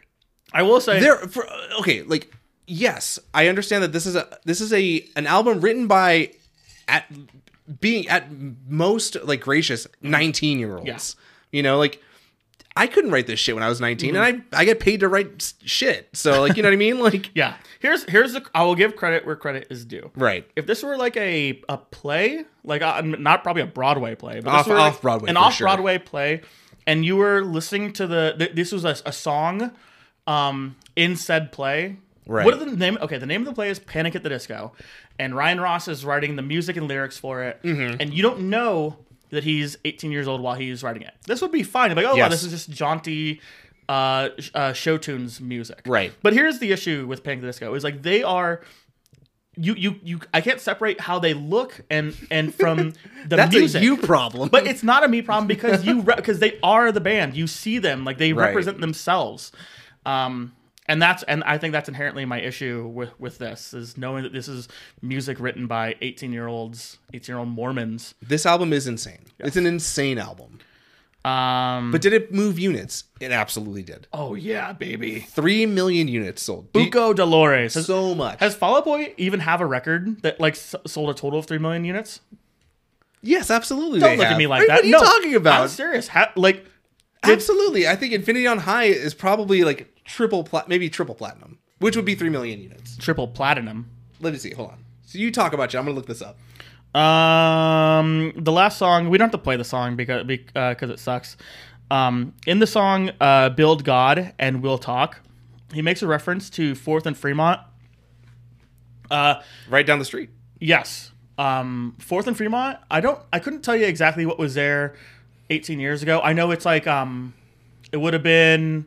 Speaker 2: I will say
Speaker 1: They're for okay. Like yes, I understand that this is a this is a an album written by at being at most like gracious nineteen year olds.
Speaker 2: Yeah. Mm-hmm.
Speaker 1: You know, like I couldn't write this shit when I was 19 and I I get paid to write s- shit. So like you know what I mean? Like
Speaker 2: yeah. Here's here's the I will give credit where credit is due.
Speaker 1: right.
Speaker 2: If this were like a a play, like uh, not probably a Broadway play, but
Speaker 1: Off-
Speaker 2: this were like
Speaker 1: off-Broadway,
Speaker 2: an
Speaker 1: for sure.
Speaker 2: off Broadway play, and you were listening to the th- this was a, a song, um, in said play.
Speaker 1: Right.
Speaker 2: What are the name? Okay, the name of the play is Panic at the Disco, and Ryan Ross is writing the music and lyrics for it,
Speaker 1: Mm-hmm.
Speaker 2: and you don't know that he's 18 years old while he's writing it. This would be fine. Like, oh wow,
Speaker 1: Yes.
Speaker 2: this is just jaunty. Uh, sh- uh, show tunes music,
Speaker 1: Right.
Speaker 2: But here's the issue with Panic at the Disco is like they are you you you I can't separate how they look and and from the
Speaker 1: That's
Speaker 2: music.
Speaker 1: a you problem.
Speaker 2: but it's not a me problem because you because they are the band. You see them like they
Speaker 1: Right.
Speaker 2: represent themselves. Um and that's and I think that's inherently my issue with with this is knowing that this is music written by 18-year-olds, 18-year-old Mormons.
Speaker 1: this album is insane. It's an insane album.
Speaker 2: Um
Speaker 1: But did it move units? It absolutely did.
Speaker 2: oh yeah, baby.
Speaker 1: Three million units sold. Do you-
Speaker 2: Buco Dolores. Has,
Speaker 1: so much.
Speaker 2: has Fall Out Boy even have a record that like s- sold a total of 3 million units?
Speaker 1: yes, absolutely.
Speaker 2: Don't
Speaker 1: they
Speaker 2: look
Speaker 1: have.
Speaker 2: at me like
Speaker 1: What
Speaker 2: that.
Speaker 1: are you
Speaker 2: No,
Speaker 1: talking about?
Speaker 2: I'm serious. Ha- like,
Speaker 1: Absolutely. I think Infinity on High is probably like triple plat, maybe triple platinum, which would be three million units.
Speaker 2: triple platinum.
Speaker 1: Let me see. Hold on. So you talk about you. I'm gonna look this up.
Speaker 2: Um, the last song we don't have to play the song because because it sucks. Um, in the song uh, "Build God" and "We'll Talk," he makes a reference to Fourth and Fremont. Uh,
Speaker 1: Right down the street.
Speaker 2: yes, um, Fourth and Fremont. I don't. I couldn't tell you exactly what was there 18 years ago. I know it's like um, it would have been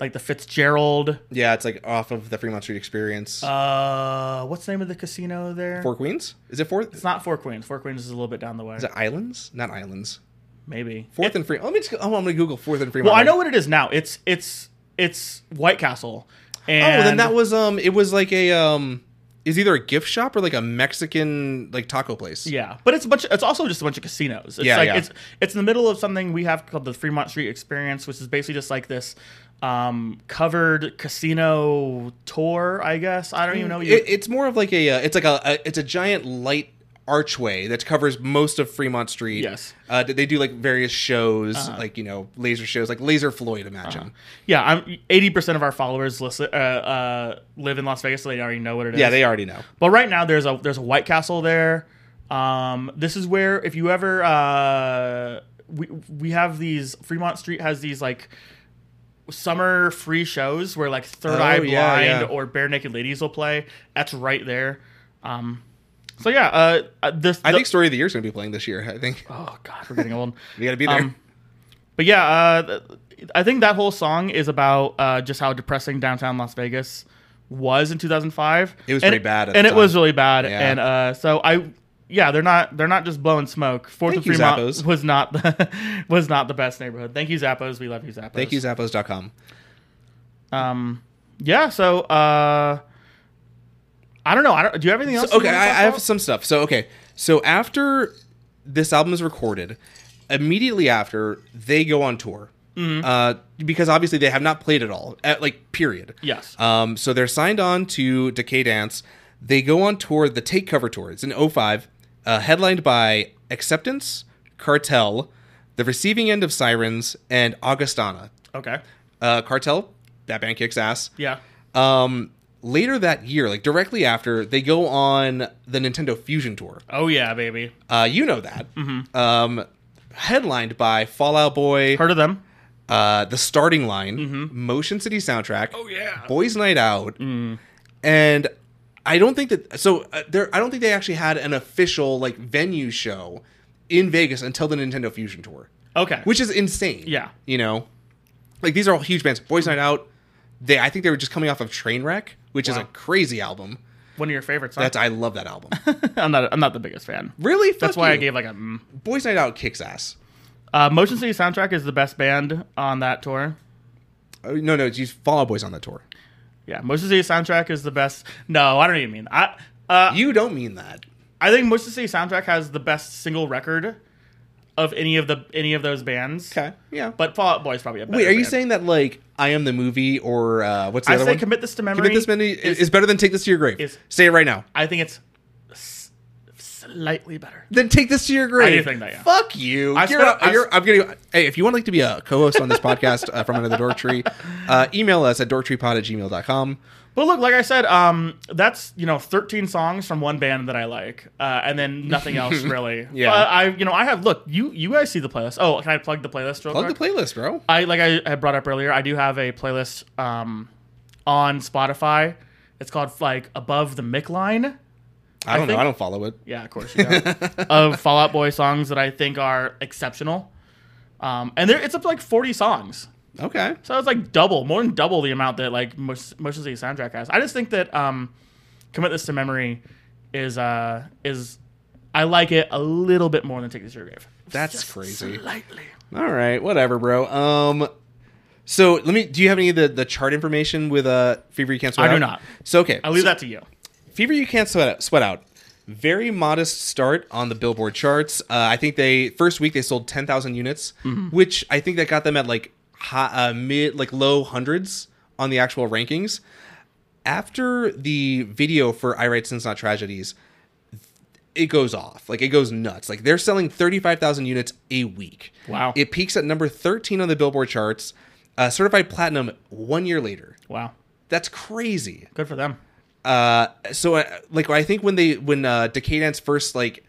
Speaker 2: like the Fitzgerald.
Speaker 1: Yeah, it's like off of the Fremont Street Experience.
Speaker 2: Uh, what's the name of the casino there?
Speaker 1: Four Queens. Is it fourth?
Speaker 2: It's not Four Queens. Four Queens is a little bit down the way.
Speaker 1: Is it islands? Not islands.
Speaker 2: Maybe.
Speaker 1: Fourth and Fremont. Let me just. Oh, I'm gonna Google Fourth and Fremont.
Speaker 2: well, I know what it is now. It's it's it's White Castle.
Speaker 1: Oh,
Speaker 2: And
Speaker 1: well, then that was um. It was like a um. Is either a gift shop or like a Mexican like taco place.
Speaker 2: yeah. But it's a bunch. It's also just a bunch of casinos. It's
Speaker 1: Yeah,
Speaker 2: like
Speaker 1: yeah.
Speaker 2: it's it's in the middle of something we have called the Fremont Street Experience, which is basically just like this um covered casino tour. I guess I don't even know. what You,
Speaker 1: It, it's more of like a. Uh, it's like a, a. It's a giant light archway that covers most of Fremont Street.
Speaker 2: Yes. Uh-huh.
Speaker 1: Uh, they do like various shows, like you know, laser shows, like Laser Floyd. Imagine.
Speaker 2: yeah, I'm eighty percent of our followers listen, uh, uh, live in Las Vegas, so they already know what it is.
Speaker 1: Yeah, they already know.
Speaker 2: But right now there's a there's a White Castle there. Um, this is where if you ever uh, we we have these Fremont Street has these like summer free shows where like Third
Speaker 1: Oh,
Speaker 2: Eye Blind
Speaker 1: yeah, yeah.
Speaker 2: or Bare Naked Ladies will play. That's right there. Um, so yeah, uh, uh, this
Speaker 1: I
Speaker 2: the-
Speaker 1: think Story of the Year is going to be playing this year. I think
Speaker 2: oh god, we're getting old.
Speaker 1: you got to be there.
Speaker 2: Um, but yeah, uh, th- I think that whole song is about uh, just how depressing downtown Las Vegas was in 2005.
Speaker 1: It was
Speaker 2: And
Speaker 1: pretty bad at
Speaker 2: and
Speaker 1: the
Speaker 2: it was
Speaker 1: time.
Speaker 2: really bad.
Speaker 1: Yeah.
Speaker 2: And uh, so I, yeah, they're not they're not just blowing smoke. Fourth
Speaker 1: Thank
Speaker 2: and
Speaker 1: you,
Speaker 2: Fremont
Speaker 1: Zappos.
Speaker 2: was not the, was not the best neighborhood. Thank you, Zappos. We love you, Zappos.
Speaker 1: Thank you, Zappos.com.
Speaker 2: Um, yeah. So uh, I don't know. I don't. Do you have anything else?
Speaker 1: So,
Speaker 2: you
Speaker 1: okay,
Speaker 2: wanna
Speaker 1: I, I
Speaker 2: talk
Speaker 1: have
Speaker 2: about?
Speaker 1: some stuff. So okay, so after this album is recorded, immediately after they go on tour.
Speaker 2: Mm-hmm.
Speaker 1: Uh, because obviously they have not played at all, at like period.
Speaker 2: Yes.
Speaker 1: Um, so they're signed on to Decay Dance. They go on tour, the Take Cover tour. It's in 05. uh, headlined by Acceptance, Cartel, The Receiving End of Sirens, and Augustana.
Speaker 2: Okay.
Speaker 1: Uh, Cartel, that band kicks ass.
Speaker 2: Yeah.
Speaker 1: Um, later that year, like directly after, they go on the Nintendo Fusion Tour.
Speaker 2: Oh yeah, baby.
Speaker 1: Uh, you know that. Um, headlined by Fallout Boy,
Speaker 2: Heard of them?
Speaker 1: uh, The Starting Line, Motion City Soundtrack,
Speaker 2: yeah.
Speaker 1: Boys Night Out, and I don't think that so uh, there. I don't think they actually had an official like venue show in Vegas until the Nintendo Fusion Tour,
Speaker 2: Okay.
Speaker 1: which is insane.
Speaker 2: Yeah.
Speaker 1: you know, like these are all huge bands. Boys Night Out, they I think they were just coming off of Trainwreck, which is
Speaker 2: Wow.
Speaker 1: a crazy album.
Speaker 2: one of your favorites? huh?
Speaker 1: That's I love that album.
Speaker 2: I'm not. I'm not the biggest fan.
Speaker 1: really,
Speaker 2: That's
Speaker 1: Fuck
Speaker 2: why I
Speaker 1: you.
Speaker 2: gave like a. Mm.
Speaker 1: Boys Night Out kicks ass.
Speaker 2: Uh, Motion City Soundtrack is the best band on that tour.
Speaker 1: Oh, no, no, it's Fall Out Boys on that tour.
Speaker 2: Yeah, Motion City Soundtrack is the best. No, I don't even mean that. Uh,
Speaker 1: You don't mean that.
Speaker 2: I think Motion City Soundtrack has the best single record of any of the any of those bands.
Speaker 1: Okay, yeah.
Speaker 2: But Fallout Boy is probably a better
Speaker 1: Wait, are you
Speaker 2: band.
Speaker 1: saying that like I am the movie or uh, what's the
Speaker 2: I
Speaker 1: other
Speaker 2: say
Speaker 1: one?
Speaker 2: commit this to memory.
Speaker 1: Commit this many is,
Speaker 2: is-
Speaker 1: better than take this to your grave.
Speaker 2: is-
Speaker 1: Say it right now.
Speaker 2: I think it's s- slightly better.
Speaker 1: Then take this to your grave.
Speaker 2: think that, yeah.
Speaker 1: Fuck you.
Speaker 2: I
Speaker 1: You're,
Speaker 2: spent-
Speaker 1: not-
Speaker 2: I
Speaker 1: you're- I'm gonna. Hey, if you want like to be a co-host on this podcast uh, from another dork tree, uh, email us at dorktreepod at gmail.com.
Speaker 2: But look, like I said, um, that's you know, thirteen songs from one band that I like, uh, and then nothing else really.
Speaker 1: Yeah.
Speaker 2: But I, you know, I have look. You, you guys see the playlist. Oh, can I plug the playlist real
Speaker 1: Plug
Speaker 2: quick?
Speaker 1: the playlist, bro.
Speaker 2: I like I, I brought up earlier. I do have a playlist um, on Spotify. It's called like Above the Mic Line.
Speaker 1: I don't know.
Speaker 2: think-
Speaker 1: I don't follow it.
Speaker 2: Yeah, of course you don't. of Fallout Boy songs that I think are exceptional. Um, and there, it's up to like forty songs.
Speaker 1: Okay.
Speaker 2: So it's like double, more than double the amount that like Mos- Motion City Soundtrack has. I just think that um, Commit This to Memory is uh is I like it a little bit more than Take This to Your Grave.
Speaker 1: That's crazy.
Speaker 2: Slightly.
Speaker 1: All right. Whatever, bro. Um. So let me. Do you have any of the, the chart information with uh fever you can't sweat?
Speaker 2: I do
Speaker 1: Out?
Speaker 2: not.
Speaker 1: So okay.
Speaker 2: I'll leave that to you.
Speaker 1: Fever You Can't Sweat Out. Sweat Out. Very modest start on the Billboard charts. Uh, I think they first week they sold ten thousand units, which I think that got them at like high, uh, mid, like low hundreds on the actual rankings. After the video for I Write Sins Not Tragedies, it goes off. Like it goes nuts. Like they're selling 35,000 units a week.
Speaker 2: Wow.
Speaker 1: It peaks at number 13 on the Billboard charts, uh, certified platinum one year later.
Speaker 2: Wow,
Speaker 1: That's crazy
Speaker 2: good for them.
Speaker 1: uh so uh, like i think when they when uh decadence first like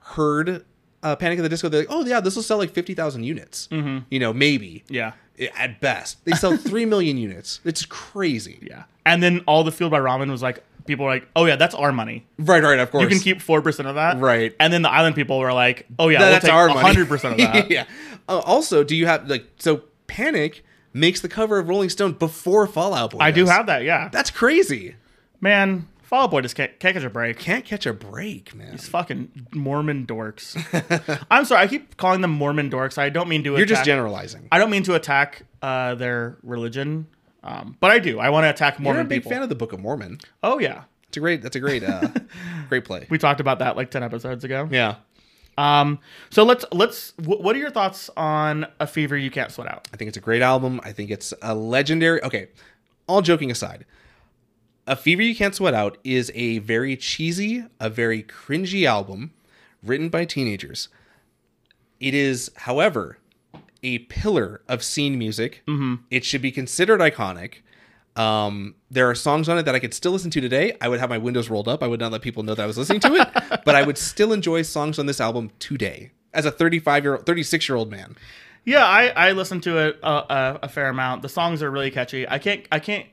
Speaker 1: heard uh panic at the disco they're like oh yeah this will sell like 50000 units mm-hmm. you know maybe
Speaker 2: Yeah,
Speaker 1: I- at best they sell 3 million units it's crazy
Speaker 2: yeah. And then all the Fueled by Ramen was like, people were like, oh yeah, that's our money.
Speaker 1: right right of course
Speaker 2: You can keep four percent of that,
Speaker 1: Right.
Speaker 2: And then the Island people were like, oh yeah,
Speaker 1: Th-
Speaker 2: we'll
Speaker 1: that's
Speaker 2: take
Speaker 1: our money.
Speaker 2: hundred percent of that.
Speaker 1: yeah uh, also do you have like so panic makes the cover of rolling stone before fallout boy
Speaker 2: I do
Speaker 1: does.
Speaker 2: have that. Yeah,
Speaker 1: that's crazy
Speaker 2: man. Fall Out Boy just can't, can't catch a break.
Speaker 1: can't catch a break man
Speaker 2: These fucking Mormon dorks. I'm sorry, I keep calling them Mormon dorks. I don't mean to.
Speaker 1: you're
Speaker 2: attack,
Speaker 1: just generalizing
Speaker 2: I don't mean to attack uh, their religion, um, but I do. I want to attack
Speaker 1: you're
Speaker 2: Mormon
Speaker 1: a big
Speaker 2: people.
Speaker 1: fan of the book of mormon
Speaker 2: oh yeah,
Speaker 1: it's a great that's a great uh great play
Speaker 2: we talked about that like ten episodes ago.
Speaker 1: yeah
Speaker 2: Um, so let's let's. Wh- what are your thoughts on a fever you can't sweat out?
Speaker 1: I think it's a great album. I think it's a legendary. Okay, all joking aside, A Fever You Can't Sweat Out is a very cheesy, a very cringy album written by teenagers. It is, however, a pillar of scene music. It should be considered iconic. Um, there are songs on it that I could still listen to today. I would have my windows rolled up. I would not let people know that I was listening to it, but I would still enjoy songs on this album today as a 35 year old, 36 year old man.
Speaker 2: Yeah, I I listened to it a, a, a fair amount. The songs are really catchy. I can't I can't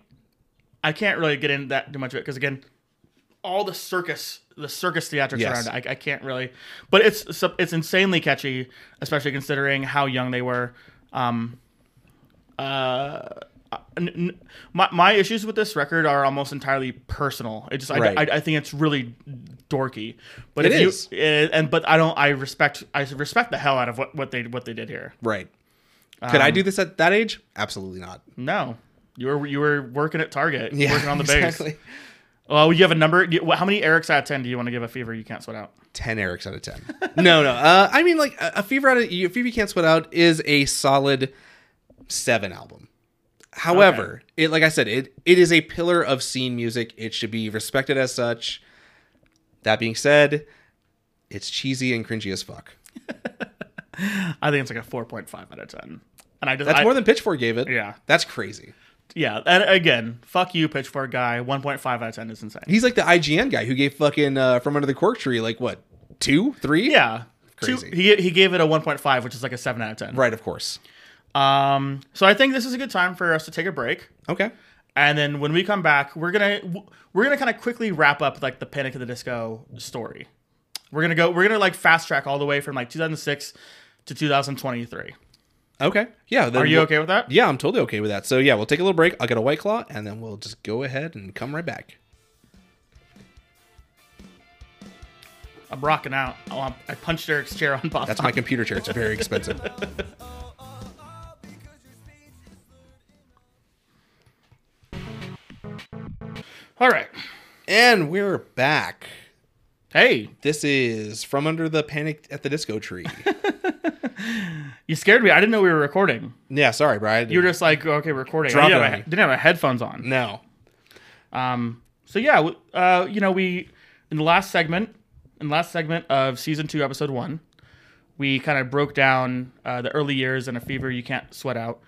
Speaker 2: I can't really get into that too much of it because again, all the circus the circus theatrics
Speaker 1: Yes.
Speaker 2: around it, I, I can't really. But it's so- it's insanely catchy, especially considering how young they were. Um, uh, n- n- my my issues with this record are almost entirely personal. It just I,
Speaker 1: Right.
Speaker 2: I, I think it's really dorky, but
Speaker 1: It
Speaker 2: if you-
Speaker 1: is.
Speaker 2: eh, and but I don't I respect I respect the hell out of what, what they what they did here.
Speaker 1: Right. Could
Speaker 2: Um,
Speaker 1: I do this at that age? Absolutely not.
Speaker 2: No, you were you were working at Target, working on the base.
Speaker 1: exactly.
Speaker 2: Oh, you have a number. you- How many Eric's out of ten do you want to give a fever you can't sweat out?
Speaker 1: Ten Erics out of ten. no, no. Uh, I mean, like a, a fever out of a fever you can't sweat out is a solid seven album. However, it like I said, it it is a pillar of scene music. It should be respected as such. That being said, It's cheesy and cringy as fuck.
Speaker 2: I think it's like a 4.5 out of 10. And I just
Speaker 1: That's
Speaker 2: I-
Speaker 1: more than Pitchfork gave it.
Speaker 2: Yeah.
Speaker 1: That's crazy.
Speaker 2: yeah. And again, fuck you, Pitchfork guy. 1.5 out of 10 is insane.
Speaker 1: He's like the IGN guy who gave fucking uh, From Under the Cork Tree, like what, two, three?
Speaker 2: Yeah.
Speaker 1: Crazy.
Speaker 2: Two- he, he gave it a 1.5, which is like a 7 out of 10.
Speaker 1: Right, of course.
Speaker 2: Um, so I think this is a good time for us to take a break.
Speaker 1: Okay.
Speaker 2: And then when we come back, we're gonna we're gonna kind of quickly wrap up like the Panic at the Disco story. We're gonna go. We're gonna like fast track all the way from like 2006 to 2023.
Speaker 1: Okay. Yeah. then
Speaker 2: Are you
Speaker 1: we'll-
Speaker 2: okay with that?
Speaker 1: Yeah, I'm totally okay with that. So yeah, we'll take a little break. I'll get a white claw, and then we'll just go ahead and come right back.
Speaker 2: I'm rocking out. Oh, I'm- I punched Eric's chair on pop.
Speaker 1: That's my computer chair. It's very expensive.
Speaker 3: Oh,
Speaker 2: All right.
Speaker 1: and we're back.
Speaker 2: Hey,
Speaker 1: This is from under the panic at the disco tree.
Speaker 2: you scared me. I didn't know we were recording.
Speaker 1: yeah, sorry, Brian.
Speaker 2: You were just like, okay, recording.
Speaker 1: Drop
Speaker 2: I didn't
Speaker 1: it on
Speaker 2: have, my,
Speaker 1: me.
Speaker 2: didn't have my headphones on.
Speaker 1: no.
Speaker 2: Um, so yeah, w- uh, you know, we in the last segment, in the last segment of season two, episode one, we kind of broke down uh, the early years and a fever you can't sweat out.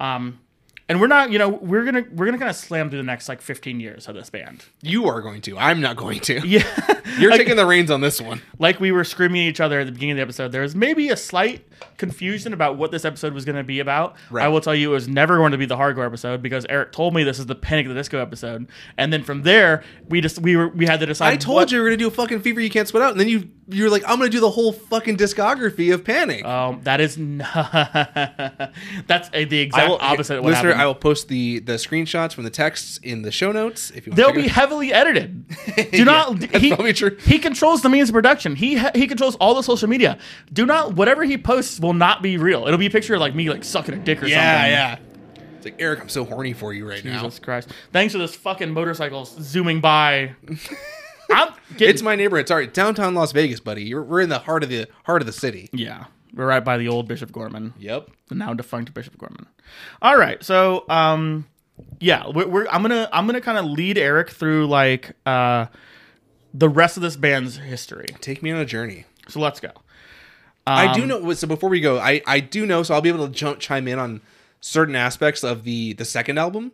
Speaker 2: Um, and we're not, you know, we're gonna we're gonna kind of slam through the next like 15 years of this band.
Speaker 1: You are going to. I'm not going to.
Speaker 2: Yeah,
Speaker 1: You're
Speaker 2: like,
Speaker 1: taking the reins on this one.
Speaker 2: like we were screaming at each other at the beginning of the episode. There was maybe a slight confusion about what this episode was gonna be about.
Speaker 1: Right.
Speaker 2: I will tell you, it was never going to be the hardcore episode because Eric told me this is the Panic at the Disco episode, and then from there we just we were we had to decide.
Speaker 1: I told
Speaker 2: what-
Speaker 1: you we are gonna do a fucking fever you can't sweat out, and then you you're like, I'm gonna do the whole fucking discography of Panic.
Speaker 2: Um, that is not. that's uh, the exact opposite. Of what
Speaker 1: listener,
Speaker 2: happened.
Speaker 1: I will post the the screenshots from the texts in the show notes if you. want
Speaker 2: They'll
Speaker 1: to
Speaker 2: be heavily edited. Do not.
Speaker 1: that's
Speaker 2: he,
Speaker 1: probably true.
Speaker 2: He controls the means of production. He ha- he controls all the social media. Do not. Whatever he posts will not be real. It'll be a picture of like me like sucking a dick or something.
Speaker 1: yeah. It's like Eric, I'm so horny for you right now.
Speaker 2: Jesus Christ! Thanks for this fucking motorcycle zooming by. I'm getting,
Speaker 1: It's my neighborhood. Sorry, downtown Las Vegas, buddy. You're, we're in the heart of the heart of the city.
Speaker 2: yeah. We're right by the old Bishop Gorman.
Speaker 1: Yep.
Speaker 2: the now defunct Bishop Gorman. All right, so um, yeah, we're, we're I'm gonna I'm gonna kind of lead Eric through like uh, the rest of this band's history.
Speaker 1: Take me on a journey.
Speaker 2: So let's go.
Speaker 1: I
Speaker 2: Um,
Speaker 1: do know. So before we go, I I do know. So I'll be able to jump chime in on certain aspects of the the second album.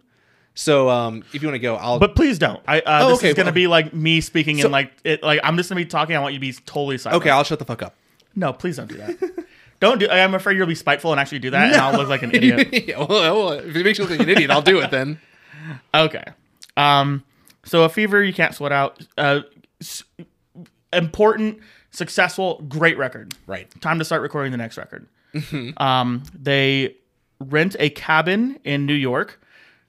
Speaker 1: So um, if you want to go, I'll.
Speaker 2: But please don't. I uh,
Speaker 1: Oh,
Speaker 2: this
Speaker 1: okay,
Speaker 2: is gonna
Speaker 1: well-
Speaker 2: be like me speaking
Speaker 1: So-
Speaker 2: in like it like I'm just gonna be talking. I want you to be totally silent.
Speaker 1: okay, I'll shut the fuck up.
Speaker 2: no, please don't do that. don't do. I'm afraid you'll be spiteful and actually do that, and I'll look like an idiot.
Speaker 1: yeah, well, well, if it makes you look like an idiot, I'll do it then.
Speaker 2: Okay. Um, so a fever you can't sweat out. Uh, s- important, successful, great record.
Speaker 1: Right.
Speaker 2: Time to start recording the next record.
Speaker 1: Mm-hmm.
Speaker 2: Um, they rent a cabin in New York,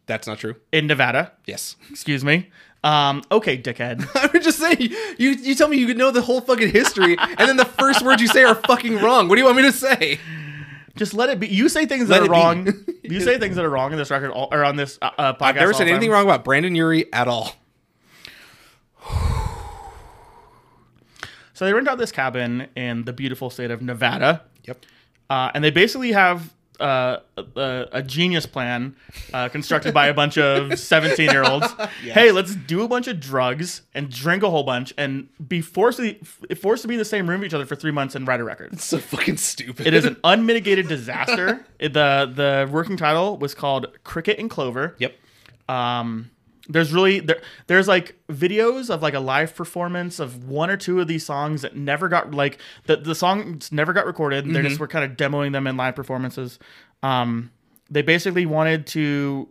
Speaker 1: That's not true.
Speaker 2: in Nevada.
Speaker 1: Yes.
Speaker 2: Excuse me. Um, okay, dickhead.
Speaker 1: I would just say you you tell me you know the whole fucking history, and then the first words you say are fucking wrong. What do you want me to say?
Speaker 2: Just let it be. You say things
Speaker 1: Let
Speaker 2: that
Speaker 1: it
Speaker 2: are
Speaker 1: be.
Speaker 2: wrong. you say things that are wrong in this record all, or on this uh, uh, podcast.
Speaker 1: I've never
Speaker 2: all
Speaker 1: said
Speaker 2: the
Speaker 1: anything
Speaker 2: time.
Speaker 1: wrong about Brandon Urie at all.
Speaker 2: So they rent out this cabin in the beautiful state of Nevada.
Speaker 1: Yep.
Speaker 2: uh, and they basically have uh, a, a genius plan uh, constructed by a bunch of 17 year olds. Hey, let's do a bunch of drugs and drink a whole bunch and be forced to, forced to be in the same room with each other for three months and write a record.
Speaker 1: So fucking stupid.
Speaker 2: It is an unmitigated disaster. It- the The working title was called Cricket and Clover.
Speaker 1: Yep.
Speaker 2: Um, there's really there, there's like videos of like a live performance of one or two of these songs that never got like the the songs never got recorded. They
Speaker 1: Mm-hmm.
Speaker 2: just were kind of demoing them in live performances. Um, they basically wanted to.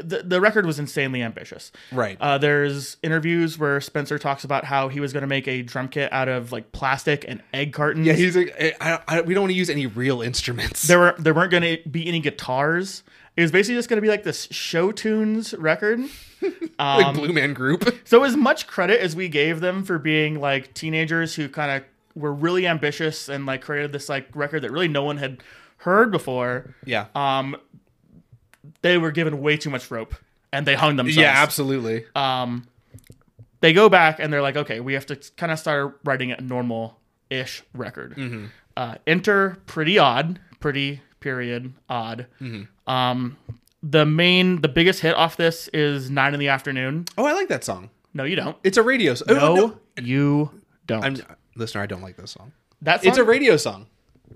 Speaker 2: The, the record was insanely ambitious.
Speaker 1: Right.
Speaker 2: Uh, there's interviews where Spencer talks about how he was going to make a drum kit out of like plastic and egg cartons.
Speaker 1: Yeah, he's like, I, I, I, we don't want to use any real instruments.
Speaker 2: there were there weren't going to be any guitars. It was basically just going to be like this show tunes record.
Speaker 1: like Blue Man Group.
Speaker 2: So as much credit as we gave them for being like teenagers who kind of were really ambitious and like created this like record that really no one had heard before,
Speaker 1: Yeah.
Speaker 2: um, they were given way too much rope and they hung themselves.
Speaker 1: yeah, absolutely.
Speaker 2: Um, they go back and they're like, okay, we have to kind of start writing a normal-ish record.
Speaker 1: Mm-hmm.
Speaker 2: Uh, enter pretty odd, pretty period odd.
Speaker 1: Mm-hmm.
Speaker 2: Um, the main, the biggest hit off this is nine in the afternoon.
Speaker 1: oh, I like that song.
Speaker 2: No, you don't.
Speaker 1: It's a radio. s- oh,
Speaker 2: No, you don't.
Speaker 1: I'm, listener, I don't like this song.
Speaker 2: That song,
Speaker 1: It's a radio song,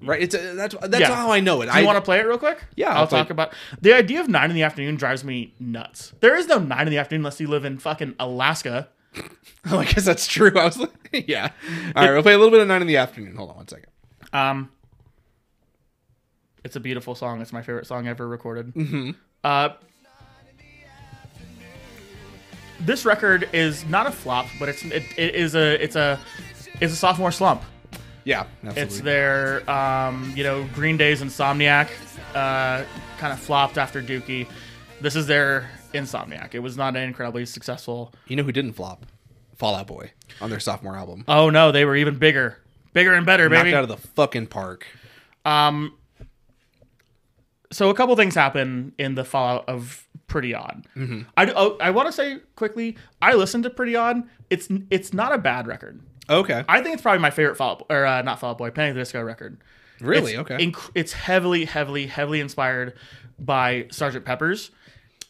Speaker 1: right? It's a, that's that's
Speaker 2: Yeah.
Speaker 1: how I know it.
Speaker 2: Do you
Speaker 1: I
Speaker 2: want to play it real quick?
Speaker 1: Yeah,
Speaker 2: I'll,
Speaker 1: I'll play
Speaker 2: talk
Speaker 1: it.
Speaker 2: about the idea of nine in the afternoon drives me nuts. There is no nine in the afternoon unless you live in fucking Alaska.
Speaker 1: Oh, I guess that's true. I was like, yeah. All right, we'll play a little bit of Nine in the Afternoon. Hold on one second.
Speaker 2: Um, it's a beautiful song. It's my favorite song ever recorded. Mm-hmm. Uh, this record is not a flop, but it's it, it is a it's a it's a sophomore slump.
Speaker 1: Yeah, absolutely.
Speaker 2: It's their um, you know Green Day's Insomniac uh, kind of flopped after Dookie. This is their Insomniac. It was not an incredibly successful.
Speaker 1: You know who didn't flop? Fallout Boy on their sophomore album.
Speaker 2: Oh no, they were even bigger, bigger and better,
Speaker 1: Knocked
Speaker 2: baby.
Speaker 1: out of the fucking park.
Speaker 2: Um, so a couple things happen in the fallout of Pretty Odd.
Speaker 1: Mm-hmm.
Speaker 2: I oh, I want to say quickly. I listened to Pretty Odd. It's it's not a bad record.
Speaker 1: Okay.
Speaker 2: I think it's probably my favorite Fallout or uh, not Fallout Boy Panic at the Disco record.
Speaker 1: really?
Speaker 2: It's
Speaker 1: okay.
Speaker 2: inc- it's heavily, heavily, heavily inspired by Sergeant Pepper's.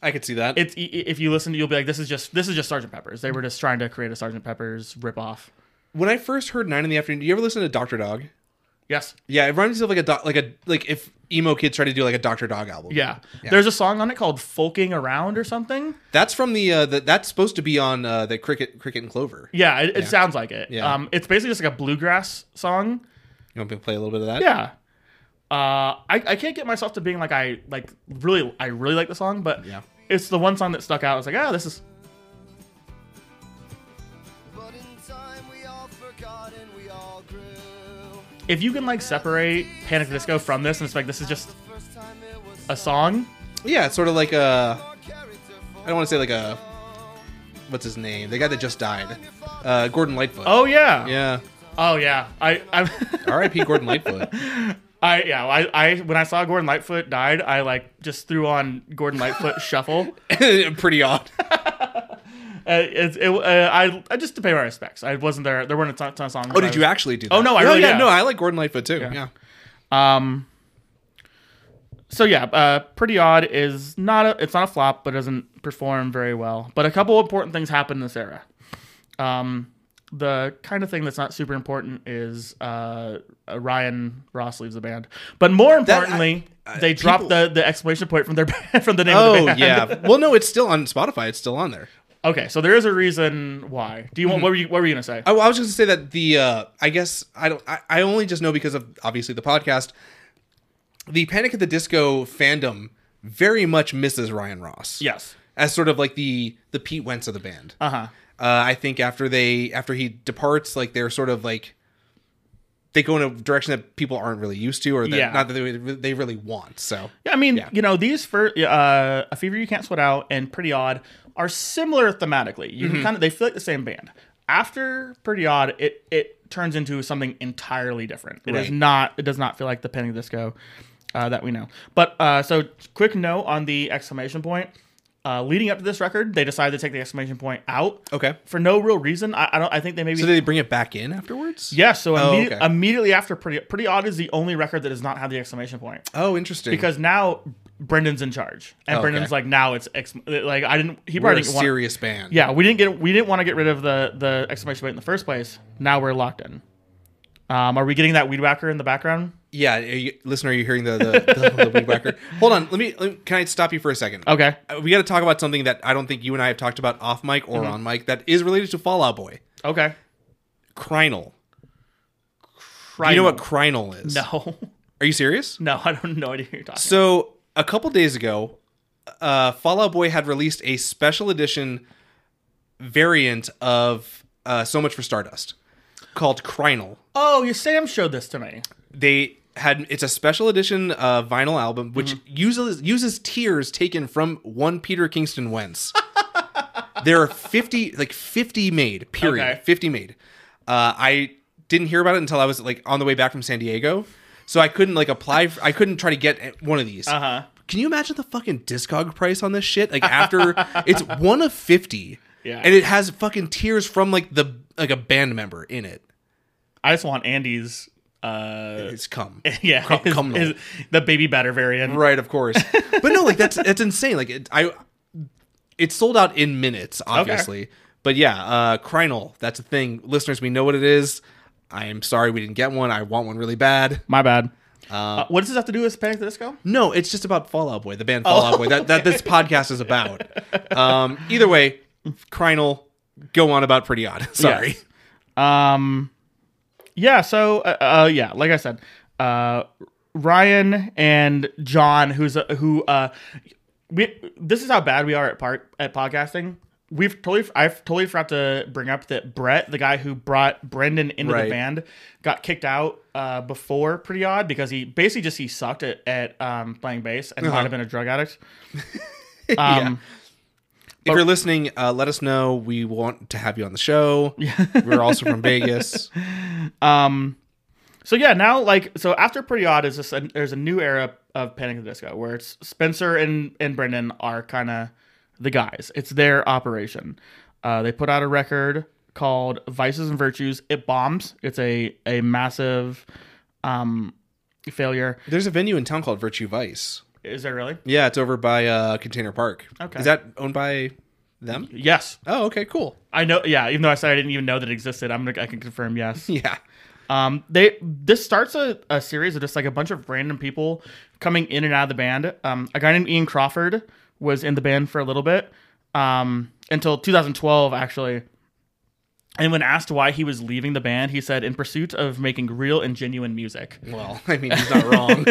Speaker 1: I could see that.
Speaker 2: It's i- i- if you listen, to you'll be like, this is just this is just Sergeant Pepper's. They were just trying to create a Sergeant Pepper's ripoff.
Speaker 1: when I first heard Nine in the Afternoon, do you ever listen to Doctor Dog?
Speaker 2: Yes.
Speaker 1: Yeah, it reminds me of like a doc, like a like if emo kids try to do like a Doctor Dog album.
Speaker 2: Yeah. There's a song on it called "Folking Around" or something.
Speaker 1: that's from the uh, the, that's supposed to be on uh, the Cricket Cricket and Clover. You
Speaker 2: Yeah, it, it sounds like it.
Speaker 1: Yeah.
Speaker 2: Um, it's basically just like a bluegrass song.
Speaker 1: want me to play a little bit of that?
Speaker 2: Yeah. Uh, I, I can't get myself to being like I like really I really like the song, but
Speaker 1: Yeah.
Speaker 2: it's the one song that stuck out. I was like, ah, this is
Speaker 3: But in time we all forgot and we all grew.
Speaker 2: if you can like separate Panic at the Disco from this, and it's like this is just
Speaker 3: First time it was
Speaker 2: a song.
Speaker 1: Yeah, it's sort of like a
Speaker 3: our character
Speaker 1: I don't want to say like a what's his name? The guy that just died. Uh, Gordon Lightfoot.
Speaker 2: Oh yeah.
Speaker 1: Yeah.
Speaker 2: Oh yeah. I I
Speaker 1: R.I.P. Gordon Lightfoot.
Speaker 2: I yeah. I, I when I saw Gordon Lightfoot died, I like just threw on Gordon Lightfoot Shuffle.
Speaker 1: Pretty odd.
Speaker 2: Uh, it's it, uh, I I just to pay my respects. I wasn't there. There weren't a ton, ton of songs.
Speaker 1: Oh,
Speaker 2: I
Speaker 1: did
Speaker 2: was-
Speaker 1: you actually do that?
Speaker 2: Oh, no, I really-
Speaker 1: yeah,
Speaker 2: yeah.
Speaker 1: no, I like Gordon Lightfoot too. Yeah.
Speaker 2: Um. So yeah, uh, pretty odd is not a it's not a flop, but doesn't perform very well. But a couple important things happen in this era. Um, the kind of thing that's not super important is uh, uh, Ryan Ross leaves the band, but more importantly,
Speaker 1: I-
Speaker 2: they drop
Speaker 1: people-
Speaker 2: the the exclamation point from their band, from the name of the
Speaker 1: Oh
Speaker 2: band.
Speaker 1: yeah. Well, no, it's still on Spotify. It's still on there.
Speaker 2: Okay, so there is a reason why. Do you want what were you what were you gonna say?
Speaker 1: Mm-hmm. I, I was just gonna say that the uh, I guess I don't I, I only just know because of obviously the podcast. The Panic at the Disco fandom very much misses Ryan Ross.
Speaker 2: yes.
Speaker 1: As sort of like the the Pete Wentz of the band.
Speaker 2: Uh huh.
Speaker 1: Uh, I think after they after he departs, like they're sort of like they go in a direction that people aren't really used to, or that,
Speaker 2: Yeah.
Speaker 1: not that they, they really want. So
Speaker 2: Yeah, I mean,
Speaker 1: Yeah.
Speaker 2: you know, these for uh, a fever you can't sweat out and pretty odd are similar thematically. You
Speaker 1: Mm-hmm.
Speaker 2: can kind of they feel like the same band. After pretty odd, it it turns into something entirely different. It is
Speaker 1: Right.
Speaker 2: not. It does not feel like the Panic Disco uh, that we know. But uh, so quick note on the exclamation point. Uh, leading up to this record, they decided to take the exclamation point out
Speaker 1: okay.
Speaker 2: for no real reason. I, I don't. I think they maybe
Speaker 1: So they bring it back in afterwards.
Speaker 2: yeah. So immedi-
Speaker 1: okay.
Speaker 2: immediately after pretty pretty odd is the only record that does not have the exclamation point
Speaker 1: Oh, interesting.
Speaker 2: because now Brendan's in charge, and
Speaker 1: Okay.
Speaker 2: Brendan's like now it's ex- like I didn't he
Speaker 1: we're
Speaker 2: probably
Speaker 1: a
Speaker 2: didn't want
Speaker 1: serious band.
Speaker 2: yeah we didn't get we didn't want to get rid of the the exclamation point in the first place. Now we're locked in. Um, are we getting that weed whacker in the background?
Speaker 1: yeah. Are you, listener, are you hearing the the, the, the weed whacker? Hold on. Let me, let me. Can I stop you for a second?
Speaker 2: Okay,
Speaker 1: Uh, We got to talk about something that I don't think you and I have talked about off mic or
Speaker 2: Mm-hmm.
Speaker 1: on mic that is related to Fallout Boy.
Speaker 2: okay.
Speaker 1: Crinal.
Speaker 2: Try
Speaker 1: You know what crinal is?
Speaker 2: No,
Speaker 1: Are you serious?
Speaker 2: no, I don't know what you're talking.
Speaker 1: So a couple days ago, uh, Fallout Boy had released a special edition variant of uh, "So Much for Stardust" called Crinal.
Speaker 2: oh, your Sam showed this to me.
Speaker 1: They had it's a special edition uh, vinyl album which
Speaker 2: Mm-hmm.
Speaker 1: uses uses tears taken from one Peter Kingston Wentz. there are fifty like fifty made period
Speaker 2: Okay.
Speaker 1: fifty made. Uh, I didn't hear about it until I was like on the way back from San Diego. So I couldn't like apply. For, I couldn't try to get one of these.
Speaker 2: Uh huh.
Speaker 1: Can you imagine the fucking discog price on this shit? Like after it's one of fifty,
Speaker 2: Yeah.
Speaker 1: and it has fucking tears from like the like a band member in it.
Speaker 2: I just want Andy's. Uh,
Speaker 1: It's come
Speaker 2: yeah,
Speaker 1: Cum-
Speaker 2: his-
Speaker 1: cumnal.
Speaker 2: his- the baby batter variant.
Speaker 1: right, of course. But no, like that's that's insane. Like it, I, it sold out in minutes, obviously. But yeah, uh, Crinal, that's a thing, listeners. We know what it is. I am sorry we didn't get one. I want one really bad.
Speaker 2: My bad. Uh, what does this have to do with Panic at the Disco?
Speaker 1: No, it's just about Fallout Boy, the band Fallout Boy that, that this podcast is about. Um, either way, Krynal, go on about Pretty Odd. Sorry.
Speaker 2: Yes. Um, yeah. So, uh, uh, yeah, like I said, uh, Ryan and John, who's uh, who, uh, we this is how bad we are at part at podcasting. We've totally, I've totally forgot to bring up that Brett, the guy who brought Brendan into
Speaker 1: Right.
Speaker 2: the band, got kicked out uh, before Pretty Odd because he basically just he sucked at, at um, playing bass and might have been a drug addict. Um,
Speaker 1: If you're listening, uh, let us know. We want to have you on the show. We're also from Vegas.
Speaker 2: So yeah, now like so after Pretty Odd is this there's a new era of Panic at the Disco where it's Spencer and and Brendan are kind of the guys. It's their operation. Uh, they put out a record called Vices and Virtues. It bombs. It's a a massive um failure.
Speaker 1: There's a venue in town called Virtue Vice.
Speaker 2: Is there really?
Speaker 1: Yeah, it's over by uh, Container Park.
Speaker 2: Okay.
Speaker 1: Is that owned by them?
Speaker 2: Yes,
Speaker 1: Oh, okay, cool.
Speaker 2: I know. Yeah, even though I said I didn't even know that it existed, I'm gonna, I can confirm. Yes.
Speaker 1: Yeah.
Speaker 2: Um, they this starts a, a series of just like a bunch of random people coming in and out of the band. Um, a guy named Ian Crawford was in the band for a little bit, um, until 2012 actually. And when asked why he was leaving the band, he said, "In pursuit of making real and genuine music."
Speaker 1: Well, I mean, he's not wrong.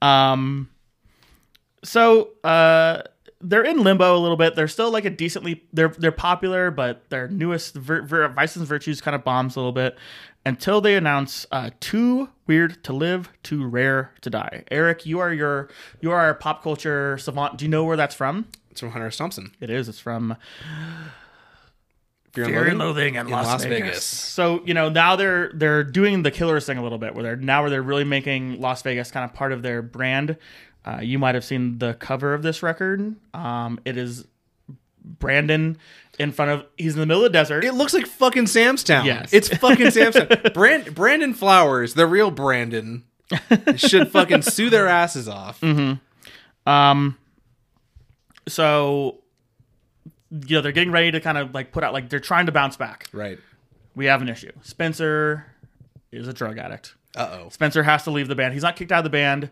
Speaker 2: Um, so uh, they're in limbo a little bit. They're still like a decently they're they're popular, but their newest vir- vir- Vices and Virtues kind of bombs a little bit until they announce uh, too weird to live, too rare to die. Eric, you are your you are our pop culture savant. Do you know where that's from?
Speaker 1: it's from Hunter S. Thompson.
Speaker 2: It is. It's from
Speaker 1: Fear
Speaker 2: Fear and Loathing in, Las, Vegas. So you know now they're they're doing the Killers thing a little bit, where they're now where they're really making Las Vegas kind of part of their brand. Uh, you might have seen the cover of this record. Um, it is Brandon in front of he's in the middle of the desert.
Speaker 1: It looks like fucking Sam's Town.
Speaker 2: Yes.
Speaker 1: It's fucking Sam's Town. Brand- Brandon Flowers, the real Brandon, should fucking sue their asses off.
Speaker 2: Mm-hmm. Um, so you know they're getting ready to kind of like put out like they're trying to bounce back.
Speaker 1: Right.
Speaker 2: We have an issue. Spencer is a drug addict.
Speaker 1: Uh oh.
Speaker 2: Spencer has to leave the band. He's not kicked out of the band,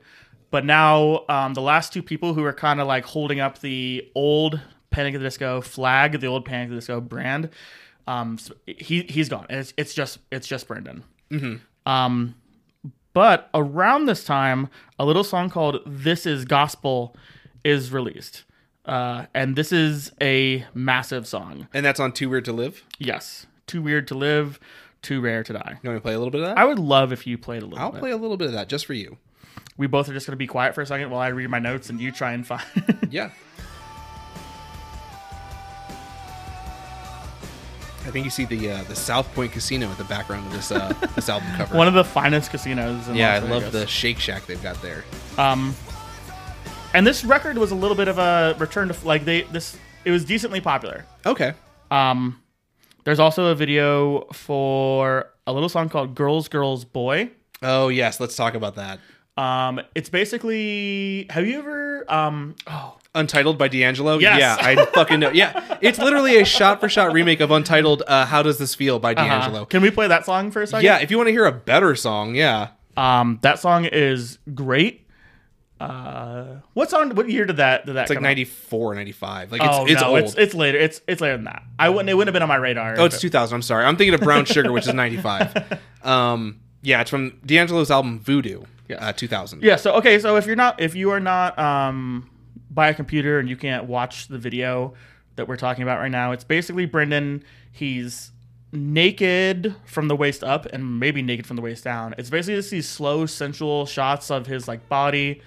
Speaker 2: but now um, the last two people who are kind of like holding up the old Panic at the Disco flag, the old Panic at the Disco brand, um, s- he he's gone. And It's it's just it's just Brendan. Um, but around this time, a little song called "This Is Gospel" is released, uh, and this is a massive song.
Speaker 1: And that's on Too Weird to Live.
Speaker 2: Yes, too weird to live, too rare to die.
Speaker 1: You want me to play a little bit of that?
Speaker 2: I would love if you played a little.
Speaker 1: I'll
Speaker 2: bit.
Speaker 1: play a little bit of that just for you.
Speaker 2: we both are just going to be quiet for a second while I read my notes and you try and find.
Speaker 1: Yeah. I think you see the uh, the South Point Casino at the background of this uh, this album cover.
Speaker 2: One of the finest casinos. In
Speaker 1: yeah, I
Speaker 2: Las
Speaker 1: love the
Speaker 2: Vegas.
Speaker 1: Shake Shack they've got there.
Speaker 2: Um, and this record was a little bit of a return to like they this. It was decently popular.
Speaker 1: Okay.
Speaker 2: Um, there's also a video for a little song called "Girls, Girls, Boy."
Speaker 1: Oh yes, let's talk about that.
Speaker 2: Um, it's basically. Have you ever? Um, oh,
Speaker 1: Untitled by D'Angelo.
Speaker 2: Yes.
Speaker 1: Yeah, I fucking know. Yeah, it's literally a shot-for-shot remake of Untitled. Uh, How does this feel by D'Angelo?
Speaker 2: uh, can we play that song for a second?
Speaker 1: Yeah, if you want to hear a better song, yeah.
Speaker 2: Um, that song is great. Uh, what song? What year did that? Did that?
Speaker 1: It's like
Speaker 2: come out? Oh,
Speaker 1: 94, 95. Like it's it's
Speaker 2: no,
Speaker 1: old.
Speaker 2: It's, it's later. It's it's later than that. I wouldn't. It wouldn't have been on my radar.
Speaker 1: Oh, it's 2000. I'm sorry. I'm thinking of Brown Sugar, which is 95. Um, yeah, it's from D'Angelo's album Voodoo, uh, 2000.
Speaker 2: yeah. So okay. So if you're not, if you are not um, by a computer and you can't watch the video that we're talking about right now, it's basically Brendan. He's naked from the waist up and maybe naked from the waist down. It's basically just these slow, sensual shots of his like body.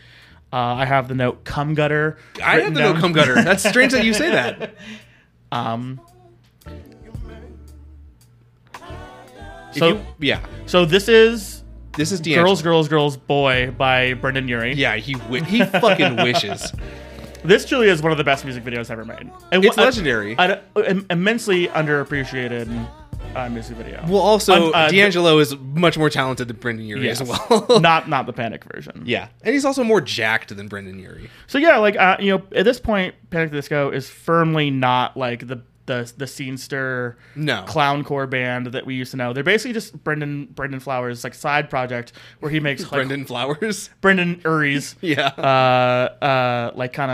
Speaker 2: Uh, I have the note cum gutter.
Speaker 1: I have
Speaker 2: written
Speaker 1: the no
Speaker 2: down.
Speaker 1: cum gutter. That's strange that you say that.
Speaker 2: Um,
Speaker 1: If
Speaker 2: so
Speaker 1: you- yeah,
Speaker 2: so this is
Speaker 1: this is D'Angelo.
Speaker 2: girls, girls, girls, boy by Brendan Urie.
Speaker 1: Yeah, he wi- he fucking wishes.
Speaker 2: This truly is one of the best music videos ever made. And
Speaker 1: It's
Speaker 2: one- a-
Speaker 1: legendary.
Speaker 2: An, an immensely underappreciated uh, music video.
Speaker 1: Well, also
Speaker 2: Un- uh,
Speaker 1: D'Angelo is much more talented than Brendan Urie
Speaker 2: Yes.
Speaker 1: as well.
Speaker 2: not not the Panic version.
Speaker 1: yeah, and he's also more jacked than Brendan Urie.
Speaker 2: So yeah, like uh, you know, at this point, Panic at the Disco is firmly not like the the the scenester
Speaker 1: No.
Speaker 2: clown core band that we used to know. They're basically just Brendan Brendan Flowers like side project where he makes like,
Speaker 1: Brendan Flowers.
Speaker 2: Brendan Uries
Speaker 1: Yeah.
Speaker 2: uh uh like kind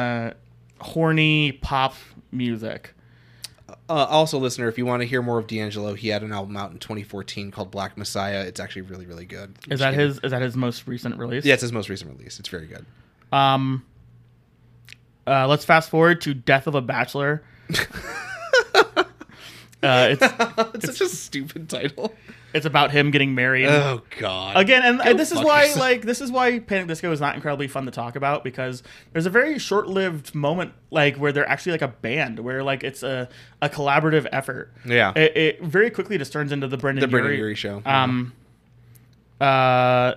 Speaker 2: of horny pop music.
Speaker 1: Uh, also, listener, if you want to hear more of D'Angelo, he had an album out in 2014 called Black Messiah. It's actually really, really good.
Speaker 2: Is that his is that his most recent release?
Speaker 1: Yeah, it's his most recent release. It's very good.
Speaker 2: Um uh, let's fast forward to Death of a Bachelor. uh, it's
Speaker 1: it's such a stupid title.
Speaker 2: it's about him getting married.
Speaker 1: Oh God.
Speaker 2: again and
Speaker 1: Go
Speaker 2: this is
Speaker 1: fuck
Speaker 2: why
Speaker 1: yourself.
Speaker 2: like this is why panic disco is not incredibly fun to talk about because there's a very short-lived moment like where they're actually like a band where like it's a, a collaborative effort
Speaker 1: Yeah.
Speaker 2: it, it very quickly just turns into the brendan
Speaker 1: the Brendan
Speaker 2: Urie-
Speaker 1: Urie show. Uh-huh.
Speaker 2: um uh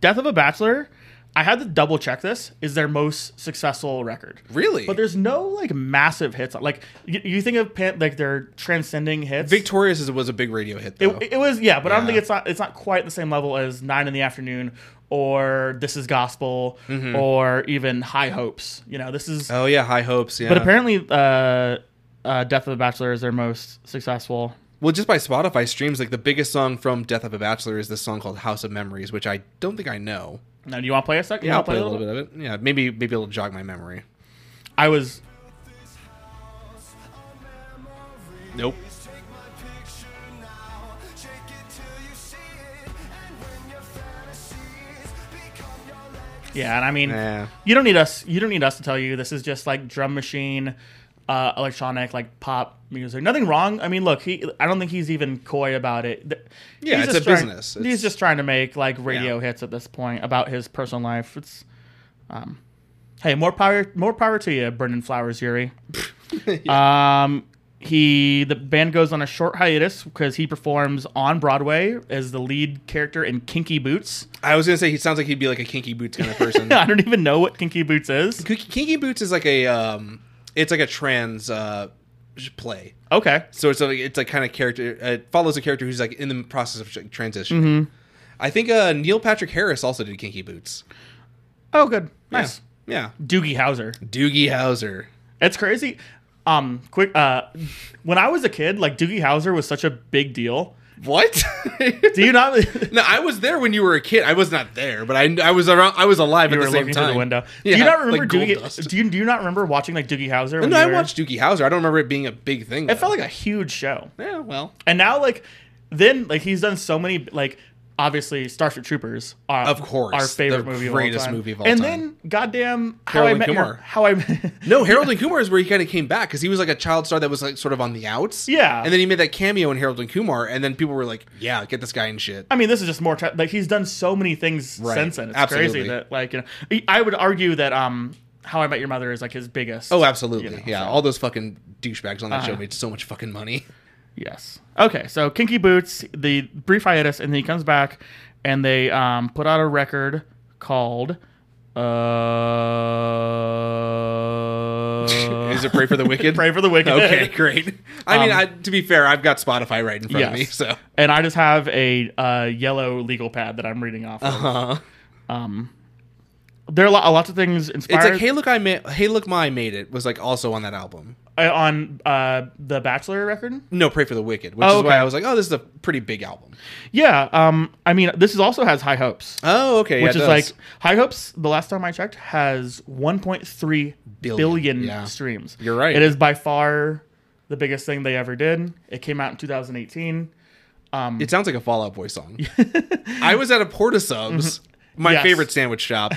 Speaker 2: death of a bachelor i had to double check this is their most successful record
Speaker 1: really?
Speaker 2: but there's no like massive hits like you, you think of pan- like their transcending hits
Speaker 1: Victorious is, was a big radio hit though.
Speaker 2: it, it was yeah, but I don't
Speaker 1: Yeah.
Speaker 2: think it's not it's not quite the same level as Nine in the Afternoon or This Is Gospel or even High Hopes. You know, this is.
Speaker 1: Mm-hmm. oh yeah, High Hopes. Yeah.
Speaker 2: But apparently, uh, uh, Death of a Bachelor is their most successful.
Speaker 1: well, just by Spotify streams, like the biggest song from Death of a Bachelor is this song called House of Memories, which I don't think I know.
Speaker 2: Now, do you want to play a second?
Speaker 1: Yeah, I'll play a little bit of it. Yeah, maybe maybe it'll jog my memory.
Speaker 2: I was.
Speaker 1: Nope.
Speaker 3: Take my picture now, shake it till you see it, and when your fantasies become your legacy.
Speaker 2: Yeah, and I mean,
Speaker 1: Yeah.
Speaker 2: you don't need us. You don't need us to tell you. This is just like drum machine, uh, electronic, like pop music. Nothing wrong. I mean, look, he. I don't think he's even coy about it. Th-
Speaker 1: Yeah,
Speaker 2: he's
Speaker 1: it's
Speaker 2: just
Speaker 1: a
Speaker 2: trying-
Speaker 1: business. It's-
Speaker 2: He's just trying to make like radio
Speaker 1: Yeah.
Speaker 2: hits at this point about his personal life. It's, um, hey, more power, more power to you, Brendan Flowers Yuri. Um, he the band goes on a short hiatus because he performs on Broadway as the lead character in Kinky Boots.
Speaker 1: I was gonna say he sounds like he'd be like a kinky boots kind of person.
Speaker 2: I don't even know what Kinky Boots is.
Speaker 1: Kinky- Kinky Boots is like a um, it's like a trans uh sh- play.
Speaker 2: Okay.
Speaker 1: So it's like it's like kind of character. uh, It follows a character who's like in the process of like, transitioning.
Speaker 2: Mm-hmm.
Speaker 1: I think uh Neil Patrick Harris also did Kinky Boots.
Speaker 2: Oh, good. Nice.
Speaker 1: Yeah. yeah.
Speaker 2: Doogie Howser.
Speaker 1: Doogie Howser.
Speaker 2: It's crazy. Um, quick. Uh, when I was a kid, like Doogie Howser was such a big deal.
Speaker 1: What?
Speaker 2: Do you not?
Speaker 1: no, I was there when you were a kid. I was not there, but I I was around. I was alive
Speaker 2: You
Speaker 1: at
Speaker 2: were
Speaker 1: the same
Speaker 2: looking
Speaker 1: time.
Speaker 2: through the window.
Speaker 1: Yeah,
Speaker 2: do you not remember
Speaker 1: like gold
Speaker 2: Doogie?
Speaker 1: dust.
Speaker 2: Do you, do you not remember watching like Doogie Howser? when
Speaker 1: No,
Speaker 2: you
Speaker 1: I
Speaker 2: were-
Speaker 1: watched Doogie Howser. I don't remember it being a big thing.
Speaker 2: It felt like a huge show.
Speaker 1: yeah, well,
Speaker 2: And now, like, then, like, he's done so many, like, obviously, Starship Troopers are
Speaker 1: Of course.
Speaker 2: our favorite
Speaker 1: The
Speaker 2: movie,
Speaker 1: greatest
Speaker 2: of all time.
Speaker 1: movie of all
Speaker 2: and
Speaker 1: time.
Speaker 2: then, goddamn, how
Speaker 1: Harold
Speaker 2: I
Speaker 1: and
Speaker 2: met
Speaker 1: Kumar.
Speaker 2: your, how I
Speaker 1: no. Harold and Kumar is where he kind of came back because he was like a child star that was like sort of on the outs.
Speaker 2: Yeah.
Speaker 1: and then he made that cameo in Harold and Kumar, and then people were like, "Yeah, get this guy and shit."
Speaker 2: I mean, this is just more. Tra- like he's done so many things
Speaker 1: Right.
Speaker 2: since then. It's
Speaker 1: Absolutely.
Speaker 2: crazy that like you know. I would argue that um, How I Met Your Mother is like his biggest.
Speaker 1: Oh, absolutely.
Speaker 2: you know,
Speaker 1: yeah,
Speaker 2: so- Uh-huh.
Speaker 1: all those fucking douchebags on that show made so much fucking money.
Speaker 2: yes. Okay, so Kinky Boots, the brief hiatus, and then he comes back, and they um put out a record called. Uh,
Speaker 1: Is it Pray for the Wicked?
Speaker 2: Pray for the Wicked.
Speaker 1: Okay, great. I mean,
Speaker 2: Um,
Speaker 1: I, to be fair, I've got Spotify right in front of me,
Speaker 2: Yes.
Speaker 1: so
Speaker 2: And I just have a uh, yellow legal pad that I'm reading off. Of. Um,
Speaker 1: uh,
Speaker 2: There are a lot, lots of things inspired.
Speaker 1: it's like, "Hey, look, I made, hey, look, my made it" was like also on that album.
Speaker 2: uh, on uh, the Bachelor record.
Speaker 1: No, Pray for the Wicked, which
Speaker 2: Oh,
Speaker 1: is why
Speaker 2: okay.
Speaker 1: I was like, "Oh, this is a pretty big album."
Speaker 2: Yeah, um, I mean, this is also has high hopes,
Speaker 1: Oh, okay,
Speaker 2: which
Speaker 1: yeah,
Speaker 2: is
Speaker 1: it
Speaker 2: like
Speaker 1: does.
Speaker 2: high hopes. The last time I checked, has 1.3 billion,
Speaker 1: Billion, yeah.
Speaker 2: streams.
Speaker 1: You're right.
Speaker 2: It is by far the biggest thing they ever did. It came out in 2018.
Speaker 1: It sounds like a Fallout Boy song. I was at a Porta Subs, my
Speaker 2: Mm-hmm. Yes.
Speaker 1: favorite sandwich shop,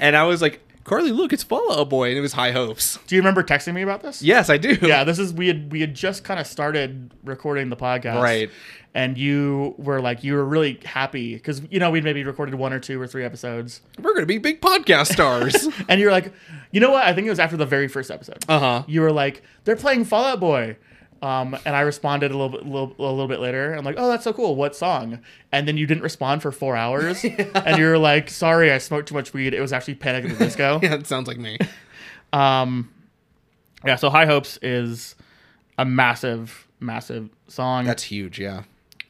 Speaker 1: and I was like, "Carly, look, it's Fallout Boy," and it was High Hopes.
Speaker 2: Do you remember texting me about this?
Speaker 1: Yes, I do.
Speaker 2: Yeah, this is we had we had just kind of started recording the podcast,
Speaker 1: Right.
Speaker 2: And you were like, you were really happy because you know we'd maybe recorded one or two or three episodes,
Speaker 1: we're gonna be big podcast stars.
Speaker 2: and you're like, you know what? I think it was after the very first episode.
Speaker 1: uh huh.
Speaker 2: you were like, "They're playing Fallout Boy," um, and I responded a little bit, little, a little bit later. I'm like, "Oh, that's so cool. What song?" And then you didn't respond for four hours, and you were like, "Sorry, I smoked too much weed. It was actually Panic at the Disco."
Speaker 1: Yeah, it sounds like me.
Speaker 2: Um, yeah. So High Hopes is a massive, massive song.
Speaker 1: That's huge. Yeah.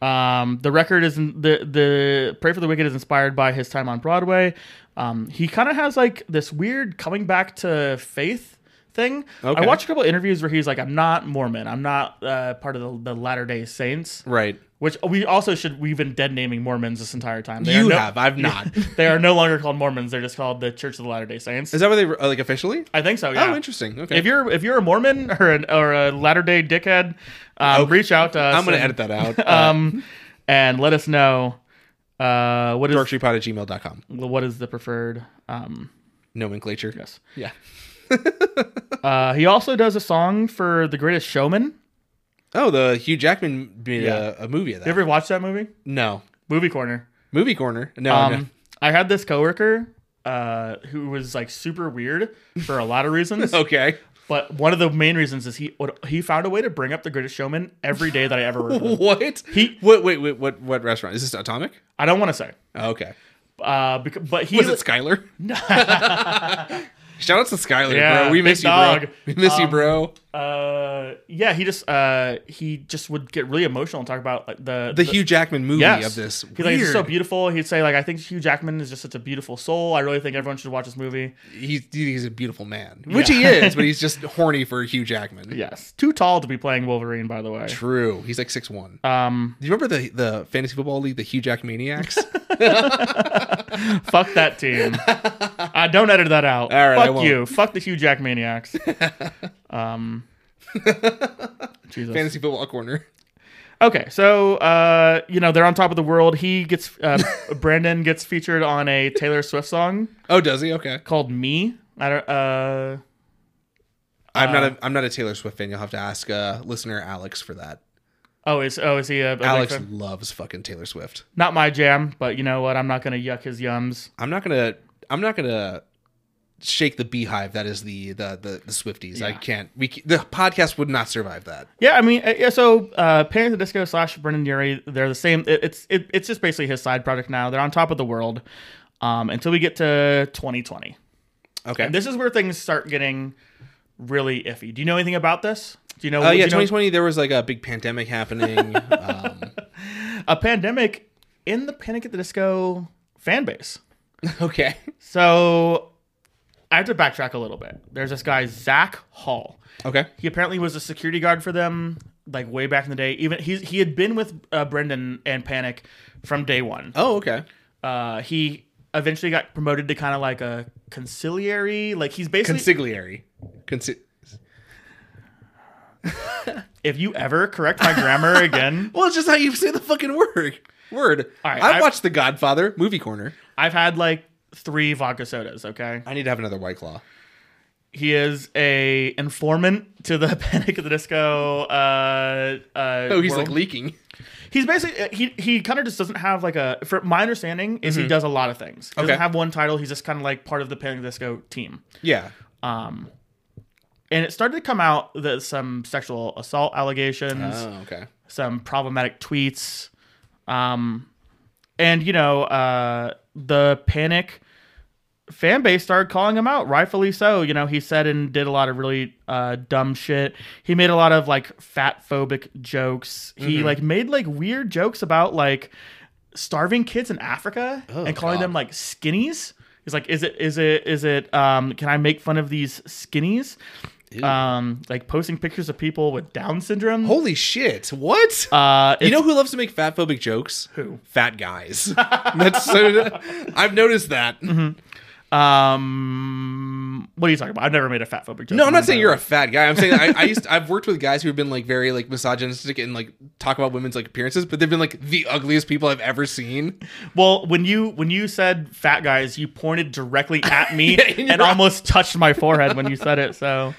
Speaker 2: Um, the record is in, the the Pray for the Wicked is inspired by his time on Broadway. Um, he kind of has like this weird coming back to faith thing.
Speaker 1: Okay.
Speaker 2: I watched a couple interviews where he's like, "I'm not Mormon. I'm not uh, part of the, the Latter Day Saints."
Speaker 1: Right.
Speaker 2: Which we also should we've been dead naming Mormons this entire time. They
Speaker 1: You
Speaker 2: are no-
Speaker 1: have. I've not.
Speaker 2: they are no longer called Mormons. They're just called the Church of the Latter Day Saints.
Speaker 1: Is that what they uh, like officially?
Speaker 2: I think so. Yeah.
Speaker 1: Oh, interesting. Okay.
Speaker 2: If you're if you're a Mormon or an, or a Latter Day dickhead, um, reach out to us.
Speaker 1: I'm gonna
Speaker 2: and-
Speaker 1: edit that out. Uh,
Speaker 2: Um, and let us know uh what is
Speaker 1: dorktripod at gmail.com.
Speaker 2: what is the preferred um
Speaker 1: Nomenclature.
Speaker 2: yes.
Speaker 1: Yeah.
Speaker 2: Uh, he also does a song for The Greatest Showman.
Speaker 1: Oh, the Hugh Jackman made
Speaker 2: Yeah.
Speaker 1: a, a movie of that.
Speaker 2: You ever watch that movie?
Speaker 1: no.
Speaker 2: Movie Corner.
Speaker 1: Movie corner. No,
Speaker 2: Um,
Speaker 1: no.
Speaker 2: I had this coworker uh, who was like super weird for a lot of reasons,
Speaker 1: Okay.
Speaker 2: but one of the main reasons is he would- he found a way to bring up The Greatest Showman every day that I ever worked with.
Speaker 1: What?
Speaker 2: He-
Speaker 1: What? Wait. Wait. What? What restaurant? Is this Atomic?
Speaker 2: I don't want to say,
Speaker 1: Oh, okay.
Speaker 2: uh, because, but he
Speaker 1: Was it Skyler? Shout out to Skyler,
Speaker 2: Yeah,
Speaker 1: bro. We miss
Speaker 2: big
Speaker 1: you,
Speaker 2: dog.
Speaker 1: bro. We miss you,
Speaker 2: Um,
Speaker 1: bro.
Speaker 2: uh, yeah, he just uh, he just would get really emotional and talk about like the
Speaker 1: The, Hugh Jackman movie
Speaker 2: yes.
Speaker 1: of this.
Speaker 2: He's like, it's so
Speaker 1: Weird.
Speaker 2: beautiful. He'd say like, I think Hugh Jackman is just such a beautiful soul. I really think everyone should watch this movie.
Speaker 1: he's he's a beautiful man, which
Speaker 2: Yeah.
Speaker 1: he is, but he's just horny for Hugh Jackman.
Speaker 2: Yes, too tall to be playing Wolverine, by the way.
Speaker 1: True. He's like six one.
Speaker 2: Um,
Speaker 1: Do you remember the the fantasy football league, the Hugh Jack Maniacs?
Speaker 2: Fuck that team. I don't edit that out.
Speaker 1: All right, I
Speaker 2: Fuck
Speaker 1: won't.
Speaker 2: you. Fuck the Hugh Jack maniacs. Um, Jesus.
Speaker 1: fantasy football corner.
Speaker 2: Okay, so uh, you know they're on top of the world. He gets uh, Brandon gets featured on a Taylor Swift song
Speaker 1: Oh, does he? Okay.
Speaker 2: called "Me." I don't. Uh,
Speaker 1: I'm not a I'm not a Taylor Swift fan. You'll have to ask uh, listener Alex for that.
Speaker 2: oh, is oh is he a, a big
Speaker 1: Alex
Speaker 2: fan?
Speaker 1: loves fucking Taylor Swift.
Speaker 2: Not my jam, but you know what? I'm not gonna yuck his yums.
Speaker 1: I'm not gonna I'm not gonna shake the beehive that is the the the, the Swifties. I can't. We c- the podcast would not survive that.
Speaker 2: Yeah, I mean, uh, yeah. So, uh, Panic at the Disco slash Brendan Urie, they're the same. It, it's it, it's just basically his side project now. They're on top of the world um, until we get to 2020.
Speaker 1: Okay.
Speaker 2: And this is where things start getting really iffy. Do you know anything about this? Do you know?
Speaker 1: Oh
Speaker 2: do
Speaker 1: yeah,
Speaker 2: you know-
Speaker 1: 2020 there was like a big pandemic happening. um,
Speaker 2: a pandemic in the Panic at the Disco fan base.
Speaker 1: okay.
Speaker 2: So, I have to backtrack a little bit. There's this guy Zach Hall.
Speaker 1: Okay.
Speaker 2: he apparently was a security guard for them like way back in the day even he's, he had been with uh, brendan and panic from day one
Speaker 1: Oh okay.
Speaker 2: uh, he eventually got promoted to kind of like a conciliary like he's basically
Speaker 1: Consigliere. Consi-
Speaker 2: if you ever correct my grammar again
Speaker 1: well, it's just how you say the fucking word. Word.
Speaker 2: All right,
Speaker 1: I've,
Speaker 2: I've-
Speaker 1: watched The Godfather movie corner.
Speaker 2: i've had like three vodka sodas okay
Speaker 1: I need to have another White Claw.
Speaker 2: he is a informant to the panic at the disco uh, uh,
Speaker 1: Oh, he's
Speaker 2: world.
Speaker 1: like leaking.
Speaker 2: He's basically he he kind of just doesn't have like a. For my understanding is he does a lot of things. He
Speaker 1: Mm-hmm. Okay.
Speaker 2: doesn't have one title. He's just kind of like part of the Panic Disco team.
Speaker 1: Yeah.
Speaker 2: Um, And it started to come out that some sexual assault allegations,
Speaker 1: Oh okay.
Speaker 2: some problematic tweets, um, and you know uh, the Panic fan base started calling him out, rightfully so. You know he said and did a lot of really uh, dumb shit. He made a lot of like fat phobic jokes. He
Speaker 1: Mm-hmm.
Speaker 2: like made like weird jokes about like starving kids in Africa and
Speaker 1: Oh,
Speaker 2: calling
Speaker 1: God.
Speaker 2: them like skinnies. He's like, is it, is it, is it? Um, can I make fun of these skinnies? Um, like posting pictures of people with Down syndrome.
Speaker 1: Holy shit! What?
Speaker 2: Uh,
Speaker 1: you know who loves to make fat phobic jokes?
Speaker 2: Who?
Speaker 1: Fat guys. That's so. I've noticed that.
Speaker 2: um, what are you talking about? I've never made a fat phobic joke.
Speaker 1: No, I'm not saying you're a fat guy. I'm saying I, I used. I've worked with guys who've been like very like misogynistic and like talk about women's like appearances, but they've been like the ugliest people I've ever seen.
Speaker 2: Well, when you when you said fat guys, you pointed directly at me
Speaker 1: you're right.
Speaker 2: and almost touched my forehead when you said it. So,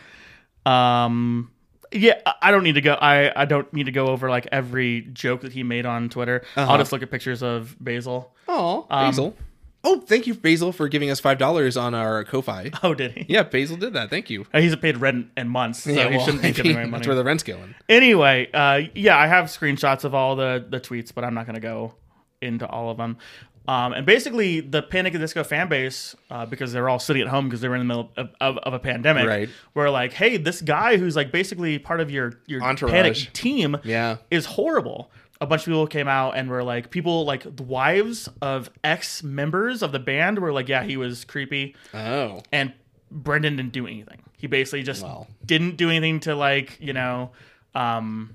Speaker 2: um, yeah, I- I don't need to go. I I don't need to go over like every joke that he made on Twitter.
Speaker 1: Uh-huh.
Speaker 2: I'll just look at pictures of Basil.
Speaker 1: Oh, Basil. oh, thank you, Basil, for giving us five dollars on our Ko-fi.
Speaker 2: Oh, did he?
Speaker 1: Yeah, Basil did that. Thank you.
Speaker 2: Uh, He's paid rent in months, so
Speaker 1: yeah,
Speaker 2: he
Speaker 1: well,
Speaker 2: shouldn't be
Speaker 1: I
Speaker 2: giving
Speaker 1: mean,
Speaker 2: away money.
Speaker 1: That's where the rent's going.
Speaker 2: anyway, uh, yeah, I have screenshots of all the the tweets, but I'm not gonna go into all of them. Um, and basically, the Panic at the Disco fan base, uh, because they're all sitting at home because they were in the middle of, of, of a pandemic,
Speaker 1: Right.
Speaker 2: were like, "Hey, this guy who's like basically part of your your
Speaker 1: Entourage.
Speaker 2: Panic team,
Speaker 1: Yeah.
Speaker 2: is horrible." A bunch of people came out and were like, people like the wives of ex members of the band were like, "Yeah, he was creepy,"
Speaker 1: Oh,
Speaker 2: and Brendan didn't do anything. He basically just
Speaker 1: Well.
Speaker 2: didn't do anything to like you know um,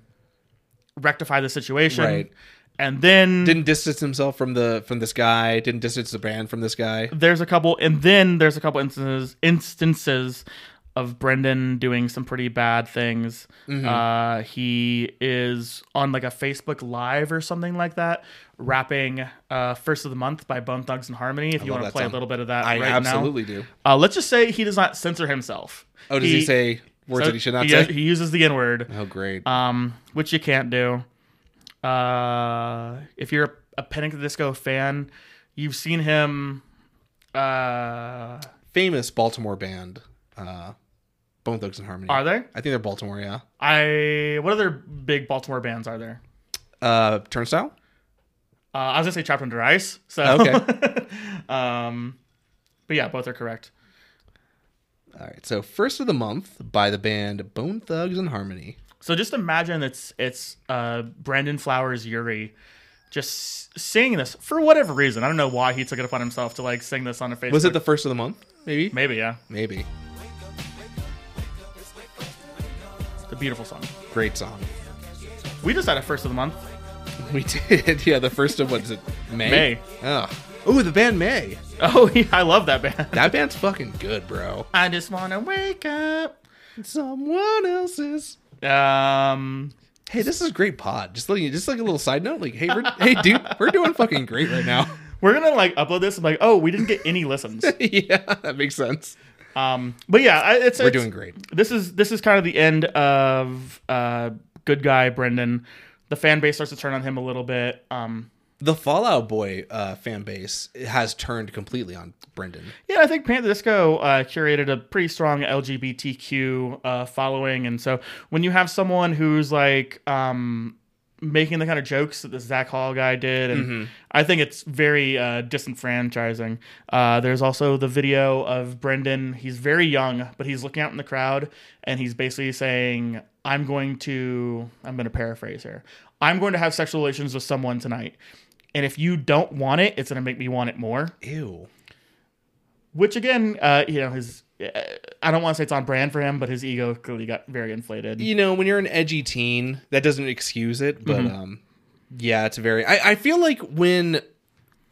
Speaker 2: rectify the situation.
Speaker 1: Right.
Speaker 2: And then
Speaker 1: Didn't distance himself from the from this guy. Didn't distance the band from this guy.
Speaker 2: there's a couple, and then there's a couple instances instances of Brendan doing some pretty bad things.
Speaker 1: Mm-hmm.
Speaker 2: Uh, he is on like a Facebook Live or something like that, rapping uh, "First of the Month" by Bone Thugs and Harmony. If you
Speaker 1: love
Speaker 2: want to
Speaker 1: that
Speaker 2: play
Speaker 1: song.
Speaker 2: a little bit of that,
Speaker 1: I
Speaker 2: right
Speaker 1: absolutely
Speaker 2: now.
Speaker 1: do.
Speaker 2: Uh, let's just say he does not censor himself.
Speaker 1: Oh, does he, say words
Speaker 2: so-
Speaker 1: that he should not
Speaker 2: he,
Speaker 1: say?
Speaker 2: He uses the N word
Speaker 1: oh, great.
Speaker 2: um, which you can't do. Uh, if you're a, a Panic at the Disco fan, you've seen him. Uh,
Speaker 1: Famous Baltimore band, uh, Bone Thugs and Harmony.
Speaker 2: are there?
Speaker 1: I think they're Baltimore. Yeah.
Speaker 2: I what other big Baltimore bands are there?
Speaker 1: Uh, Turnstile.
Speaker 2: Uh, I was gonna say Trapped Under Ice. So
Speaker 1: Okay.
Speaker 2: um, but yeah, both are correct.
Speaker 1: All right. So first of the month by the band Bone Thugs and Harmony.
Speaker 2: So just imagine it's it's uh, Brandon Flowers Yuri. Just singing this for whatever reason. I don't know why he took it upon himself to like sing this on a Facebook.
Speaker 1: Was it the first of the month? Maybe.
Speaker 2: maybe? Yeah,
Speaker 1: Maybe.
Speaker 2: it's a beautiful song.
Speaker 1: Great song.
Speaker 2: We just had a first of the month.
Speaker 1: We did. Yeah. The first of what is it? May.
Speaker 2: May.
Speaker 1: Oh. Ooh, the band May.
Speaker 2: Oh, yeah, I love that band.
Speaker 1: That band's fucking good, bro.
Speaker 2: I just wanna wake up.
Speaker 1: Someone else's.
Speaker 2: Um,
Speaker 1: Hey, this is great pod. Just letting you, just like a little side note, like, hey, we're, hey, dude, we're doing fucking great right now.
Speaker 2: we're gonna like upload this. I'm like, oh, we didn't get any listens.
Speaker 1: yeah, that makes sense.
Speaker 2: Um, but yeah, I, it's
Speaker 1: We're
Speaker 2: it's-
Speaker 1: doing great.
Speaker 2: This is this is kind of the end of uh, good guy Brendan. The fan base starts to turn on him a little bit. Um,
Speaker 1: The Fallout Boy uh, fan base has turned completely on Brendan.
Speaker 2: yeah, I think Panther Disco uh, curated a pretty strong LGBTQ uh, following, and so when you have someone who's like um, making the kind of jokes that the Zach Hall guy did, and I think it's very uh, disenfranchising. Uh, there's also the video of Brendan. He's very young, but he's looking out in the crowd, and he's basically saying, "I'm going to," I'm going to paraphrase here. I'm going to have sexual relations with someone tonight. And if you don't want it, it's going to make me want it more
Speaker 1: Ew.
Speaker 2: which again, uh, you know, his uh, I don't want to say it's on brand for him, but his ego clearly got very inflated.
Speaker 1: You know, when you're an edgy teen, that doesn't excuse it, but
Speaker 2: Mm-hmm.
Speaker 1: um, yeah, it's very. I, I feel like when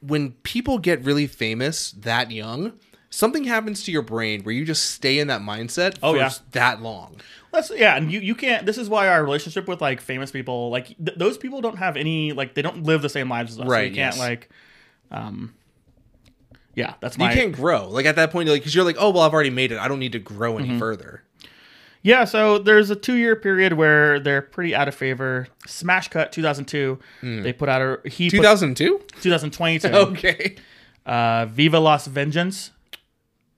Speaker 1: when people get really famous that young, something happens to your brain where you just stay in that mindset
Speaker 2: Oh,
Speaker 1: for
Speaker 2: yeah.
Speaker 1: s- that long.
Speaker 2: That's yeah, and you you can't. This is why our relationship with like famous people, like th- those people, don't have any like they don't live the same lives as us. so
Speaker 1: Right,
Speaker 2: you can't
Speaker 1: yes.
Speaker 2: like, um, yeah, that's
Speaker 1: You
Speaker 2: my
Speaker 1: can't grow. Like at that point, like because you're like, oh well, I've already made it. I don't need to grow
Speaker 2: Mm-hmm.
Speaker 1: any further.
Speaker 2: yeah. So there's a two year period where they're pretty out of favor. Smash cut 2002, they put out a he put-
Speaker 1: 2002.
Speaker 2: 2022.
Speaker 1: Okay.
Speaker 2: Uh, Viva Las Vengeance.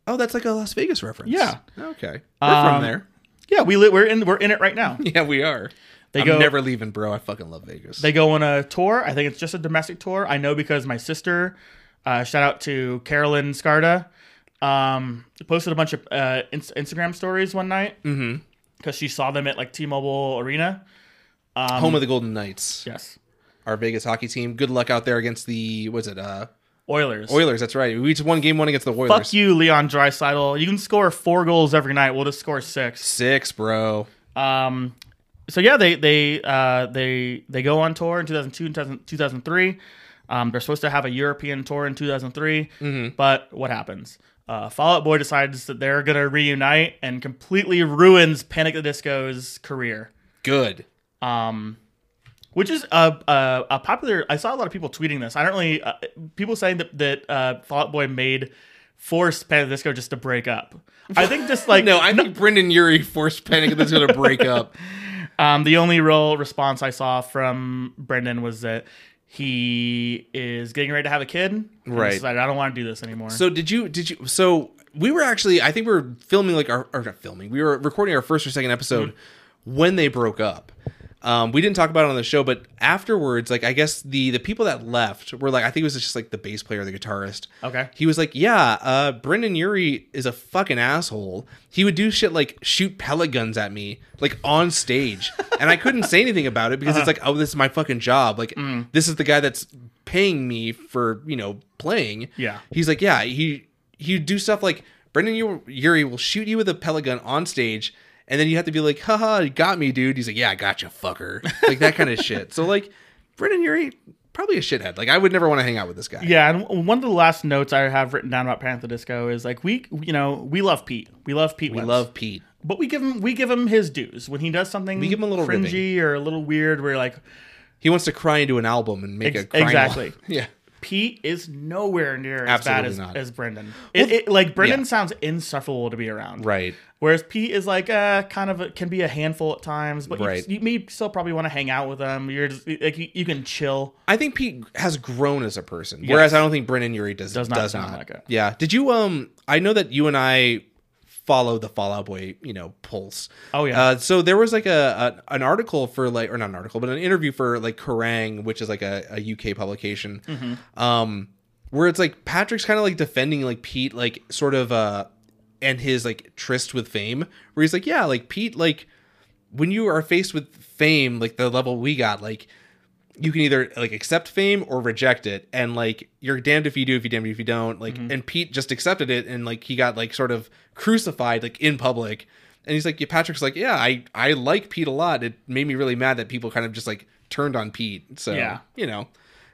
Speaker 1: Oh, that's like a Las Vegas reference.
Speaker 2: Yeah.
Speaker 1: Okay. We're
Speaker 2: Um,
Speaker 1: from there.
Speaker 2: Yeah, we li- we're in we're in it right now.
Speaker 1: Yeah, we are.
Speaker 2: They
Speaker 1: I'm
Speaker 2: go-
Speaker 1: never leaving, bro. I fucking love Vegas.
Speaker 2: They go on a tour. I think it's just a domestic tour. I know because my sister, uh, shout out to Carolyn Scarda, um, posted a bunch of uh, in- Instagram stories one night because she saw them at like T-Mobile Arena. um,
Speaker 1: Home of the Golden Knights.
Speaker 2: Yes,
Speaker 1: Our Vegas hockey team. Good luck out there against the was it uh
Speaker 2: Oilers.
Speaker 1: Oilers. That's right. We just won game one against the Oilers.
Speaker 2: Fuck you, Leon Dreisaitl. You can score four goals every night. We'll just score six.
Speaker 1: Six, bro.
Speaker 2: Um, so yeah, they they uh, they they go on tour in 2002 and 2000 2003. Um, they're supposed to have a European tour in 2003, but what happens? Uh, Fallout Boy decides that they're gonna reunite and completely ruins Panic at the Disco's career,
Speaker 1: Good.
Speaker 2: um, which is a, a a popular. I saw a lot of people tweeting this. I don't really uh, people saying that that uh, Fallout Boy made forced Panic at the Disco just to break up. I think just like
Speaker 1: No, I think Brendan Urie forced panic that's gonna break up.
Speaker 2: Um, the only real response I saw from Brendan was that he is getting ready to have a kid. and
Speaker 1: Right.
Speaker 2: decided, I don't want to do this anymore.
Speaker 1: So did you did you so we were actually I think we were filming like our or not filming we were recording our first or second episode
Speaker 2: Mm-hmm.
Speaker 1: when they broke up. Um, we didn't talk about it on the show, but afterwards, like I guess the the people that left were like I think it was just like the bass player, or the guitarist.
Speaker 2: Okay.
Speaker 1: He was like, yeah, uh, Brendan Urie is a fucking asshole. He would do shit like shoot pellet guns at me like on stage, and I couldn't say anything about it because it's like
Speaker 2: Uh-huh.
Speaker 1: oh this is my fucking job. Like
Speaker 2: Mm.
Speaker 1: this is the guy that's paying me for you know playing.
Speaker 2: Yeah.
Speaker 1: He's like, yeah, he he'd do stuff like Brendan Yu- Yuri will shoot you with a pellet gun on stage, and then you have to be like, haha, you got me, dude. He's like, yeah, I got you, fucker. Like that kind of shit. So, like, Brendan Yuri, probably a shithead. Like, I would never want to hang out with this guy.
Speaker 2: Yeah, and w- one of the last notes I have written down about Panther Disco is like we, you know, we love Pete. We love Pete.
Speaker 1: We
Speaker 2: Wentz.
Speaker 1: love Pete.
Speaker 2: but we give him we give him his dues when he does something. We
Speaker 1: give him a little
Speaker 2: cringy or a little weird. We're like,
Speaker 1: He wants to cry into an album and make
Speaker 2: Ex-
Speaker 1: a crying
Speaker 2: exactly.
Speaker 1: wall. yeah.
Speaker 2: Pete is nowhere near as
Speaker 1: Absolutely
Speaker 2: bad as,
Speaker 1: not.
Speaker 2: as Brendan. It, it, like Brendan
Speaker 1: yeah.
Speaker 2: sounds insufferable to be around,
Speaker 1: Right.
Speaker 2: Whereas Pete is like uh, kind of a, can be a handful at times, but
Speaker 1: Right.
Speaker 2: you, you may still probably want to hang out with him. You're just like you, you can chill.
Speaker 1: I think Pete has grown as a person, whereas I don't think Brendan Urie does does
Speaker 2: Does
Speaker 1: not.
Speaker 2: not sound like it.
Speaker 1: Yeah. Did you um? I know that you and I follow the Fallout Boy, you know, pulse.
Speaker 2: Oh, yeah.
Speaker 1: Uh, so there was like a, a an article for like, or not an article, but an interview for like Kerrang, which is like a, a UK publication.
Speaker 2: Mm-hmm.
Speaker 1: Um, where it's like Patrick's kind of like defending like Pete, like sort of uh, and his like tryst with fame, where he's like, yeah, like Pete, like when you are faced with fame, like the level we got, like you can either like accept fame or reject it and like you're damned if you do if you damned if you don't like
Speaker 2: Mm-hmm.
Speaker 1: and pete just accepted it and like he got like sort of crucified like in public and he's like yeah, patrick's like yeah i i like pete a lot it made me really mad that people kind of just like turned on pete so
Speaker 2: Yeah.
Speaker 1: you know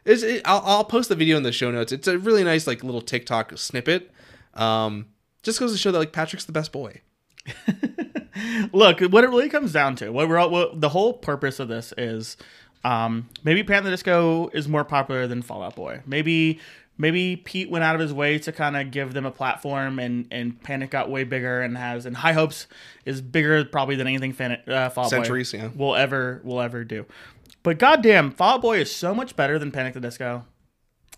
Speaker 1: it's, it, I'll, I'll post the video in the show notes it's a really nice like little tiktok snippet um just goes to show that like patrick's the best boy
Speaker 2: Uh, Look, what it really comes down to, what we're all, what, the whole purpose of this is, um, maybe Panther Disco is more popular than Fallout Boy. Maybe maybe Pete went out of his way to kind of give them a platform, and and Panic got way bigger and has and High Hopes is bigger probably than anything Fan, uh, Fallout
Speaker 1: Centuries,
Speaker 2: Boy
Speaker 1: yeah.
Speaker 2: will ever will ever do. But goddamn, Fallout Boy is so much better than Panic the Disco.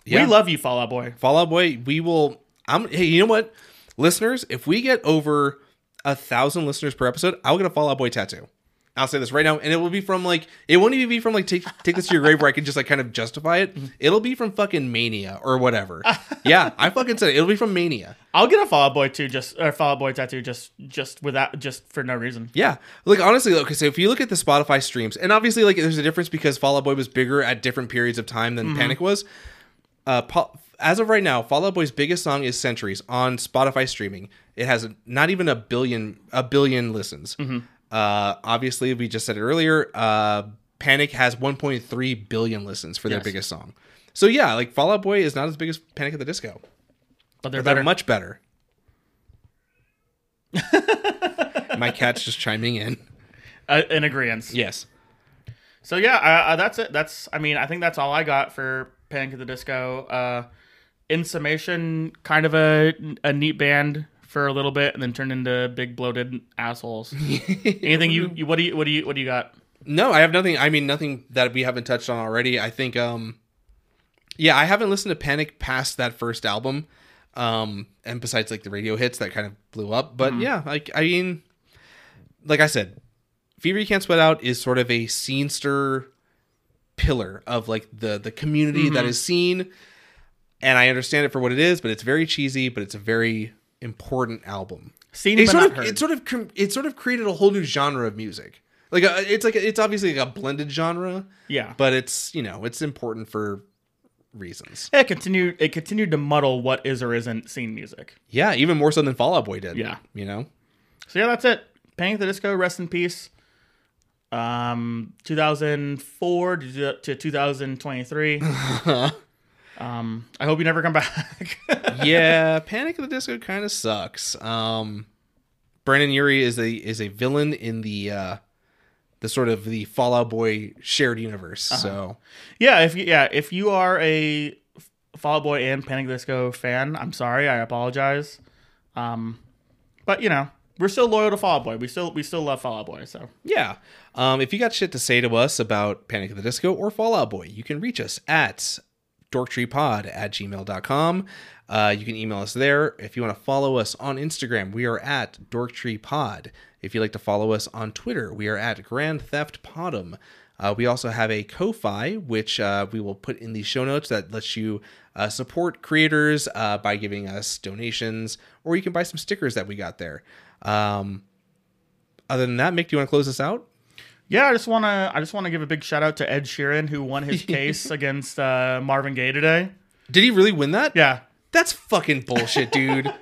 Speaker 1: Yeah.
Speaker 2: We love you, Fallout Boy.
Speaker 1: Fallout Boy, we will. I'm. Hey, you know what, listeners? If we get over a thousand listeners per episode, I'll get a Fallout Boy tattoo. I'll say this right now, and it will be from like it won't even be from like take take this to your grave where I can just like kind of justify it. It'll be from fucking Mania or whatever. yeah, I fucking said it. It'll be from Mania.
Speaker 2: I'll get a Fallout Boy too, just or Fallout Boy tattoo, just just without just for no reason.
Speaker 1: Yeah. Like honestly, okay, so if you look at the Spotify streams, and obviously like there's a difference because Fall Out Boy was bigger at different periods of time
Speaker 2: Mm-hmm.
Speaker 1: than Panic was. Uh po- as of right now, Fall Out Boy's biggest song is Centuries on Spotify streaming. It has not even a billion a billion listens.
Speaker 2: Mm-hmm.
Speaker 1: Uh obviously we just said it earlier, uh Panic has 1.3 billion listens for their
Speaker 2: Yes.
Speaker 1: biggest song. So yeah, like Fall Out Boy is not as big as Panic at the Disco.
Speaker 2: But they're
Speaker 1: They're
Speaker 2: better.
Speaker 1: much better. My cat's just chiming in.
Speaker 2: Uh, in agreement.
Speaker 1: Yes.
Speaker 2: So yeah, uh, uh, that's it. That's I mean, I think that's all I got for Panic at the Disco. Uh, in summation, kind of a a neat band for a little bit, and then turned into big bloated assholes. Anything you, you what do you what do you what do you got?
Speaker 1: No, I have nothing. I mean, nothing that we haven't touched on already. I think, um, yeah, I haven't listened to Panic past that first album, um, and besides like the radio hits that kind of blew up. But yeah, like I mean, like I said, Fever You Can't Sweat Out is sort of a scenester pillar of like the the community that is seen, and I understand it for what it is, but it's very cheesy, but it's a very important album
Speaker 2: Seen
Speaker 1: it
Speaker 2: but
Speaker 1: sort
Speaker 2: not
Speaker 1: of
Speaker 2: heard.
Speaker 1: it sort of cr- it sort of created a whole new genre of music. Like a, it's like a- it's obviously like a blended genre,
Speaker 2: yeah, but
Speaker 1: but it's you know it's important for reasons.
Speaker 2: it continued it continued to muddle what is or isn't scene music.
Speaker 1: Yeah, even more so than Fall Out Boy did.
Speaker 2: Yeah.
Speaker 1: you know.
Speaker 2: So yeah, that's it. Panic at the Disco, rest in peace. Um, 2004 to to 2023. um, I hope you never come back.
Speaker 1: yeah, Panic at the Disco kind of sucks. Um, Brandon Urie is a is a villain in the uh, the sort of the Fall Out Boy shared universe.
Speaker 2: Uh-huh.
Speaker 1: So
Speaker 2: Yeah, if you, yeah, if you are a Fall Out Boy and Panic at the Disco fan, I'm sorry, I apologize. Um, but you know, we're still loyal to Fall Out Boy. We still we still love Fall Out Boy. So
Speaker 1: Yeah. Um, if you got shit to say to us about Panic at the Disco or Fallout Boy, you can reach us at dorktreepod at gmail.com. Uh, you can email us there. If you want to follow us on Instagram, we are at dorktreepod. If you'd like to follow us on Twitter, we are at Grand Theft Podum. Uh, we also have a Ko-fi, which uh, we will put in the show notes that lets you uh, support creators uh, by giving us donations, or you can buy some stickers that we got there. Um, other than that, Mick, do you want to close this out?
Speaker 2: yeah, I just wanna I just wanna give a big shout out to Ed Sheeran who won his case against uh, Marvin Gaye today.
Speaker 1: Did he really win that?
Speaker 2: Yeah,
Speaker 1: That's fucking bullshit, dude.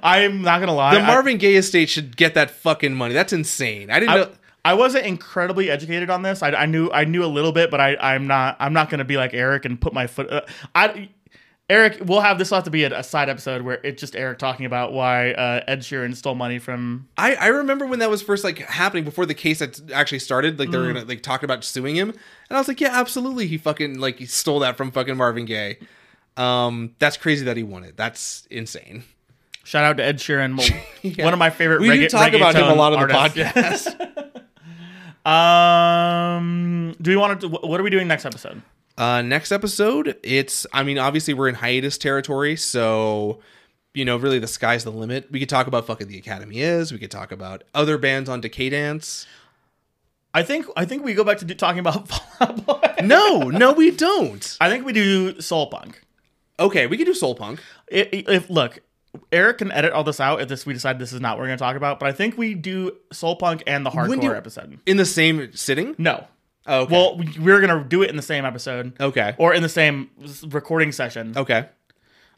Speaker 2: I'm not gonna lie.
Speaker 1: The
Speaker 2: I-
Speaker 1: Marvin Gaye estate should get that fucking money. That's insane. I didn't
Speaker 2: I,
Speaker 1: know.
Speaker 2: I wasn't incredibly educated on this. I, I knew I knew a little bit, but I I'm not I'm not gonna be like Eric and put my foot. Uh, I Eric, we'll have this. Will have to be a, a side episode where it's just Eric talking about why uh, Ed Sheeran stole money from.
Speaker 1: I, I remember when that was first like happening before the case that actually started. Like they
Speaker 2: Mm.
Speaker 1: were gonna like talking about suing him, and I was like, yeah, absolutely. He fucking like he stole that from fucking Marvin Gaye. Um, that's crazy that he won it. That's insane.
Speaker 2: Shout out to Ed Sheeran, mo- one of my favorite.
Speaker 1: We do
Speaker 2: regga-
Speaker 1: talk about him a
Speaker 2: reggaeton
Speaker 1: lot on the
Speaker 2: artists.
Speaker 1: podcast.
Speaker 2: Um, do we want to? What are we doing next episode?
Speaker 1: Uh, next episode, it's, I mean, obviously we're in hiatus territory, so, you know, really the sky's the limit. We could talk about fucking The Academy Is, we could talk about other bands on Decadence.
Speaker 2: I think I think we go back to do, talking about Fall Out Boy.
Speaker 1: No, no, we don't.
Speaker 2: I think we do soul punk.
Speaker 1: Okay, we can do Soul Punk.
Speaker 2: I- I- if look, Eric can edit all this out if this we decide this is not what we're going to talk about. But I think we do soul punk and the hardcore
Speaker 1: When do-
Speaker 2: episode.
Speaker 1: In the same sitting?
Speaker 2: No,
Speaker 1: Oh, okay.
Speaker 2: well we- we're going to do it in the same episode
Speaker 1: okay.
Speaker 2: or in the same s- recording session.
Speaker 1: okay.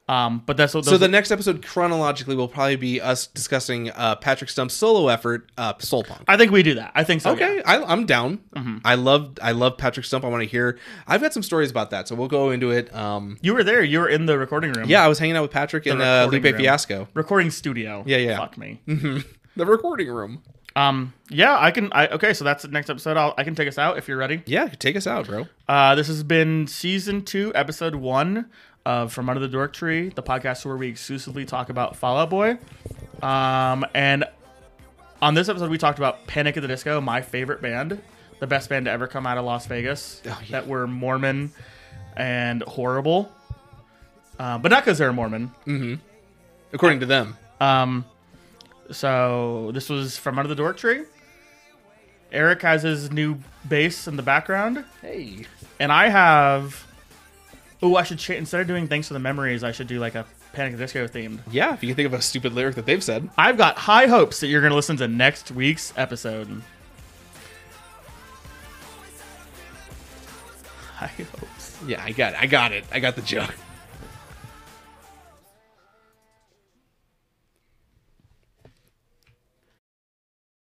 Speaker 2: Um, but that's what
Speaker 1: So the next episode, chronologically, will probably be us discussing uh, Patrick Stump's solo effort, uh, Soul Punk. Mm-hmm.
Speaker 2: I think we do that. I think so.
Speaker 1: Okay,
Speaker 2: yeah.
Speaker 1: I, I'm down. I love I love Patrick Stump. I want to hear. I've got some stories about that, so we'll go into it. Um,
Speaker 2: you were there. You were in the recording room.
Speaker 1: Yeah, I was hanging out with Patrick and uh,
Speaker 2: recording
Speaker 1: Lupe
Speaker 2: room.
Speaker 1: Fiasco.
Speaker 2: recording studio.
Speaker 1: Yeah, yeah. Mm-hmm.
Speaker 2: Fuck me.
Speaker 1: The recording room.
Speaker 2: Um, yeah, I can. I okay. So that's the next episode. I'll, I can take us out if you're ready.
Speaker 1: Yeah, take us out, bro.
Speaker 2: Uh, this has been season two, episode one of From Under the Dork Tree, the podcast where we exclusively talk about Fallout Boy. Um, and on this episode, we talked about Panic at the Disco, my favorite band, the best band to ever come out of Las Vegas,
Speaker 1: Oh, yeah.
Speaker 2: that were Mormon and horrible. Uh, but not because they're Mormon.
Speaker 1: According to them.
Speaker 2: Um, so this was From Under the Dork Tree. Eric has his new bass in the background.
Speaker 1: Hey.
Speaker 2: And I have. Oh, I should cha- instead of doing thanks for the memories, I should do like a Panic at the Disco themed.
Speaker 1: Yeah, if you can think of a stupid lyric that they've said.
Speaker 2: I've got high hopes that you're going to listen to next week's episode. High hopes.
Speaker 1: Yeah, I got, I got it. I got the joke.